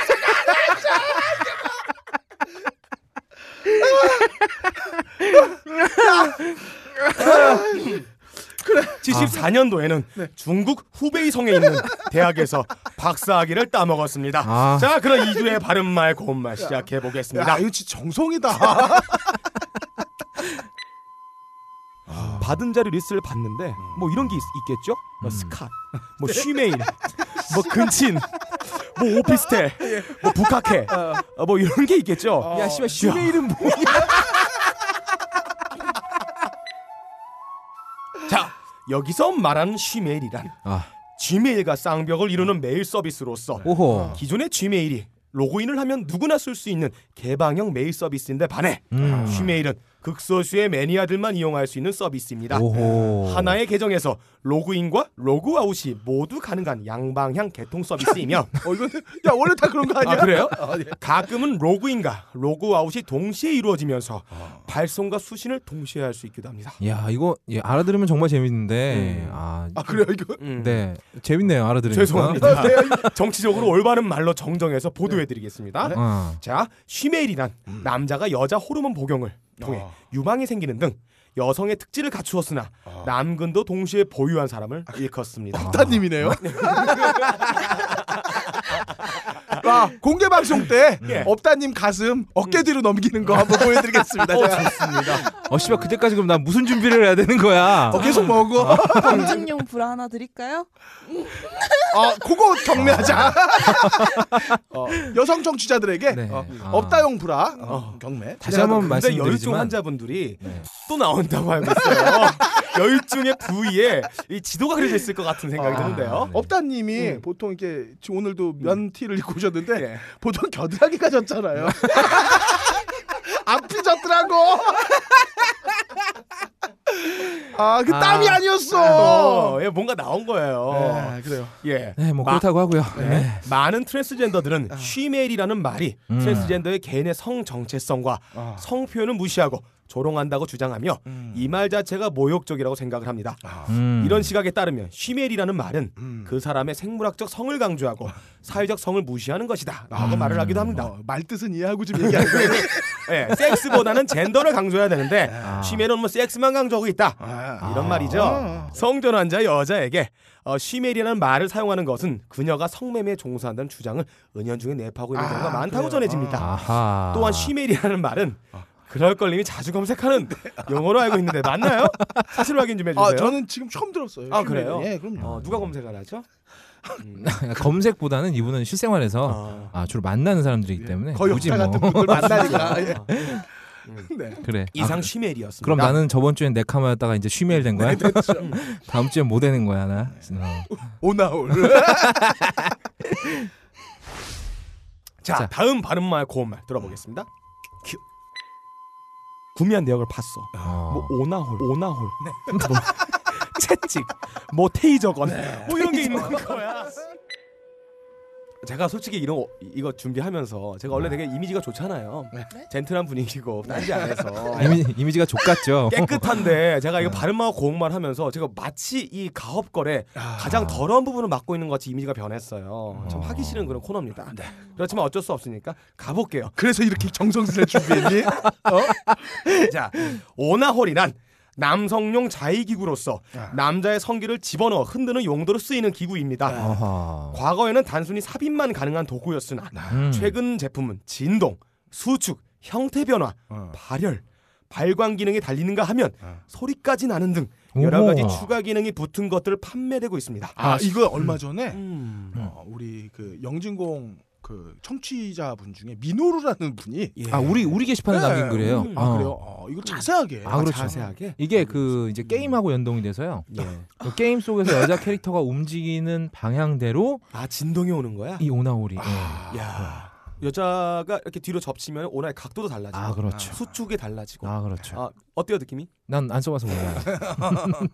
Speaker 1: 그래. 네. 74년도에는 중국 후베이성에 있는 대학에서 박사학위를 따먹었습니다.
Speaker 2: 아.
Speaker 1: 자, 그럼 2주의 바른말 고운말 시작해
Speaker 3: 야,
Speaker 1: 보겠습니다.
Speaker 3: 이거 진짜 정성이다.
Speaker 1: 받은 자료 리스트를 봤는데 뭐 이런 게 있, 겠죠뭐 스캇, 뭐 쉬메일, 뭐 근친, 뭐 오피스텔, 뭐 북학회, 어, 뭐 이런 게 있겠죠.
Speaker 2: 야, 씨발 슈메일은 뭐?
Speaker 1: 자 여기서 말하는 쉬메일이란
Speaker 2: 아,
Speaker 1: Gmail과 쌍벽을 이루는 메일 서비스로서
Speaker 2: 오호.
Speaker 1: 기존의 Gmail이 로그인을 하면 누구나 쓸 수 있는 개방형 메일 서비스인데 반해
Speaker 2: 음.
Speaker 1: Gmail은 극소수의 매니아들만 이용할 수 있는 서비스입니다.
Speaker 2: 오호.
Speaker 1: 하나의 계정에서 로그인과 로그아웃이 모두 가능한 양방향 개통 서비스이며
Speaker 3: 어 이건 야 원래 다 그런 거 아니야?
Speaker 1: 아, 그래요?
Speaker 3: 아, 예.
Speaker 1: 가끔은 로그인과 로그아웃이 동시에 이루어지면서 발송과 수신을 동시에 할 수 있기도 합니다.
Speaker 2: 야 이거 예, 알아들으면 정말 재밌는데
Speaker 1: 음.
Speaker 2: 아,
Speaker 3: 아 그래요 이거?
Speaker 1: 음.
Speaker 2: 네 재밌네요 알아들으니까.
Speaker 1: 죄송합니다. 네, 정치적으로 올바른 말로 정정해서 보도해드리겠습니다.
Speaker 2: 어.
Speaker 1: 자, 쉬메일이란 남자가 여자 호르몬 복용을 통해
Speaker 3: 아.
Speaker 1: 유방이 생기는 등 여성의 특질을 갖추었으나
Speaker 3: 아.
Speaker 1: 남근도 동시에 보유한 사람을 일컫습니다.
Speaker 3: 박타님이네요. 와 아, 공개 방송 때
Speaker 1: 예.
Speaker 3: 업다님 가슴 어깨 뒤로 넘기는 거 한번 보여드리겠습니다.
Speaker 1: 어,
Speaker 3: 제가.
Speaker 2: 어 씨발 그때까지 그럼 나 무슨 준비를 해야 되는 거야?
Speaker 3: 어, 계속 먹어.
Speaker 4: 검증용 불화 하나 드릴까요?
Speaker 3: 어, 그거 경매하자. 어, 여성 정치자들에게
Speaker 2: 네.
Speaker 3: 어,
Speaker 2: 아.
Speaker 3: 업다용 브라 어, 경매.
Speaker 2: 다시 한번
Speaker 1: 근데 열중
Speaker 2: 말씀드리지만
Speaker 1: 환자분들이
Speaker 2: 네.
Speaker 1: 또 나온다고 알고 있어요. 열중의 부위에 이 지도가 그려져 있을 것 같은 생각이
Speaker 2: 아,
Speaker 1: 드는데요.
Speaker 2: 네.
Speaker 3: 업다님이
Speaker 1: 음.
Speaker 3: 보통 이렇게 지금 오늘도 면 티를 입고 오셨는데
Speaker 1: 예.
Speaker 3: 보통 겨드랑이가 졌잖아요. 안 삐졌더라고. 아, 그
Speaker 2: 아.
Speaker 3: 땀이 아니었어.
Speaker 1: 어, 예, 뭔가 나온 거예요.
Speaker 3: 네, 그래요.
Speaker 1: 예.
Speaker 2: 네, 뭐
Speaker 1: 마-
Speaker 2: 그렇다고 하고요. 네. 아.
Speaker 1: 많은 트랜스젠더들은 쉬메일이라는 말이
Speaker 2: 음.
Speaker 1: 트랜스젠더의 개인의 성 정체성과
Speaker 3: 아.
Speaker 1: 성 표현을 무시하고 조롱한다고 주장하며 이 말 자체가 모욕적이라고 생각을 합니다.
Speaker 2: 음.
Speaker 1: 이런 시각에 따르면 쉬메일이라는 말은
Speaker 3: 음.
Speaker 1: 그 사람의 생물학적 성을
Speaker 2: 아.
Speaker 1: 강조하고 사회적 성을 무시하는 것이다 라고
Speaker 2: 음.
Speaker 1: 말을 하기도 합니다.
Speaker 3: 어, 말 뜻은 이해하고 좀 얘기하는 거예요.
Speaker 1: 예, 섹스보다는 젠더를 강조해야 되는데
Speaker 2: 아.
Speaker 1: 쉬메일은 뭐 섹스만 강조하고 있다
Speaker 3: 아.
Speaker 1: 이런 말이죠.
Speaker 3: 아.
Speaker 1: 성전환자 여자에게 어, 쉬메일이라는 말을 사용하는 것은 그녀가 성매매에 종사한다는 주장을 은연중에 내포하고 있는 경우가
Speaker 3: 아,
Speaker 1: 많다고
Speaker 3: 그래요.
Speaker 1: 전해집니다.
Speaker 2: 아하.
Speaker 1: 또한 쉬메일이라는 말은 그럴 걸님이 자주 검색하는 용어로 알고 있는데 맞나요? 사실 확인 좀 해주세요.
Speaker 3: 아, 저는 지금 처음 들었어요.
Speaker 1: 아,
Speaker 3: 휴메일.
Speaker 1: 그래요?
Speaker 3: 예, 그럼요.
Speaker 1: 어, 누가 검색을 하죠? 음.
Speaker 2: 그러니까 검색보다는 이분은 실생활에서
Speaker 1: 아.
Speaker 2: 아, 주로 만나는 사람들이기
Speaker 1: 예.
Speaker 2: 때문에
Speaker 3: 거의
Speaker 2: 굳이
Speaker 3: 업다 같은
Speaker 2: 뭐
Speaker 3: 분들 만나니까. 예. 네.
Speaker 2: 그래. 아,
Speaker 1: 이상 쉬메일이었습니다.
Speaker 2: 그럼 나는 저번 주엔 네카마였다가 이제 쉬메일 된 거야? 다음 주엔 못 되는 거야 나.
Speaker 1: 네.
Speaker 2: 어.
Speaker 3: 오나올.
Speaker 1: 자,
Speaker 2: 자.
Speaker 1: 다음 바른말 고운말 들어보겠습니다. 큐. 구미한 내역을 팠어.
Speaker 2: 어.
Speaker 1: 뭐 오나홀, 오나홀, 뭐 채찍, 뭐 테이저건, 뭐 이런 게 있는 거야. 제가 솔직히 이런 거- 이거 준비하면서 제가 원래 되게 이미지가 좋잖아요. 젠틀한 분위기고 딴지 안에서
Speaker 2: 이미, 이미지가 족같죠.
Speaker 1: 깨끗한데 제가 이거 발음하고 고음만 하면서 제가 마치 이 가업걸의 가장 더러운 부분을 맡고 있는 것 같이 이미지가 아. 변했어요. 네. 참 하기 싫은 그런 코너입니다. 그렇지만 어쩔 수 없으니까 가볼게요.
Speaker 3: 그래서 이렇게 정성스레 준비했니?
Speaker 1: 자, 오나홀이란 남성용 자위기구로서 남자의 성기를 집어넣어 흔드는 용도로 쓰이는 기구입니다.
Speaker 2: 아하.
Speaker 1: 과거에는 단순히 삽입만 가능한 도구였으나
Speaker 2: 음.
Speaker 1: 최근 제품은 진동, 수축, 형태 변화,
Speaker 3: 어.
Speaker 1: 발열, 발광 기능이 달리는가 하면 소리까지 나는 등 여러
Speaker 2: 오호.
Speaker 1: 가지 추가 기능이 붙은 것들을 판매되고 있습니다.
Speaker 3: 아, 이거 얼마 전에
Speaker 1: 음.
Speaker 3: 어, 우리 그 영진공 그 청취자분 중에 민호루라는 분이
Speaker 1: 예.
Speaker 2: 아 우리 우리 게시판에
Speaker 3: 네.
Speaker 2: 남긴 글이에요.
Speaker 1: 음,
Speaker 3: 아,
Speaker 2: 어.
Speaker 3: 그래요. 어, 이거 자세하게.
Speaker 2: 아, 그렇죠.
Speaker 1: 자세하게.
Speaker 2: 이게 그 이제 게임하고 연동이 돼서요.
Speaker 1: 음. 예.
Speaker 2: 그 게임 속에서 여자 캐릭터가 움직이는 방향대로
Speaker 1: 아 진동이 오는 거야?
Speaker 2: 이 오나홀이.
Speaker 1: 아.
Speaker 2: 예.
Speaker 1: 야 여자가 이렇게 뒤로 접치면 오나의 각도도 달라지고
Speaker 2: 아 그렇죠.
Speaker 1: 수축이 달라지고
Speaker 2: 아 그렇죠.
Speaker 1: 아 어때요 느낌이?
Speaker 2: 난 안 써봐서 몰라.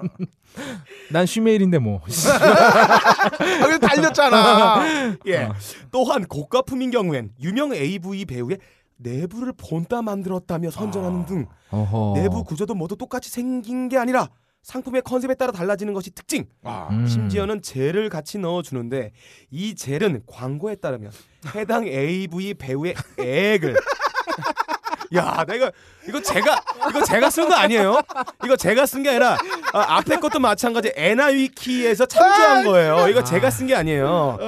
Speaker 2: 난 쉬메일인데 뭐.
Speaker 3: 아, 왜 달렸잖아.
Speaker 1: 예. 또한 고가품인 경우엔 유명 AV 배우의 내부를 본따 만들었다며 선전하는 등
Speaker 2: 아. 어허.
Speaker 1: 내부 구조도 모두 똑같이 생긴 게 아니라 상품의 컨셉에 따라 달라지는 것이 특징.
Speaker 3: 아,
Speaker 2: 음.
Speaker 1: 심지어는 젤을 같이 넣어주는데 이 젤은 광고에 따르면 해당 AV 배우의 액을 야, 내가 이거 제가 이거 제가 쓴 거 아니에요? 이거 제가 쓴 게 아니라 아, 앞에 것도 마찬가지 에나위키에서 참조한 거예요. 이거 제가 쓴 게 아니에요.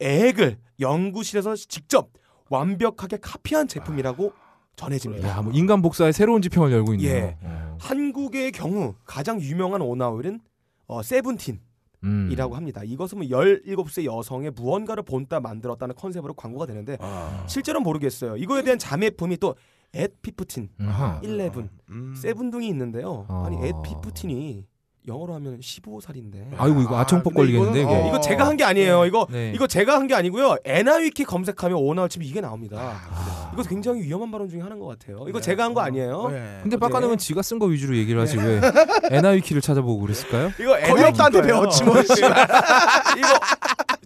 Speaker 1: 액을 연구실에서 직접 완벽하게 카피한 제품이라고 전해집니다.
Speaker 2: 야, 뭐 인간 복사의 새로운 지평을 열고 있네요.
Speaker 1: 예.
Speaker 2: 어.
Speaker 1: 한국의 경우 가장 유명한 오나홀은 어, 세븐틴.
Speaker 2: 음.
Speaker 1: 이라고 합니다. 이것은 뭐 17세 여성의 무언가를 본따 만들었다는 컨셉으로 광고가 되는데
Speaker 3: 아.
Speaker 1: 실제로는 모르겠어요. 이거에 대한 자매품이 또 앳피프틴,
Speaker 2: 아하.
Speaker 1: 11,
Speaker 3: 음. 아.
Speaker 1: 세븐 등이 있는데요.
Speaker 2: 어.
Speaker 1: 아니 앳피프틴이 영어로 하면 15살인데.
Speaker 2: 아이고 이거 아청법 걸리겠는데
Speaker 3: 이거는,
Speaker 2: 이게.
Speaker 3: 어.
Speaker 1: 이거 제가 한 게 아니에요. 이거
Speaker 2: 네.
Speaker 1: 이거 제가 한 게 아니고요. 에나위키 검색하면 오나올 치면 이게 나옵니다.
Speaker 3: 아,
Speaker 1: 이거 굉장히 위험한 발언 중에 하나인 것 같아요. 이거
Speaker 3: 네.
Speaker 1: 제가 한 거 아니에요.
Speaker 3: 네.
Speaker 2: 근데
Speaker 1: 네.
Speaker 2: 빡가능은 지가 쓴 거 위주로 얘기를 하지 왜 에나위키를 찾아보고 그랬을까요?
Speaker 1: 이거
Speaker 3: 거의 없다한테
Speaker 1: NIK 예요.
Speaker 3: 배웠지 뭐,
Speaker 1: 이거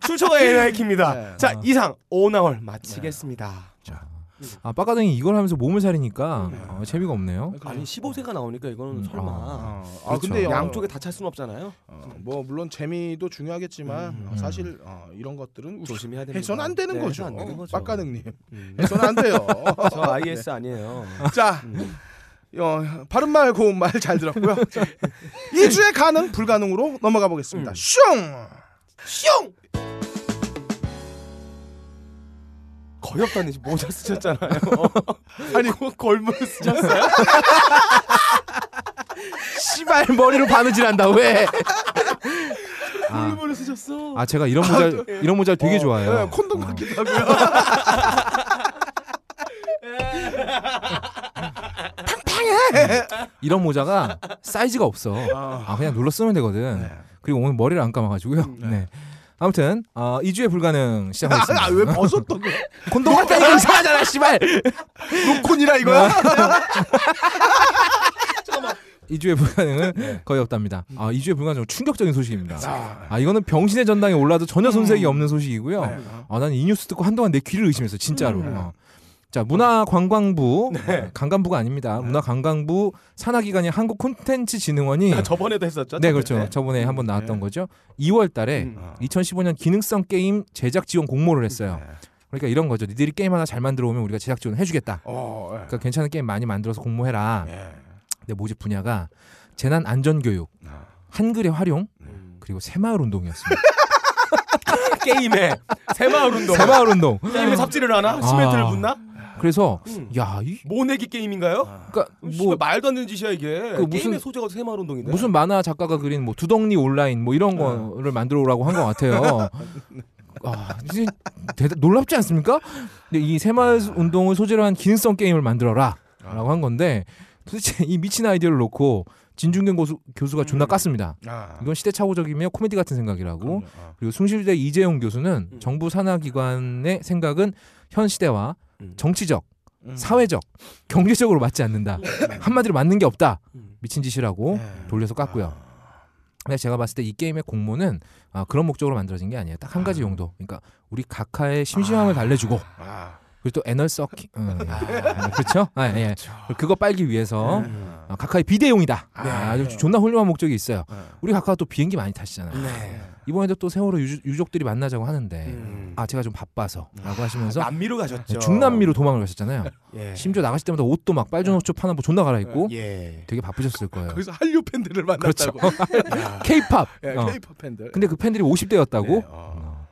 Speaker 1: 출처가 에나위키입니다.
Speaker 3: 네.
Speaker 1: 자 이상 오나올 마치겠습니다.
Speaker 2: 아 빡가능이 이걸 하면서 몸을 사리니까 어, 재미가 없네요.
Speaker 1: 아니 15세가 나오니까 이거는
Speaker 2: 음,
Speaker 1: 설마
Speaker 2: 아.
Speaker 3: 아, 아 근데
Speaker 2: 그렇죠.
Speaker 1: 양쪽에 다 찰 수는 없잖아요.
Speaker 3: 어, 뭐 물론 재미도 중요하겠지만
Speaker 1: 음.
Speaker 3: 어, 사실 어, 이런 것들은 우스-
Speaker 1: 조심해야 됩니다.
Speaker 3: 해선 안 되는
Speaker 1: 네,
Speaker 3: 거죠. 어?
Speaker 1: 해선 안 되는 거죠.
Speaker 3: 빡가능님
Speaker 1: 음.
Speaker 3: 해선 안 돼요.
Speaker 1: 저 IS 아니에요.
Speaker 3: 자,
Speaker 1: 음.
Speaker 3: 어, 바른 말 고운 말 잘 들었고요. 2주의 가능 불가능으로 넘어가 보겠습니다.
Speaker 1: 음.
Speaker 3: 슝!
Speaker 1: 슝! 거의 없다는 듯이 모자 쓰셨잖아요. 아니
Speaker 3: 뭐
Speaker 1: 골무 쓰셨어요?
Speaker 2: 씨발 머리로 바느질한다 왜? 아,
Speaker 1: 골무를 쓰셨어. 예.
Speaker 2: 아, 제가 이런 모자 이런 모자 되게 좋아해요.
Speaker 3: 네, 콘돔
Speaker 2: 어.
Speaker 3: 같기도 하고요.
Speaker 2: 이런 모자가 사이즈가 없어. 아 그냥 눌러 쓰면 되거든.
Speaker 3: 네. 음,
Speaker 2: 그리고 오늘 머리를 안 감아가지고요. 네. 아무튼 어, 2주의 불가능 시작하겠습니다.
Speaker 3: 아, 왜 벗었던 거?
Speaker 2: 콘돔 같다니까 이상하잖아 씨발. 네.
Speaker 3: 콘이라 이거야?
Speaker 2: 2주의 불가능은
Speaker 3: 네.
Speaker 2: 거의 없답니다. 아 2주의 불가능은 충격적인 소식입니다. 아 이거는 병신의 전당에 올라도
Speaker 3: 음.
Speaker 2: 전혀 손색이 없는 소식이고요.
Speaker 3: 네.
Speaker 2: 아, 난 이 뉴스 듣고 한동안 내 귀를 의심했어, 진짜로.
Speaker 1: 음.
Speaker 2: 어. 자, 문화관광부,
Speaker 1: 네.
Speaker 2: 어, 관광부가 아닙니다. 문화관광부 산하기관인 한국콘텐츠진흥원이
Speaker 1: 아, 저번에도 했었죠.
Speaker 2: 예.
Speaker 1: 네.
Speaker 2: 네, 그렇죠. 저번에 한번 나왔던 거죠. 2월 달에
Speaker 1: 음.
Speaker 2: 2015년 기능성 게임 제작 지원 공모를 했어요.
Speaker 3: 네.
Speaker 2: 그러니까 이런 거죠. 니들이 게임 하나 잘 만들어 오면 우리가 제작 지원을 해주겠다.
Speaker 3: 어, 예.
Speaker 1: 네.
Speaker 2: 그러니까 괜찮은 게임 많이 만들어서 공모해라.
Speaker 3: 예.
Speaker 2: 근데 모집 분야가 재난 안전 교육,
Speaker 1: 아.
Speaker 2: 한글의 활용,
Speaker 1: 음.
Speaker 2: 그리고 새마을 운동이었습니다.
Speaker 1: 게임에 새마을 운동.
Speaker 2: 새마을 운동.
Speaker 1: 게임에 네. 삽질을 하나?
Speaker 2: 아.
Speaker 1: 시멘트를 붓나?
Speaker 2: 그래서
Speaker 1: 음.
Speaker 2: 야, 이
Speaker 1: 모내기 게임인가요?
Speaker 2: 그러니까
Speaker 1: 뭐
Speaker 2: 뭐그
Speaker 1: 말도 안 되는 짓이야 이게.
Speaker 2: 무슨-
Speaker 1: 게임의 소재가 새마을 운동인데.
Speaker 2: 무슨 만화 작가가 그린 뭐 두덩니 온라인 뭐 이런 거를 만들어 오라고 한 것 같아요. 아, 진짜 대단- 놀랍지 않습니까? 근데 이 새마을 운동을 소재로 한 기능성 게임을 만들어라라고 한 건데 도대체 이 미친 아이디어를 놓고 진중경 고수, 교수가 존나 깠습니다.
Speaker 3: 아.
Speaker 2: 이건 시대착오적이며 코미디 같은 생각이라고.
Speaker 3: 아.
Speaker 2: 음. 그리고 숭실대 이재용 교수는
Speaker 1: 음.
Speaker 2: 정부 산하기관의 생각은 현 시대와
Speaker 1: 음.
Speaker 2: 정치적,
Speaker 3: 음.
Speaker 2: 사회적, 경제적으로 맞지 않는다. 한마디로 맞는 게 없다.
Speaker 1: 음.
Speaker 2: 미친 짓이라고
Speaker 3: 예.
Speaker 2: 돌려서 깠고요. 근데 제가 봤을 때 이 게임의 공모는 아, 그런 목적으로 만들어진 게 아니에요. 딱 한 가지 용도. 그러니까 우리 각하의 심심함을 달래주고
Speaker 3: 아.
Speaker 2: 그리고 또 에널 서킹. 음, 아, 아, 그렇죠? 아, 예. 그거 빨기
Speaker 1: 네.
Speaker 2: 위해서 아, 각하의 비대용이다. 아, 네. 아주 존나 훌륭한 목적이 있어요. 우리 각하가 또 비행기 많이 타시잖아요.
Speaker 1: 네.
Speaker 2: 이번에도 또 세월호 유족들이 만나자고 하는데
Speaker 1: 음.
Speaker 2: 아 제가 좀 바빠서라고 하시면서 네,
Speaker 1: 남미로 가셨죠.
Speaker 2: 중남미로 도망을 가셨잖아요.
Speaker 1: 예.
Speaker 2: 심지어 나가실 때마다 옷도 막 빨주 노초 파나 뭐 존나 갈아입고
Speaker 1: 예.
Speaker 2: 되게 바쁘셨을 거예요.
Speaker 3: 거기서 한류 팬들을 만났다고.
Speaker 2: 케이팝.
Speaker 3: 그 예,
Speaker 2: 그렇죠. 어.
Speaker 3: K-pop 팬들.
Speaker 2: 근데 그 팬들이 50대였다고?
Speaker 3: 네, 어.
Speaker 2: 어.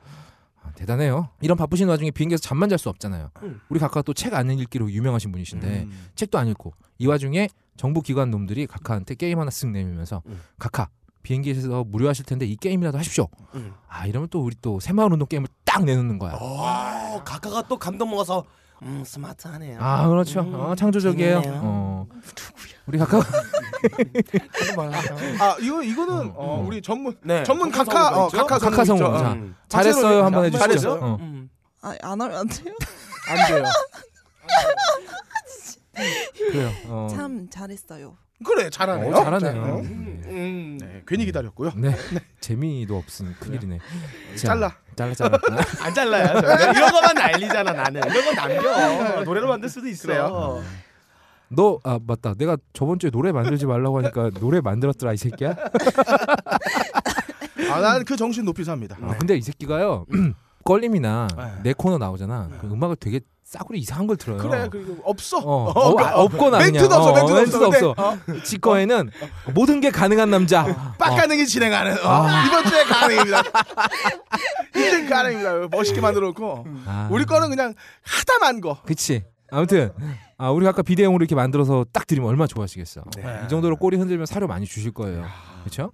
Speaker 2: 아, 대단해요. 이런 바쁘신 와중에 비행기에서 잠만 잘 수 없잖아요.
Speaker 1: 음.
Speaker 2: 우리 각하 또 책 안 읽기로 유명하신 분이신데
Speaker 3: 음.
Speaker 2: 책도 안 읽고 이 와중에 정부 기관 놈들이 각하한테 게임 하나 쓱 내밀면서
Speaker 1: 음.
Speaker 2: 각하 비행기에서 무료하실 텐데 이 게임이라도 하십시오.
Speaker 1: 음.
Speaker 2: 아 이러면 또 우리 또 새마을 운동 게임을 딱 내놓는 거야.
Speaker 1: 어, 가카가 또 감동 먹어서 음 스마트하네요.
Speaker 2: 아 그렇죠.
Speaker 1: 음,
Speaker 2: 어, 창조적이에요.
Speaker 1: 재밌네요.
Speaker 2: 어. 우리 각하
Speaker 3: 아, 이거 이거는 어,
Speaker 2: 네. 음.
Speaker 3: 우리 전문
Speaker 1: 네.
Speaker 3: 전문 각하 어, 각하
Speaker 2: 각하
Speaker 3: 성우 있죠.
Speaker 2: 성우.
Speaker 3: 어.
Speaker 2: 자,
Speaker 1: 음.
Speaker 2: 잘했어요 한번 해주시죠.
Speaker 3: 잘했어요?
Speaker 2: 어.
Speaker 1: 음.
Speaker 4: 아, 안 하면 안 돼요?
Speaker 3: 안 돼요.
Speaker 2: 그래요. 어.
Speaker 4: 참 잘했어요.
Speaker 3: 그래 잘하네요.
Speaker 2: 어, 잘하네요.
Speaker 3: 어?
Speaker 2: 네.
Speaker 1: 음.
Speaker 3: 네, 괜히 기다렸고요.
Speaker 2: 네. 재미도 없으니 큰일이네. 자,
Speaker 3: 잘라.
Speaker 2: 잘라 잘라.
Speaker 1: 안 잘라요. 저. 이런 거만 날리잖아 나는. 이런 건
Speaker 3: 네.
Speaker 1: 남겨. 노래로 만들 수도 있어요.
Speaker 2: 너 아 맞다. 내가 저번 주에 노래 만들지 말라고 하니까 노래 만들었더라 이 새끼야.
Speaker 3: 아, 난 그 정신 높이 삽니다.
Speaker 2: 아, 근데 이 새끼가요. 껄림이나
Speaker 3: 네.
Speaker 2: 내 코너 나오잖아. 그 음악을 되게 싸구려 이상한 걸 들어요.
Speaker 3: 그래, 그리고 없어. 그러니까
Speaker 2: 어, 어, 아, 없거나
Speaker 3: 멘트도
Speaker 2: 그냥
Speaker 3: 없어,
Speaker 2: 어,
Speaker 3: 멘트도
Speaker 2: 멘트도
Speaker 3: 없어. 어.
Speaker 2: 없어. 지꺼에는 모든 게 가능한 남자.
Speaker 3: 빡가능이 진행하는 어,
Speaker 2: 아.
Speaker 3: 이번 주에 가능입니다. 이제 가능입니다. 멋있게 만들어 놓고
Speaker 2: 아,
Speaker 3: 우리 거는 그냥 하다만 거.
Speaker 2: 그치. 아무튼 아, 우리 아까 비대용으로 이렇게 만들어서 딱 드리면 얼마나 좋아하시겠어.
Speaker 3: 네. 예.
Speaker 2: 이 정도로 꼬리 흔들면 사료 많이 주실 거예요. 그렇죠?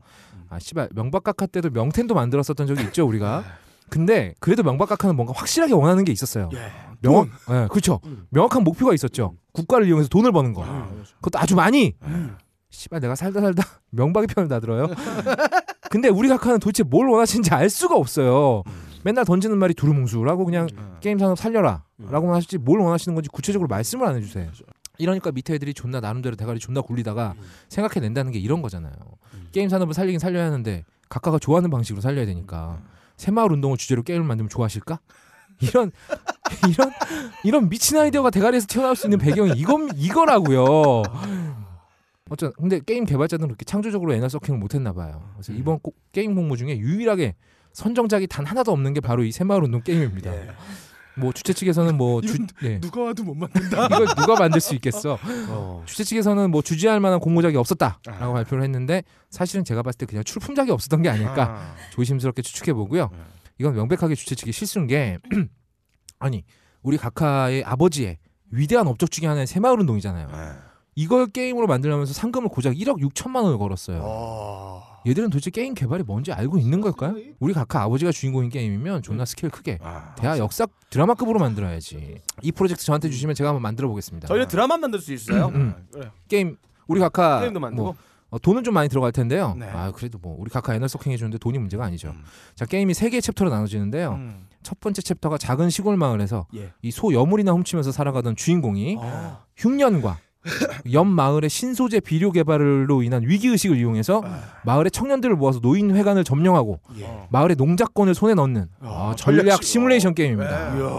Speaker 2: 아 씨발 명박각하 때도 명텐도 만들었었던 적이 있죠 우리가. 근데 그래도 명박각하는 뭔가 확실하게 원하는 게 있었어요. 명확, 예, 음.
Speaker 3: 음.
Speaker 2: 그렇죠. 명확한 목표가 있었죠. 국가를 이용해서 돈을 버는 거. 그것도 아주 많이. 씨발 내가 살다 살다 명박이 편을 다 들어요. 근데 우리 각하는 도대체 뭘 원하시는지 알 수가 없어요. 맨날 던지는 말이 두루뭉술하고 그냥 게임 산업 살려라라고만 하실지 뭘 원하시는 건지 구체적으로 말씀을 안 해주세요. 이러니까 밑에 애들이 존나 나름대로 대가리 존나 굴리다가 생각해낸다는 게 이런 거잖아요. 게임 산업을 살리긴 살려야 하는데 각하가 좋아하는 방식으로 살려야 되니까 새마을 운동을 주제로 게임을 만들면 좋아하실까? 이런 이런 이런 미친 아이디어가 대가리에서 튀어나올 수 있는 배경이 이건 이거라고요. 어쨌든 근데 게임 개발자들은 그렇게 창조적으로 에너 서킹을 못했나 봐요. 그래서 이번 꼭- 게임 공모 중에 유일하게 선정작이 단 하나도 없는 게 바로 이 새마을 운동 게임입니다. 뭐 주최 측에서는 뭐 주,
Speaker 3: 이건
Speaker 2: 예.
Speaker 3: 누가 와도 못 만든다.
Speaker 2: 이걸 누가 만들 수 있겠어? 주최 측에서는 뭐 주지할 만한 공모작이 없었다라고
Speaker 3: 아.
Speaker 2: 발표를 했는데 사실은 제가 봤을 때 그냥 출품작이 없었던 게 아닐까
Speaker 3: 아.
Speaker 2: 조심스럽게 추측해 보고요.
Speaker 3: 네.
Speaker 2: 이건 명백하게 주최 측이 실수인 게 아니 우리 각하의 아버지의 위대한 업적 중에 하나인 새마을 운동이잖아요.
Speaker 1: 네.
Speaker 2: 이걸 게임으로 만들려면서 상금을 고작 1억 6천만 원을 걸었어요.
Speaker 3: 어.
Speaker 2: 얘들은 도대체 게임 개발이 뭔지 알고 있는
Speaker 1: 아,
Speaker 2: 걸까요? 우리 각하 아버지가 주인공인 게임이면 존나
Speaker 1: 네.
Speaker 2: 스케일 크게
Speaker 3: 아.
Speaker 2: 대하 역사 드라마급으로 만들어야지. 이 프로젝트 저한테 주시면 제가 한번 만들어 보겠습니다.
Speaker 1: 저희는 드라마 만들 수 있어요.
Speaker 2: 음,
Speaker 3: 아, 그래요.
Speaker 2: 게임 우리 각하
Speaker 1: 게임도 만들고.
Speaker 2: 뭐, 어, 돈은 좀 많이 들어갈 텐데요.
Speaker 3: 네.
Speaker 2: 아 그래도 뭐 우리 각하 에너지 소킹 해주는데 돈이 문제가 아니죠.
Speaker 3: 음.
Speaker 2: 자 게임이 세 개의 챕터로 나눠지는데요.
Speaker 3: 음.
Speaker 2: 첫 번째 챕터가 작은 시골 마을에서
Speaker 1: 예.
Speaker 2: 이 소 여물이나 훔치면서 살아가던 주인공이
Speaker 3: 어.
Speaker 1: 아.
Speaker 2: 흉년과 옆 마을의 신소재 비료 개발로 인한 위기 의식을 이용해서
Speaker 3: 아.
Speaker 2: 마을의 청년들을 모아서 노인 회관을 점령하고
Speaker 3: 어.
Speaker 2: 마을의 농작권을 손에 넣는
Speaker 3: 아,
Speaker 2: 아, 전략,
Speaker 3: 전략 네. 시-
Speaker 2: 시뮬레이션 게임입니다.
Speaker 1: 이야.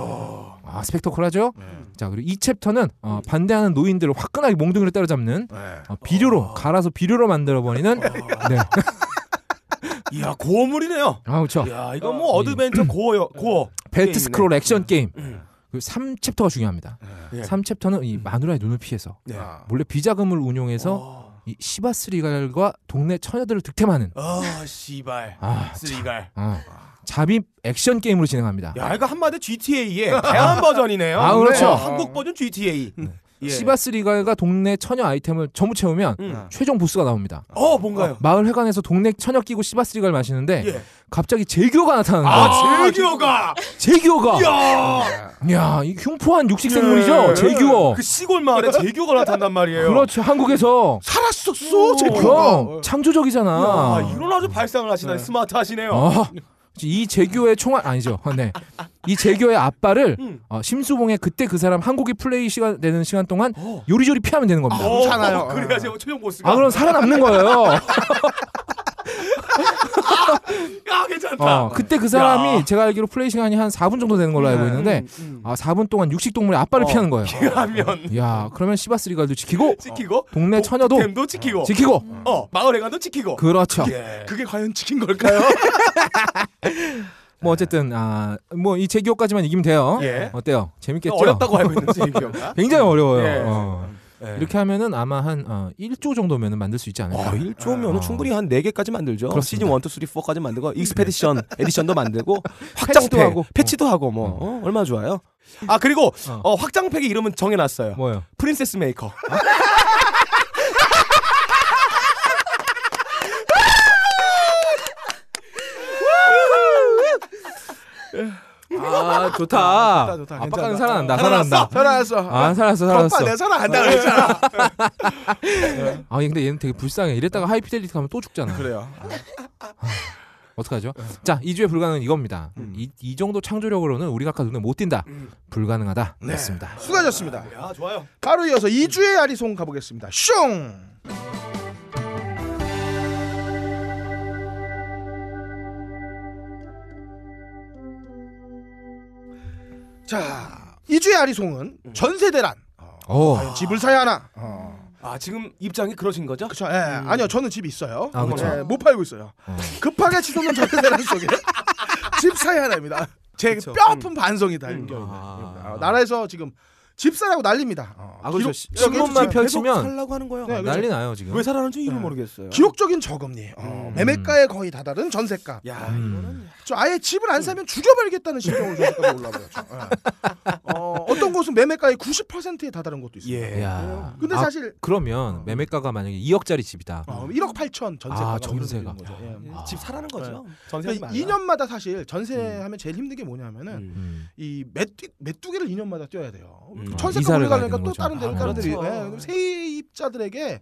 Speaker 2: 아 스펙터클하죠?
Speaker 3: 네.
Speaker 2: 자 그리고 이 챕터는 어,
Speaker 3: 음.
Speaker 2: 반대하는 노인들을 화끈하게 몽둥이로 때려잡는
Speaker 3: 네.
Speaker 2: 어, 비료로 갈아서 비료로 만들어 버리는
Speaker 3: 아.
Speaker 2: 네.
Speaker 1: 이야 고어물이네요.
Speaker 2: 아 그렇죠.
Speaker 1: 이야 이거 뭐
Speaker 3: 음.
Speaker 1: 어드벤처 고어요 고어.
Speaker 2: 벨트
Speaker 1: 게임이네.
Speaker 2: 스크롤 액션 게임.
Speaker 1: 음.
Speaker 2: 그 3챕터가 중요합니다.
Speaker 1: 예.
Speaker 2: 3챕터는 이 마누라의 눈을 피해서
Speaker 1: 네.
Speaker 3: 아.
Speaker 2: 몰래 비자금을
Speaker 1: 어.
Speaker 2: 운용해서 이 시바스리갈과 동네 처녀들을 득템하는
Speaker 1: 아 씨발.
Speaker 2: 아,
Speaker 1: 쓰리갈.
Speaker 2: 어, 잡입 액션 게임으로 진행합니다.
Speaker 1: 야 이거 한마디 GTA의 대한 버전이네요.
Speaker 2: 아, 그렇죠. 네.
Speaker 1: 어, 한국 버전 GTA. 예.
Speaker 2: 시바스리갈과 동네 처녀 아이템을 전부 채우면
Speaker 1: 음.
Speaker 2: 최종 보스가 나옵니다.
Speaker 1: 어 뭔가요?
Speaker 2: 마을 회관에서 동네 처녀 끼고 시바스리갈 마시는데
Speaker 1: 예.
Speaker 2: 갑자기 제규어가 나타나는 거예요.
Speaker 1: 아 제규어가.
Speaker 2: 제규어가 아.
Speaker 1: 이야.
Speaker 2: 야, 이 흉포한 육식생물이죠. 제규어.
Speaker 1: 예. 그 시골 마을에 제규어가 나타난단 말이에요.
Speaker 2: 그렇죠. 한국에서
Speaker 3: 살았었어 제
Speaker 2: 그럼
Speaker 3: 가
Speaker 2: 창조적이잖아.
Speaker 1: 아, 이런 아주 발상을 하시다니 스마트하시네요.
Speaker 2: 어, 이 제규어의 총알 아니죠. 어, 네. 이 제규어의 앞발을
Speaker 1: 음.
Speaker 2: 어, 심수봉의 그때 그 사람 한국이 플레이 시간 되는 시간 동안
Speaker 1: 어.
Speaker 2: 요리조리 피하면 되는 겁니다.
Speaker 1: 어,
Speaker 3: 괜찮아요.
Speaker 1: 그래야지 최종 보스가.
Speaker 2: 아 그럼 살아남는 거예요.
Speaker 1: 야 아, 괜찮다.
Speaker 6: 아,
Speaker 2: 어, 그때 그 사람이
Speaker 1: 야.
Speaker 2: 제가 알기로 플레이 시간이 한 4분 정도 되는 걸로 알고 있는데
Speaker 1: 음, 음.
Speaker 2: 아 4분 동안 육식 동물의 앞발을
Speaker 1: 어.
Speaker 2: 피하는 거예요. 어,
Speaker 1: 피하면
Speaker 2: 야 그러면 시바스리갈도 지키고
Speaker 1: 찍히고
Speaker 2: 동네 처녀도
Speaker 1: 뱀도 찍히고
Speaker 2: 지키고
Speaker 1: 어 마을에 가도 찍히고.
Speaker 2: 그렇죠.
Speaker 1: 예.
Speaker 3: 그게 과연 지킨 걸까요?
Speaker 2: 뭐 어쨌든 아뭐 이 제규어까지만 이기면 돼요.
Speaker 1: 예.
Speaker 2: 어때요? 재밌겠죠?
Speaker 1: 어렵다고 알고 있는 제규어가.
Speaker 2: 굉장히 어려워요.
Speaker 1: 예.
Speaker 2: 어.
Speaker 1: 예.
Speaker 2: 이렇게 하면은 아마 한 어, 1조 정도면은 만들 수 있지
Speaker 6: 어,
Speaker 2: 않을까.
Speaker 6: 1조면
Speaker 2: 어.
Speaker 6: 충분히 한 4개까지 만들죠. 시즌
Speaker 2: 그렇습니다.
Speaker 6: 1, 2, 3, 4까지 만들고 익스페디션 에디션도 만들고 확장팩,
Speaker 2: 패치도 하고.
Speaker 6: 패치도, 하고 뭐 어, 얼마나 좋아요.
Speaker 1: 음. 아 그리고
Speaker 2: 어.
Speaker 1: 어, 확장팩의 이름은 정해놨어요.
Speaker 2: 뭐요?
Speaker 1: 프린세스 메이커.
Speaker 2: 아 좋다.
Speaker 3: 좋다, 좋다.
Speaker 2: 아빠는
Speaker 3: 괜찮다.
Speaker 2: 살아난다.
Speaker 1: 살아났어.
Speaker 2: 살아난다.
Speaker 3: 살았어.
Speaker 2: 아 살았어
Speaker 3: 아빠 내
Speaker 2: 살았어.
Speaker 3: 사랑한다 그랬잖아.
Speaker 2: 아 근데 얘는 되게 불쌍해. 이랬다가 하이피델리티 가면 또 죽잖아.
Speaker 3: 그래요.
Speaker 2: 어떡하죠? 자 2주의 불가능은 이겁니다. 이, 이 정도 창조력으로는 우리가 아까 눈에 못 띈다. 불가능하다.
Speaker 3: 네.
Speaker 2: 였습니다.
Speaker 3: 수고하셨습니다.
Speaker 1: 야 좋아요.
Speaker 3: 바로 이어서 2주의 아리송 가보겠습니다. 슝! 자, 2주의 아리송은 전세대란
Speaker 2: 오.
Speaker 3: 집을 사야 하나? 어.
Speaker 1: 아 지금 입장이 그러신 거죠?
Speaker 3: 그쵸, 예. 아니요, 저는 집이 있어요.
Speaker 2: 음. 아, 그쵸.
Speaker 3: 예, 못 팔고 있어요.
Speaker 2: 어.
Speaker 3: 급하게 치솟는 전세대란 속에 집 사야 하나입니다. 제
Speaker 6: 그쵸.
Speaker 3: 뼈아픈 반성이 달려 있는.
Speaker 2: 음. 아.
Speaker 3: 어, 나라에서 지금 집 사라고 난립니다. 어.
Speaker 6: 아 그렇죠.
Speaker 3: 기록-
Speaker 6: 시-
Speaker 2: 신문만
Speaker 6: 계속
Speaker 2: 펼치면-
Speaker 6: 살라고 하는 거예요.
Speaker 3: 네, 그렇죠.
Speaker 2: 아, 난리 나요 지금.
Speaker 6: 왜 살아는지 이름 모르겠어요.
Speaker 3: 기록적인 저금리, 어, 매매가에 거의 다다른 전세가.
Speaker 1: 아,
Speaker 6: 야,
Speaker 2: 음.
Speaker 3: 저 아예 집을 안 사면 죽여버리겠다는 심정으로 저까지 올라버렸죠. 예. 어, 어떤 곳은 매매가의 90%에 다다른 곳도 있습니다.
Speaker 1: 예.
Speaker 2: 야.
Speaker 3: 근데
Speaker 2: 아,
Speaker 3: 사실
Speaker 2: 그러면 매매가가 만약에 2억짜리 집이다.
Speaker 3: 어, 1억 8천 전세가
Speaker 2: 아,
Speaker 3: 막 이런 거
Speaker 2: 전세가.
Speaker 3: 있는 거죠. 예.
Speaker 6: 아. 집 사라는 거죠.
Speaker 1: 전세
Speaker 3: 그러니까 2년마다 사실 전세하면 제일 힘든 게
Speaker 6: 네.
Speaker 3: 뭐냐면은
Speaker 2: 음.
Speaker 3: 이 메뚜, 메뚜기를 2년마다 뛰어야 돼요. 그
Speaker 6: 음.
Speaker 3: 전세가
Speaker 2: 아, 이사를 가야
Speaker 3: 올라가니까
Speaker 2: 되는
Speaker 3: 또
Speaker 2: 거죠.
Speaker 3: 다른 데로
Speaker 2: 아,
Speaker 3: 다른 데로.
Speaker 6: 그렇죠.
Speaker 3: 예. 그럼 세입자들에게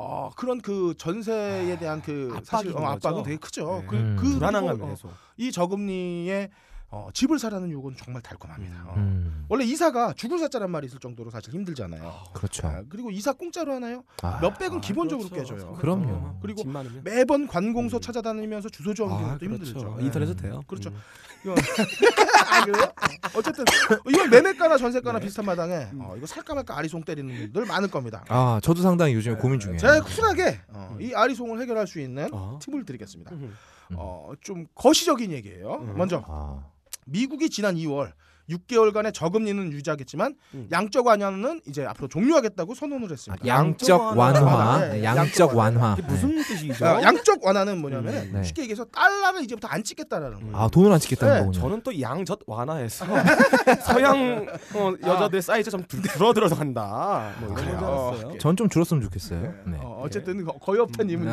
Speaker 3: 어, 그런 그 전세에
Speaker 2: 아,
Speaker 3: 대한 그 사실 어,
Speaker 6: 압박인
Speaker 3: 압박은
Speaker 6: 거죠.
Speaker 3: 되게 크죠.
Speaker 6: 네.
Speaker 3: 그,
Speaker 2: 음.
Speaker 3: 그
Speaker 6: 불안한 감이
Speaker 3: 그리고, 어,
Speaker 6: 계속.
Speaker 3: 이 저금리에 어, 집을 사라는 요건 정말 달콤합니다. 어.
Speaker 2: 음,
Speaker 3: 원래 이사가 죽을 사자란 말이 있을 정도로 사실 힘들잖아요.
Speaker 2: 그렇죠.
Speaker 3: 아, 그리고 이사 공짜로 하나요?
Speaker 2: 아,
Speaker 3: 몇백은
Speaker 6: 아,
Speaker 3: 기본적으로
Speaker 6: 그렇죠.
Speaker 3: 깨져요.
Speaker 2: 그럼요.
Speaker 3: 그리고
Speaker 6: 집 많으면.
Speaker 3: 매번 관공서
Speaker 6: 음.
Speaker 3: 찾아다니면서 주소 정리는
Speaker 6: 아,
Speaker 3: 것도 힘들죠.
Speaker 6: 그렇죠.
Speaker 3: 네.
Speaker 6: 인터넷도 돼요.
Speaker 3: 그렇죠. 이거- 아, 그래요? 어쨌든 이건 매매가나
Speaker 6: 네.
Speaker 3: 전세가나 비슷한 마당에
Speaker 6: 음.
Speaker 3: 어, 이거 살까 말까 아리송 때리는 분들 많을 겁니다.
Speaker 2: 아, 저도 상당히 요즘에 고민 중이에요.
Speaker 3: 제가 쿨하게 어, 이 아리송을 해결할 수 있는
Speaker 6: 네. 음. 어.
Speaker 3: 팁을 드리겠습니다.
Speaker 6: 음.
Speaker 3: 어, 좀 거시적인 얘기예요.
Speaker 6: 음.
Speaker 3: 먼저
Speaker 2: 아,
Speaker 3: 미국이 지난 2월 6개월간의 저금리는 유지하겠지만
Speaker 6: 음.
Speaker 3: 양적 완화는 이제 앞으로 종료하겠다고 선언을
Speaker 2: 아,
Speaker 3: 했습니다.
Speaker 2: 양적 완화,
Speaker 3: 네,
Speaker 2: 양적 완화.
Speaker 6: 이게 무슨 뜻이죠?
Speaker 3: 아, 양적 완화는 뭐냐면
Speaker 6: 음,
Speaker 2: 네.
Speaker 3: 쉽게 얘기해서 달러를 이제부터 안 찍겠다라는
Speaker 2: 네.
Speaker 3: 거예요.
Speaker 2: 아, 돈을 안 찍겠다는
Speaker 3: 네,
Speaker 2: 거군요.
Speaker 6: 저는 또 양젖 완화해서 서양 어, 여자들 사이즈 좀 줄- 줄어들어서 한다. 뭐 이런 건줄
Speaker 3: 어,
Speaker 6: 알았어요.
Speaker 2: 전 좀 줄었으면 좋겠어요. 네.
Speaker 3: 어, 어쨌든 거- 거의 없다님은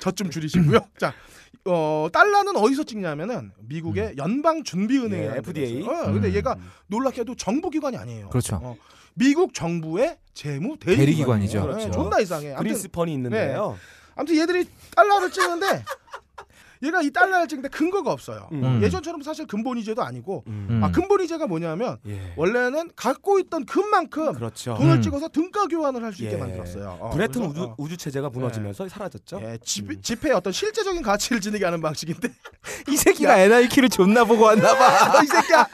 Speaker 3: 저 좀 줄이시고요. 자, 어, 달러는 어디서 찍냐면은 미국의 연방 준비은행
Speaker 6: 예, FDA.
Speaker 3: 어, 근데
Speaker 2: 음.
Speaker 3: 얘가 놀랍게도 정부 기관이 아니에요.
Speaker 2: 그렇죠.
Speaker 3: 어, 미국 정부의 재무 대리
Speaker 2: 대리기관이죠.
Speaker 3: 네,
Speaker 6: 그렇죠.
Speaker 3: 존나 이상해. 아무튼
Speaker 6: 그린스펀이 있는데요.
Speaker 3: 아무튼 얘들이 달러를 찍는데 얘가 이 달러를 찍는데 근거가 없어요.
Speaker 2: 음.
Speaker 3: 예전처럼 사실 근본이제도 아니고
Speaker 6: 음.
Speaker 2: 음.
Speaker 3: 아 근본이제가 뭐냐면
Speaker 6: 예.
Speaker 3: 원래는 갖고 있던 금만큼
Speaker 6: 그렇죠.
Speaker 3: 돈을
Speaker 2: 음.
Speaker 3: 찍어서 등가 교환을 할 수 있게
Speaker 6: 예.
Speaker 3: 만들었어요. 어,
Speaker 6: 브레튼
Speaker 3: 그래서,
Speaker 6: 우주
Speaker 3: 어.
Speaker 6: 우주 체제가 무너지면서 사라졌죠.
Speaker 3: 예, 집,
Speaker 6: 음.
Speaker 3: 집회의 어떤 실제적인 가치를 지니게 하는 방식인데
Speaker 2: 이 새끼가 NIK를 존나 보고 왔나 봐.
Speaker 3: 아, 이 새끼야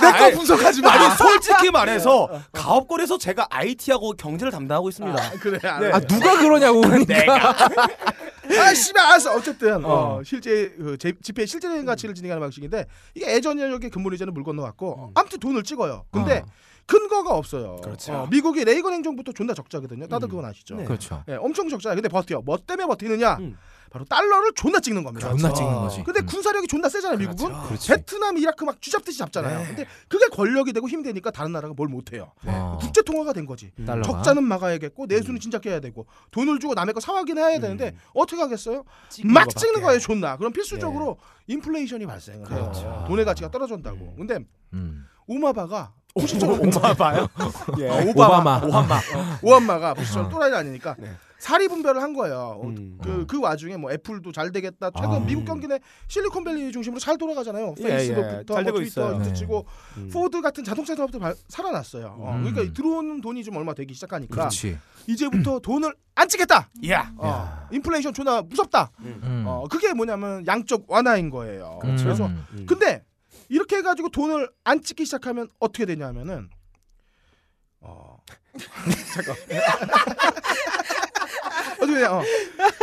Speaker 3: 내 거
Speaker 6: 아이,
Speaker 3: 분석하지 마.
Speaker 6: 아니 솔직히 말해서 가업거래에서 제가 IT하고 경제를 담당하고 있습니다.
Speaker 3: 아, 그래.
Speaker 6: 네.
Speaker 2: 아, 누가 그러냐고 그러니까.
Speaker 3: 아 씨발 알았어. 어쨌든 어,
Speaker 6: 어.
Speaker 3: 실제 그 제- 집회의 실제적인 가치를 지니게 하는 방식인데 이게 예전 연역의 근본이제는 물 건너왔고 어, 아무튼 돈을 찍어요. 근데 근거가 없어요.
Speaker 6: 음. 그렇죠.
Speaker 3: 어, 미국이 레이건 행정부터 존나 적자거든요. 다들
Speaker 6: 음.
Speaker 3: 그건 아시죠?
Speaker 6: 네.
Speaker 2: 그렇죠.
Speaker 3: 예, 엄청 적자야. 근데 버텨. 뭐 때문에 버티느냐?
Speaker 6: 음.
Speaker 3: 바로 달러를 존나 찍는 겁니다.
Speaker 2: 존나 찍는 거지.
Speaker 3: 그렇죠. 근데
Speaker 2: 음.
Speaker 3: 군사력이 존나 세잖아요, 미국은.
Speaker 2: 그렇죠. 그렇지.
Speaker 3: 베트남, 이라크 막 쥐잡듯이 잡잖아요.
Speaker 6: 네.
Speaker 3: 근데 그게 권력이 되고 힘이 되니까 다른 나라가 뭘 못해요.
Speaker 2: 어.
Speaker 3: 국제 통화가 된 거지.
Speaker 2: 달러가.
Speaker 3: 적자는 막아야겠고 내수는 진작해야 되고 돈을 주고 남의 거 사와긴 해야 되는데
Speaker 6: 음.
Speaker 3: 어떻게 하겠어요?
Speaker 6: 찍는
Speaker 3: 막
Speaker 6: 거밖에. 네.
Speaker 3: 찍는 거예요, 존나. 그럼 필수적으로 인플레이션이 발생을 해요.
Speaker 2: 그렇죠.
Speaker 3: 아, 돈의 가치가 떨어진다고. 근데
Speaker 2: 음.
Speaker 3: 오마바가 아,
Speaker 6: 오, 오마바요? 예.
Speaker 1: 어,
Speaker 2: 아, 오바마.
Speaker 6: 오바마.
Speaker 3: 오한마가 부시처럼 또라이 아니니까
Speaker 6: 네.
Speaker 3: 사리 분별을 한 거예요. 어,
Speaker 6: 음.
Speaker 3: 그, 그 와중에 뭐 애플도 잘 되겠다. 최근
Speaker 2: 아.
Speaker 3: 미국 경기내 실리콘밸리 중심으로 잘 돌아가잖아요.
Speaker 6: 예, 예.
Speaker 3: 페이스북부터
Speaker 6: 잘
Speaker 3: 뭐
Speaker 6: 되고
Speaker 3: 트위터
Speaker 6: 있어요.
Speaker 3: 이제
Speaker 2: 네.
Speaker 3: 치고
Speaker 1: 그
Speaker 6: 음.
Speaker 3: 포드 같은 자동차 산업도 발- 살아났어요. 어,
Speaker 2: 음.
Speaker 3: 그러니까 들어오는 돈이 좀 얼마 되기 시작하니까
Speaker 2: 그렇지.
Speaker 3: 이제부터 돈을 안 찍겠다.
Speaker 6: 야.
Speaker 3: 어,
Speaker 2: 야.
Speaker 3: 인플레이션 존나 무섭다.
Speaker 2: 음.
Speaker 3: 어, 그게 뭐냐면 양적 완화인 거예요.
Speaker 2: 음.
Speaker 3: 그래서
Speaker 2: 음.
Speaker 6: 음.
Speaker 3: 근데 이렇게 해가지고 돈을 안 찍기 시작하면 어떻게 되냐면은 어 잠깐 어떻게 되냐 어.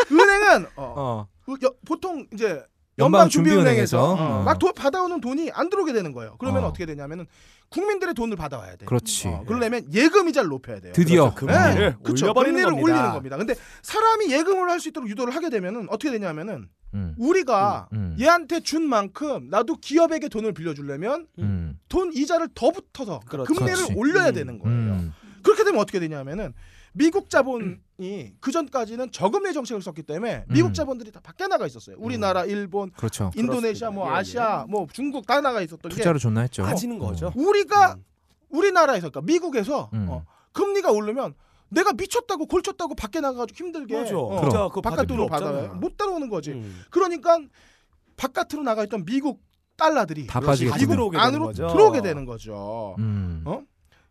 Speaker 3: 은행은 어,
Speaker 2: 어.
Speaker 3: 그 여- 보통 이제
Speaker 2: 연방 준비은행에서
Speaker 3: 연방준비은행에서 어,
Speaker 2: 어.
Speaker 3: 막 돈 받아오는 돈이 안 들어오게 되는 거예요. 그러면
Speaker 2: 어.
Speaker 3: 어. 떻게 되냐면은 국민들의 돈을 받아와야 돼.
Speaker 2: 그렇지.
Speaker 3: 어, 그러려면 예금이자를 높여야 돼요.
Speaker 2: 드디어
Speaker 1: 예.
Speaker 3: 네.
Speaker 6: 금리를
Speaker 3: 그렇죠.
Speaker 6: 올려버리는
Speaker 3: 금리를
Speaker 6: 겁니다.
Speaker 3: 올리는 겁니다. 근데 사람이 예금을 할 수 있도록 유도를 하게 되면은 어떻게 되냐면은
Speaker 2: 음.
Speaker 3: 우리가
Speaker 2: 음.
Speaker 3: 얘한테 준 만큼 나도 기업에게 돈을 빌려주려면
Speaker 2: 음.
Speaker 3: 돈 이자를 더 붙어서
Speaker 6: 그렇죠.
Speaker 3: 금리를
Speaker 2: 그렇지.
Speaker 3: 올려야
Speaker 6: 음.
Speaker 3: 되는 거예요.
Speaker 2: 음.
Speaker 3: 그렇게 되면 어떻게 되냐면은 미국 자본이 그 전까지는 저금리 정책을 썼기 때문에 미국
Speaker 2: 음.
Speaker 3: 자본들이 다 밖에 나가 있었어요. 우리나라, 일본,
Speaker 2: 그렇죠.
Speaker 3: 인도네시아, 뭐
Speaker 6: 그렇습니다. 예,
Speaker 3: 아시아, 뭐 중국 다 나가 있었던
Speaker 2: 투자를 존나 했죠.
Speaker 6: 빠지는 거죠.
Speaker 3: 게
Speaker 1: 그러니까
Speaker 3: 우리가
Speaker 6: 음.
Speaker 3: 우리나라에서 그러니까 미국에서
Speaker 2: 음.
Speaker 3: 어, 금리가 오르면 내가 미쳤다고 골쳤다고 밖에
Speaker 1: 예.
Speaker 3: 나가가지고 힘들게
Speaker 6: 맞아.
Speaker 3: 어,
Speaker 2: 그럼.
Speaker 6: 진짜 그렇죠. 그거 받을
Speaker 3: 바깥 돈으로
Speaker 6: 필요
Speaker 3: 받아요.
Speaker 1: 뭐
Speaker 6: 없잖아.
Speaker 3: 못 따라오는 거지.
Speaker 6: 음.
Speaker 3: 그러니까 바깥으로 나가 있던 미국 달러들이
Speaker 2: 다
Speaker 6: 그렇지.
Speaker 2: 빠지겠구나.
Speaker 6: 다시 들어오게 되는
Speaker 3: 안으로
Speaker 6: 거죠.
Speaker 3: 들어오게 되는 거죠.
Speaker 2: 음.
Speaker 3: 어?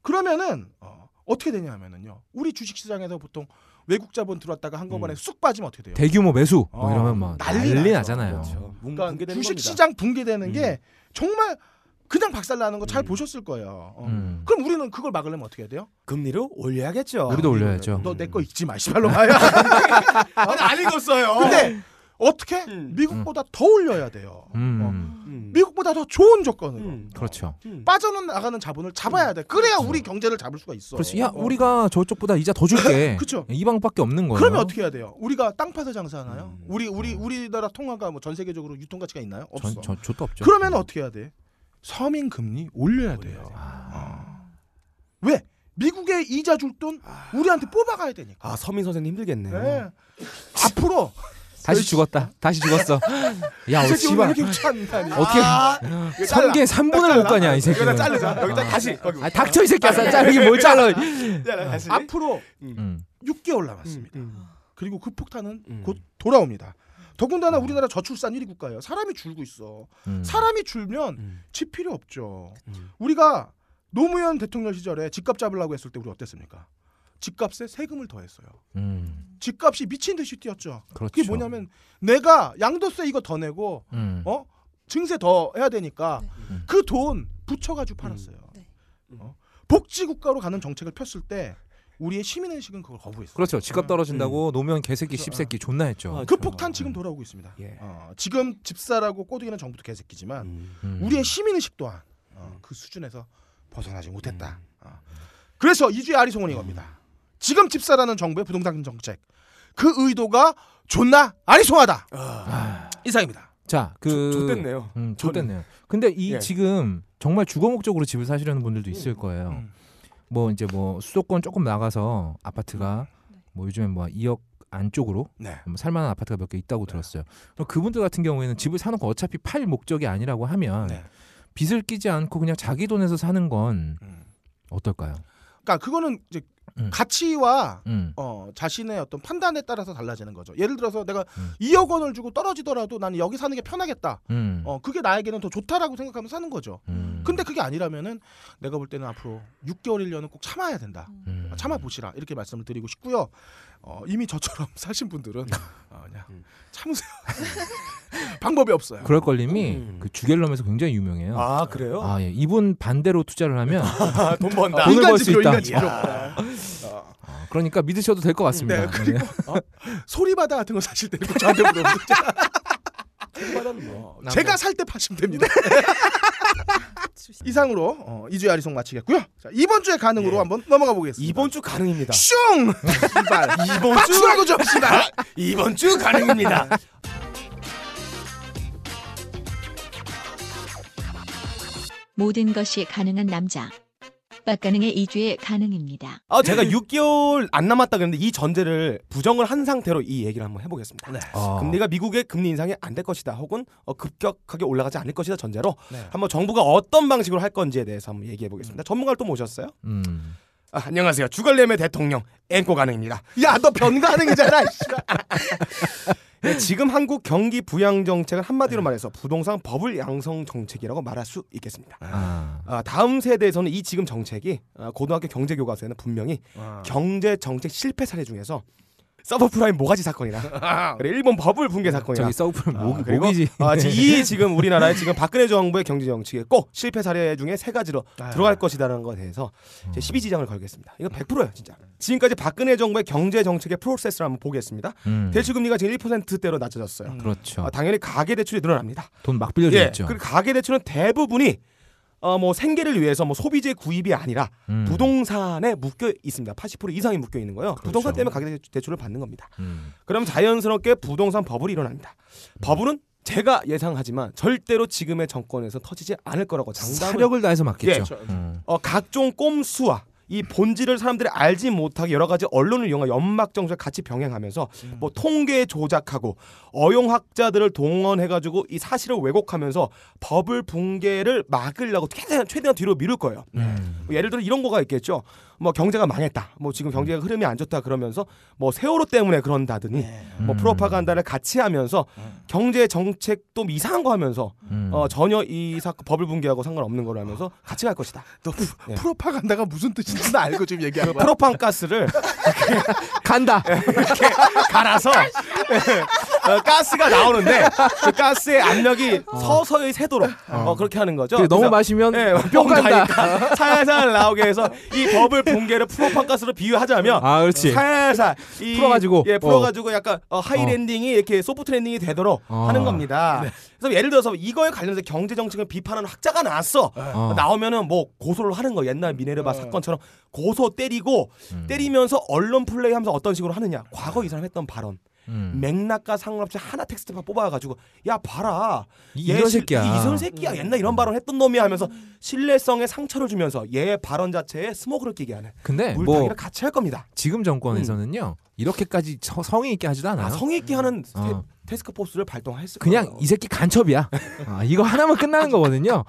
Speaker 3: 그러면은 어, 어떻게 되냐면은요. 우리 주식 시장에서 보통 외국 자본 들어왔다가 한꺼번에
Speaker 6: 음.
Speaker 3: 쑥 빠지면 어떻게 돼요?
Speaker 2: 대규모 매수 뭐
Speaker 3: 어,
Speaker 2: 이러면 뭐
Speaker 3: 난리
Speaker 2: 난리,
Speaker 3: 나죠.
Speaker 2: 나잖아요.
Speaker 6: 그렇죠.
Speaker 1: 음,
Speaker 6: 뭉-
Speaker 3: 그러니까
Speaker 6: 뭉개되는
Speaker 3: 주식
Speaker 6: 겁니다.
Speaker 3: 시장 붕괴되는
Speaker 6: 음.
Speaker 3: 게 정말 그냥 박살 나는 거 잘
Speaker 6: 음.
Speaker 3: 보셨을 거예요. 어.
Speaker 2: 음.
Speaker 3: 그럼 우리는 그걸 막으려면 어떻게 해야 돼요? 어.
Speaker 6: 금리를 올려야겠죠.
Speaker 3: 음.
Speaker 2: 우리도 올려야죠.
Speaker 3: 너 내 거
Speaker 6: 음.
Speaker 3: 잊지 마, 시발로마야.
Speaker 6: 안 읽었어요.
Speaker 3: 근데 어떻게
Speaker 6: 음.
Speaker 3: 미국보다 더 올려야 돼요. 어.
Speaker 2: 음.
Speaker 6: 음.
Speaker 3: 미국보다 더 좋은 조건으로.
Speaker 6: 음.
Speaker 3: 어.
Speaker 2: 그렇죠.
Speaker 6: 음.
Speaker 3: 빠져나가는 자본을 잡아야 돼. 그래야 우리 경제를 잡을 수가 있어.
Speaker 2: 그렇지. 야,
Speaker 3: 어.
Speaker 2: 우리가 저쪽보다 이자 더 줄게.
Speaker 3: 그쵸.
Speaker 2: 이 방밖에 없는 거예요. 뭐?
Speaker 3: 그러면 어떻게 해야 돼요? 우리가 땅 파서 장사하나요?
Speaker 6: 음.
Speaker 3: 우리 우리 우리나라 통화가 뭐 전 세계적으로 유통 가치가 있나요? 없어.
Speaker 2: 전, 저, 저도 없죠. 음.
Speaker 3: 그러면 어떻게 해야 돼? 서민 금리 올려야 돼요.
Speaker 1: 아,
Speaker 3: 어. 왜? 미국에
Speaker 2: 아.
Speaker 3: 이자 줄 돈 우리한테 뽑아가야 되니까.
Speaker 2: 네.
Speaker 6: 아 서민 선생님 힘들겠네요.
Speaker 3: 네. 앞으로
Speaker 2: 다시 죽었다. 다시 죽었어. 야, 어,
Speaker 3: 이 새끼 오늘
Speaker 2: 씨발.
Speaker 3: 왜 이렇게 참다니.
Speaker 2: 어떻게
Speaker 3: 이거 잘라.
Speaker 2: 3개 3분을 못 가냐, 이
Speaker 1: 여기다
Speaker 2: 새끼는.
Speaker 1: 자르자. 여기다 다시 거기.
Speaker 2: 아, 닥쳐 이 새끼야. 자르기 뭘
Speaker 3: 그러니까
Speaker 2: 잘라.
Speaker 1: 자르자, 다시.
Speaker 3: 앞으로
Speaker 2: 음.
Speaker 3: 6개월 남았습니다.
Speaker 1: 음.
Speaker 3: 그리고 그 폭탄은
Speaker 1: 음.
Speaker 3: 곧 돌아옵니다. 더군다나 우리나라 저출산 1위 국가예요. 사람이 줄고 있어.
Speaker 2: 음.
Speaker 3: 사람이 줄면
Speaker 1: 음.
Speaker 3: 집 필요 없죠.
Speaker 1: 음.
Speaker 3: 우리가 노무현 대통령 시절에 집값 잡으려고 했을 때 우리 어땠습니까? 집값에 세금을 더했어요.
Speaker 2: 음.
Speaker 3: 집값이 미친 듯이 뛰었죠.
Speaker 2: 그렇죠.
Speaker 3: 그게 뭐냐면 내가 양도세 이거 더 내고
Speaker 2: 음.
Speaker 3: 어 증세 더 해야 되니까
Speaker 4: 네.
Speaker 2: 음.
Speaker 3: 그 돈 붙여가지고 팔았어요.
Speaker 4: 네.
Speaker 3: 어? 복지국가로 가는 정책을 폈을 때 우리의 시민의식은 그걸 거부했어요.
Speaker 2: 그렇죠.
Speaker 4: 음.
Speaker 2: 집값 떨어진다고 노무현 개새끼
Speaker 3: 음. 그래서,
Speaker 2: 씹새끼 존나 했죠.
Speaker 3: 그 폭탄 지금 돌아오고 있습니다.
Speaker 1: 예.
Speaker 3: 어, 지금 집사라고 꼬드기는 정부도 개새끼지만
Speaker 1: 음.
Speaker 2: 음.
Speaker 3: 우리의 시민의식 또한 어, 그 수준에서 벗어나지
Speaker 2: 음.
Speaker 3: 못했다.
Speaker 1: 음.
Speaker 3: 어. 그래서 이주의 아리송은이 겁니다. 지금 집사라는 정부의 부동산 정책 그 의도가 존나 아리송하다. 이상입니다.
Speaker 2: 자,
Speaker 1: 그...
Speaker 2: 그
Speaker 1: 좋댔네요.
Speaker 2: 음,
Speaker 1: 저는-
Speaker 2: 좋겠네요. 근데 이
Speaker 1: 예.
Speaker 2: 지금 정말 주거 목적으로 집을 사시려는 분들도 있을 거예요.
Speaker 3: 음.
Speaker 2: 뭐 이제 뭐 수도권 조금 나가서 아파트가
Speaker 3: 음.
Speaker 2: 뭐 요즘에 뭐 2억 안쪽으로
Speaker 3: 네.
Speaker 2: 뭐 살만한 아파트가 몇 개 있다고 들었어요. 그럼 그분들 같은 경우에는 집을 사놓고 어차피 팔 목적이 아니라고 하면
Speaker 3: 네.
Speaker 2: 빚을 끼지 않고 그냥 자기 돈에서 사는 건
Speaker 3: 음.
Speaker 2: 어떨까요?
Speaker 3: 그러니까 그거는 이제
Speaker 2: 음.
Speaker 3: 가치와
Speaker 2: 음.
Speaker 3: 어, 자신의 어떤 판단에 따라서 달라지는 거죠. 예를 들어서 내가
Speaker 2: 음.
Speaker 3: 2억 원을 주고 떨어지더라도 나는 여기 사는 게 편하겠다.
Speaker 2: 음.
Speaker 3: 어, 그게 나에게는 더 좋다라고 생각하면 사는 거죠.
Speaker 2: 음.
Speaker 3: 근데 그게 아니라면은 내가 볼 때는 앞으로 6개월 1년은 꼭 참아야 된다.
Speaker 2: 음.
Speaker 3: 참아 보시라 이렇게 말씀을 드리고 싶고요. 어, 이미 저처럼 사신 분들은 어, 그냥
Speaker 1: 음.
Speaker 3: 참으세요. 방법이 없어요.
Speaker 2: 그럴 걸림이
Speaker 1: 음.
Speaker 2: 그 주갤럼에서 굉장히 유명해요. 아,
Speaker 1: 아 그래요?
Speaker 2: 예. 이분 반대로 투자를 하면
Speaker 1: 아, 돈 번다.
Speaker 2: 돈을 벌수
Speaker 3: 인간지표,
Speaker 2: 있다.
Speaker 3: 인간지표.
Speaker 2: 아, 그러니까 믿으셔도 될 것 같습니다.
Speaker 3: 네, 그리고 소리바다 같은 거 사실 때는 꼭 저한테 물어보세요.
Speaker 1: 뭐
Speaker 2: 네.
Speaker 3: 제가 살 때 파시면 됩니다. 이상으로 어, 2주의 아리송 마치겠고요. 자, 이번 주의 가능으로
Speaker 1: 예.
Speaker 3: 한번 아, 넘어가 보겠습니다.
Speaker 1: 이번 주 가능입니다.
Speaker 3: 슝! 이발.
Speaker 1: 이번 주
Speaker 3: 박수라고 좀 시다.
Speaker 1: 이번 주 가능입니다.
Speaker 5: 모든 것이 가능한 남자. 빡가능의 이주의 가능입니다.
Speaker 1: 아 제가 6개월 안 남았다 그랬는데 이 전제를 부정을 한 상태로 이 얘기를 한번 해보겠습니다.
Speaker 2: 아.
Speaker 1: 금리가 미국의 금리 인상이 안 될 것이다, 혹은 어, 급격하게 올라가지 않을 것이다 전제로
Speaker 3: 네.
Speaker 1: 한번 정부가 어떤 방식으로 할 건지에 대해서 한번 얘기해 보겠습니다. 전문가를 또 모셨어요.
Speaker 2: 음.
Speaker 1: 아, 안녕하세요, 주갈렘의 대통령 앵코 가능입니다.
Speaker 3: 야, 너 변가능이잖아. 씨.
Speaker 1: 네, 지금 한국 경기 부양 정책을 한마디로 말해서 부동산 버블 양성 정책이라고 말할 수 있겠습니다.
Speaker 2: 아.
Speaker 1: 아, 다음 세대에서는 이 지금 정책이 아, 고등학교 경제 교과서에는 분명히
Speaker 2: 아.
Speaker 1: 경제 정책 실패 사례 중에서 서브프라임 모가지 사건이나 그리고 일본 버블 붕괴 사건이나
Speaker 2: 아. 음, 저기 서브프라임
Speaker 1: 아,
Speaker 2: 모,
Speaker 1: 그리고
Speaker 2: 모기지. 네.
Speaker 1: 아, 지- 이 지금 우리나라의 지금 박근혜 정부의 경제 정책에 꼭 실패 사례 중에 세 가지로
Speaker 2: 아.
Speaker 1: 들어갈 것이다라는 것에 대해서
Speaker 2: 음.
Speaker 1: 제 12지장을 걸겠습니다. 이거 100%예요, 진짜. 지금까지 박근혜 정부의 경제 정책의 프로세스를 한번 보겠습니다.
Speaker 2: 음.
Speaker 1: 대출 금리가 지금 1%대로 낮아졌어요.
Speaker 2: 그렇죠.
Speaker 1: 아, 당연히 가계 대출이 늘어납니다.
Speaker 2: 돈 막
Speaker 1: 예.
Speaker 2: 빌려주겠죠. 음.
Speaker 1: 그리고 가계 대출은 대부분이 어, 뭐 생계를 위해서 뭐 소비재 구입이 아니라
Speaker 2: 음.
Speaker 1: 부동산에 묶여 있습니다. 80% 이상이 묶여 있는 거예요.
Speaker 2: 그렇죠.
Speaker 1: 부동산 때문에 가계 대출- 대출을 받는 겁니다.
Speaker 2: 음.
Speaker 1: 그럼 자연스럽게 부동산 버블이 일어납니다. 버블은 제가 예상하지만 절대로 지금의 정권에서 터지지 않을 거라고 장담을
Speaker 2: 사력을 다해서 맞겠죠.
Speaker 3: 예.
Speaker 2: 음.
Speaker 1: 어, 각종 꼼수와 이 본질을 사람들이 알지 못하게 여러 가지 언론을 이용한 연막 정책 같이 병행하면서
Speaker 2: 음.
Speaker 1: 뭐 통계 조작하고 어용학자들을 동원해가지고 이 사실을 왜곡하면서 버블 붕괴를 막으려고 최대한 최대한 뒤로 미룰 거예요.
Speaker 2: 음.
Speaker 1: 뭐 예를 들어 이런 거가 있겠죠. 뭐 경제가 망했다. 뭐 지금 경제가
Speaker 2: 음.
Speaker 1: 흐름이 안 좋다 그러면서 뭐 세월호 때문에 그런다더니 뭐
Speaker 2: 음.
Speaker 1: 프로파간다를 같이 하면서 경제 정책도 이상한 거 하면서
Speaker 2: 음.
Speaker 1: 어, 전혀 이 사건 버블 붕괴하고 상관없는 걸 하면서 같이 갈 것이다.
Speaker 3: 너 프-
Speaker 1: 예.
Speaker 3: 프로파간다가 무슨 뜻인지 나 알고 지금 얘기하는 거야.
Speaker 1: 프로판 가스를
Speaker 2: 간다.
Speaker 1: 예, 이렇게 갈아서 어, 가스가 나오는데 그 가스의 압력이 서서히 새도록 어, 그렇게 하는 거죠.
Speaker 2: 그래, 너무
Speaker 1: 그래서
Speaker 2: 마시면 어,
Speaker 1: 예,
Speaker 2: 뿅
Speaker 1: 뿅
Speaker 2: 간다.
Speaker 1: 가니까 살살 나오게 해서 이 버블 붕괴를 프로판 가스로 비유하자면
Speaker 2: 아, 그렇지.
Speaker 1: 살살 이-
Speaker 2: 풀어가지고.
Speaker 1: 예 풀어가지고 약간 어, 하이
Speaker 2: 어.
Speaker 1: 랜딩이 이렇게 소프트 랜딩이 되도록
Speaker 2: 어.
Speaker 1: 하는 겁니다. 그래서 예를 들어서 이거에 관련해서 경제 정책을 비판하는 학자가 나왔어.
Speaker 2: 어.
Speaker 1: 나오면은 뭐 고소를 하는 거 옛날 미네르바
Speaker 3: 어.
Speaker 1: 사건처럼 고소 때리고
Speaker 2: 음.
Speaker 1: 때리면서 언론 플레이하면서 어떤 식으로 하느냐 과거 이 사람 했던 발언
Speaker 2: 음.
Speaker 1: 맥락과 상관없이 하나 텍스트만 뽑아가지고 야 봐라
Speaker 2: 이-
Speaker 1: 얘
Speaker 2: 이런
Speaker 1: 실-
Speaker 2: 새끼야.
Speaker 1: 예, 이- 이런 새끼야 옛날 이런 발언 했던 놈이야 하면서 신뢰성에 상처를 주면서 얘의 발언 자체에 스모그를 끼게 하는
Speaker 2: 근데
Speaker 1: 물타기를
Speaker 2: 뭐
Speaker 1: 같이 할 겁니다.
Speaker 2: 지금 정권에서는요 이렇게까지 서- 성의 있게 하지도 않아요.
Speaker 1: 아, 성의 있게 하는 테-
Speaker 2: 어.
Speaker 1: 테스크포스를 발동했을
Speaker 2: 그냥
Speaker 1: 거예요.
Speaker 2: 이 새끼 간첩이야. 아, 이거 하나면 끝나는 거거든요.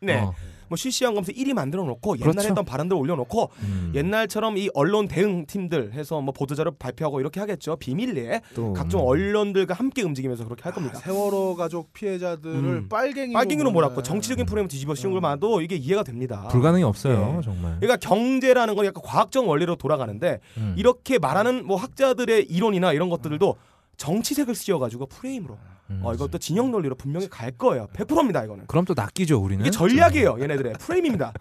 Speaker 1: 네.
Speaker 2: 어,
Speaker 1: 뭐 실시간 검색 1위 만들어 놓고 옛날에
Speaker 2: 그렇죠.
Speaker 1: 했던 발언들 올려놓고
Speaker 2: 음,
Speaker 1: 옛날처럼 이 언론 대응 팀들 해서 뭐 보도자료 발표하고 이렇게 하겠죠 비밀리에
Speaker 2: 또,
Speaker 1: 각종
Speaker 2: 음.
Speaker 1: 언론들과 함께 움직이면서 그렇게 할 겁니다.
Speaker 3: 세월호 가족 피해자들을
Speaker 1: 음.
Speaker 3: 빨갱이로
Speaker 1: 빨갱이로 몰았고
Speaker 3: 몰아요.
Speaker 1: 정치적인 프레임 뒤집어 씌운 걸
Speaker 3: 음.
Speaker 1: 봐도 이게 이해가 됩니다.
Speaker 2: 불가능이 없어요
Speaker 1: 예.
Speaker 2: 정말.
Speaker 1: 그러니까 경제라는 건 약간 과학적 원리로 돌아가는데
Speaker 2: 음.
Speaker 1: 이렇게 말하는 뭐 학자들의 이론이나 이런 것들도 정치색을 씌워가지고 프레임으로
Speaker 2: 음.
Speaker 1: 어, 이것도 진영 논리로 분명히 갈 거예요. 100%입니다 이거는.
Speaker 2: 그럼 또 낚이죠 우리는.
Speaker 1: 이게 전략이에요 얘네들의 프레임입니다.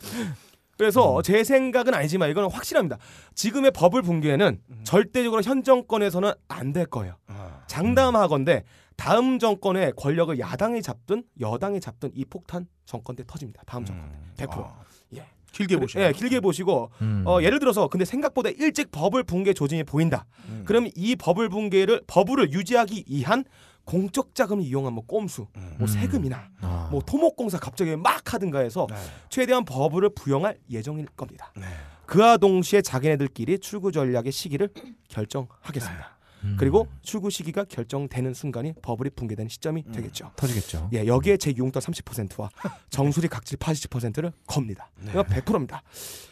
Speaker 1: 그래서 제 생각은 아니지만 이거는 확실합니다. 지금의 법을 붕괴는 절대적으로 현 정권에서는 안 될 거예요.
Speaker 3: 아.
Speaker 1: 장담하건대 다음 정권의 권력을 야당이 잡든 여당이 잡든 이 폭탄 정권 때 터집니다. 다음 정권 때. 100%.
Speaker 3: 아.
Speaker 1: 예.
Speaker 3: 길게 보시죠.
Speaker 1: 예, 길게 보시고
Speaker 2: 음.
Speaker 1: 어, 예를 들어서 근데 생각보다 일찍 버블 붕괴 조짐이 보인다.
Speaker 3: 음.
Speaker 1: 그럼 이 버블 붕괴를 버블을 유지하기 위한 공적 자금을 이용한 뭐 꼼수,
Speaker 3: 음.
Speaker 1: 뭐
Speaker 2: 음.
Speaker 1: 세금이나
Speaker 2: 아.
Speaker 1: 뭐 토목공사 갑자기 막 하든가 해서
Speaker 3: 네.
Speaker 1: 최대한 버블을 부양할 예정일 겁니다.
Speaker 3: 네.
Speaker 1: 그와 동시에 자기네들끼리 출구 전략의 시기를 결정하겠습니다.
Speaker 2: 음.
Speaker 1: 그리고 출구 시기가 결정되는 순간이 버블이 붕괴된 시점이
Speaker 2: 음.
Speaker 1: 되겠죠.
Speaker 2: 터지겠죠.
Speaker 1: 예, 여기에 제 용돈 30%와 정수리 각질 80%를 겁니다.
Speaker 2: 네.
Speaker 1: 이거 100%입니다.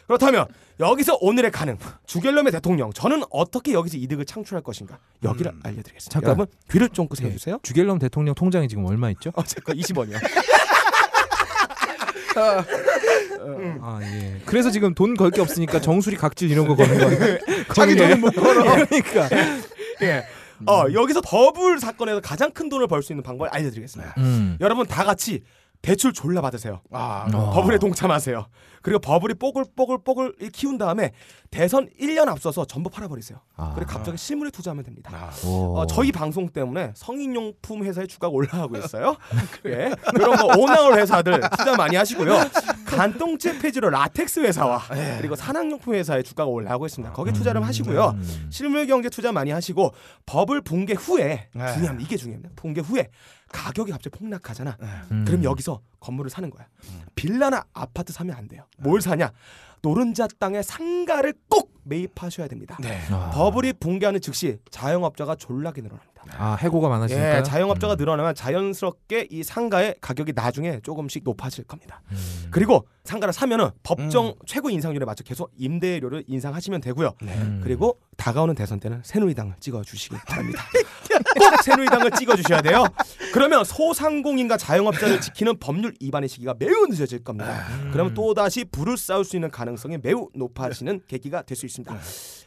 Speaker 1: 그렇다면 여기서 오늘의 가능 주결럼의 대통령 저는 어떻게 여기서 이득을 창출할 것인가 여기를
Speaker 3: 음.
Speaker 1: 알려드리겠습니다.
Speaker 2: 잠깐.
Speaker 1: 여러분 귀를 쫑긋
Speaker 2: 네.
Speaker 1: 세워주세요.
Speaker 2: 주겔럼 대통령 통장이 지금 얼마 있죠?
Speaker 1: 어, 잠깐 20원이요.
Speaker 2: 아 예. 그래서 지금 돈 걸 게 없으니까 정수리 각질 이런 거 거는 거예요.
Speaker 3: 자기 돈은 못 걸어.
Speaker 2: 그러니까.
Speaker 1: 예. 어,
Speaker 2: 음.
Speaker 1: 여기서 버블 사건에서 가장 큰 돈을 벌 수 있는 방법을 알려드리겠습니다.
Speaker 2: 음.
Speaker 1: 여러분 다 같이 대출 졸라 받으세요.
Speaker 3: 아,
Speaker 2: 어.
Speaker 1: 버블에 동참하세요. 그리고 버블이 뽀글뽀글뽀글 키운 다음에 대선 1년 앞서서 전부 팔아버리세요.
Speaker 2: 아.
Speaker 1: 그리고 갑자기 실물에 투자하면 됩니다.
Speaker 2: 오.
Speaker 1: 어, 저희 방송 때문에 성인용품 회사의 주가가 올라가고 있어요. 예. 이런 거 오나홀 회사들 투자 많이 하시고요. 간똥집 폐지로 라텍스 회사와 그리고 산학용품 회사의 주가가 올라가고 있습니다. 거기 투자를 하시고요.
Speaker 2: 음.
Speaker 1: 실물 경제 투자 많이 하시고 버블 붕괴 후에
Speaker 3: 네.
Speaker 1: 중요합니다. 이게 중요합니다. 붕괴 후에 가격이 갑자기 폭락하잖아.
Speaker 2: 음.
Speaker 1: 그럼 여기서 건물을 사는 거야. 빌라나 아파트 사면 안 돼요. 뭘 사냐? 노른자 땅에 상가를 꼭 매입하셔야 됩니다.
Speaker 2: 아.
Speaker 1: 버블이 붕괴하는 즉시 자영업자가 졸라게 늘어납니다.
Speaker 2: 아 해고가 많아지니까.
Speaker 1: 예,
Speaker 2: 음.
Speaker 1: 자영업자가 늘어나면 자연스럽게 이 상가의 가격이 나중에 조금씩 높아질 겁니다.
Speaker 2: 음.
Speaker 1: 그리고 상가를 사면은 법정 최고 인상률에 맞춰 계속 임대료를 인상하시면 되고요.
Speaker 2: 음.
Speaker 1: 그리고 다가오는 대선 때는 새누리당을 찍어주시기 바랍니다. 꼭 새누리당을 찍어주셔야 돼요. 그러면 소상공인과 자영업자를 지키는 법률 위반의 시기가 매우 늦어질 겁니다.
Speaker 2: 음.
Speaker 1: 그러면 또다시 불을 쌓을 수 있는 가능성이 매우 높아지는 계기가 될 수 있습니다.
Speaker 2: 네.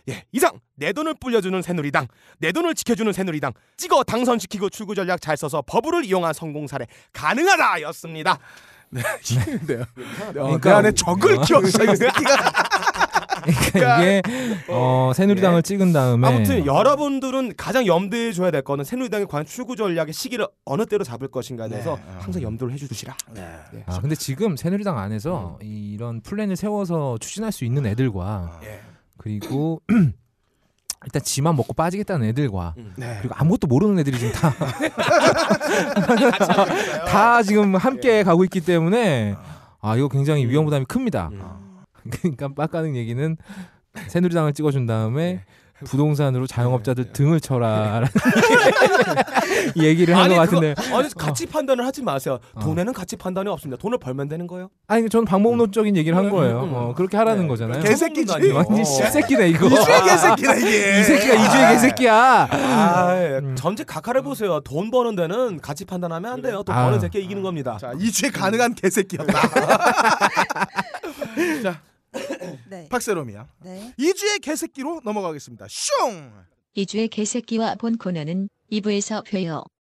Speaker 1: 예, 이상 내 돈을 불려주는 새누리당, 내 돈을 지켜주는 새누리당, 찍어 당선시키고 출구 전략 잘 써서 버블을 이용한 성공 사례 가능하다였습니다.
Speaker 3: 힘든데요. 어, 내
Speaker 2: 그러니까-
Speaker 3: 안에 적을 키웠어 이 새끼가.
Speaker 2: 그러니까 이게
Speaker 3: 예.
Speaker 2: 어, 새누리당을 찍은 다음에
Speaker 1: 아무튼 여러분들은 가장 염두에 줘야 될 거는 새누리당이 과연 출구 전략의 시기를 어느 때로 잡을 것인가에 대해서
Speaker 3: 네.
Speaker 1: 항상 염두를 해주시라. 예.
Speaker 2: 아 근데 지금 새누리당
Speaker 3: 음.
Speaker 2: 안에서 이- 이런 플랜을 세워서 추진할 수 있는 애들과
Speaker 1: 예.
Speaker 2: 그리고 일단 지만 먹고 빠지겠다는 애들과
Speaker 1: 음.
Speaker 3: 네.
Speaker 2: 그리고 아무것도 모르는 애들이 지금 다 다 지금 함께 가고 있기 때문에 아 이거 굉장히 위험 부담이 큽니다.
Speaker 1: 음. 아.
Speaker 2: 그러니까 빡가는 얘기는 새누리당을 찍어준 다음에 부동산으로 자영업자들 등을 쳐라라는 얘기를 한
Speaker 1: 아니,
Speaker 2: 것
Speaker 1: 그거-
Speaker 2: 같은데
Speaker 1: 아니 같이 판단을 하지 마세요.
Speaker 2: 어.
Speaker 1: 돈에는 같이 판단이 없습니다. 돈을 벌면 되는 거예요.
Speaker 2: 아니 저는 방법론적인 얘기를 한
Speaker 1: 음, 어.
Speaker 2: 거예요.
Speaker 1: 음.
Speaker 2: 어, 그렇게 하라는
Speaker 1: 네.
Speaker 2: 거잖아요.
Speaker 3: 개- 개새끼지.
Speaker 1: 처먹는 거 아니에요.
Speaker 2: 완전 십새끼네 이거.
Speaker 3: 이주의 개새끼다 예. 이게.
Speaker 2: 이 새끼가 이주의 개새끼야.
Speaker 1: 아, 예. 전직 각하를 보세요. 돈 버는 데는 같이 판단하면 안 돼요. 돈
Speaker 2: 아.
Speaker 1: 버는 새끼 이기는 겁니다.
Speaker 3: 자, 이주의 가능한 개새끼였다.
Speaker 4: 네.
Speaker 3: 박세롬이야.
Speaker 4: 네.
Speaker 3: 이주의 개새끼로 넘어가겠습니다. 슝.
Speaker 5: 이주의 개새끼와 본 코너는 2부에서 봬요.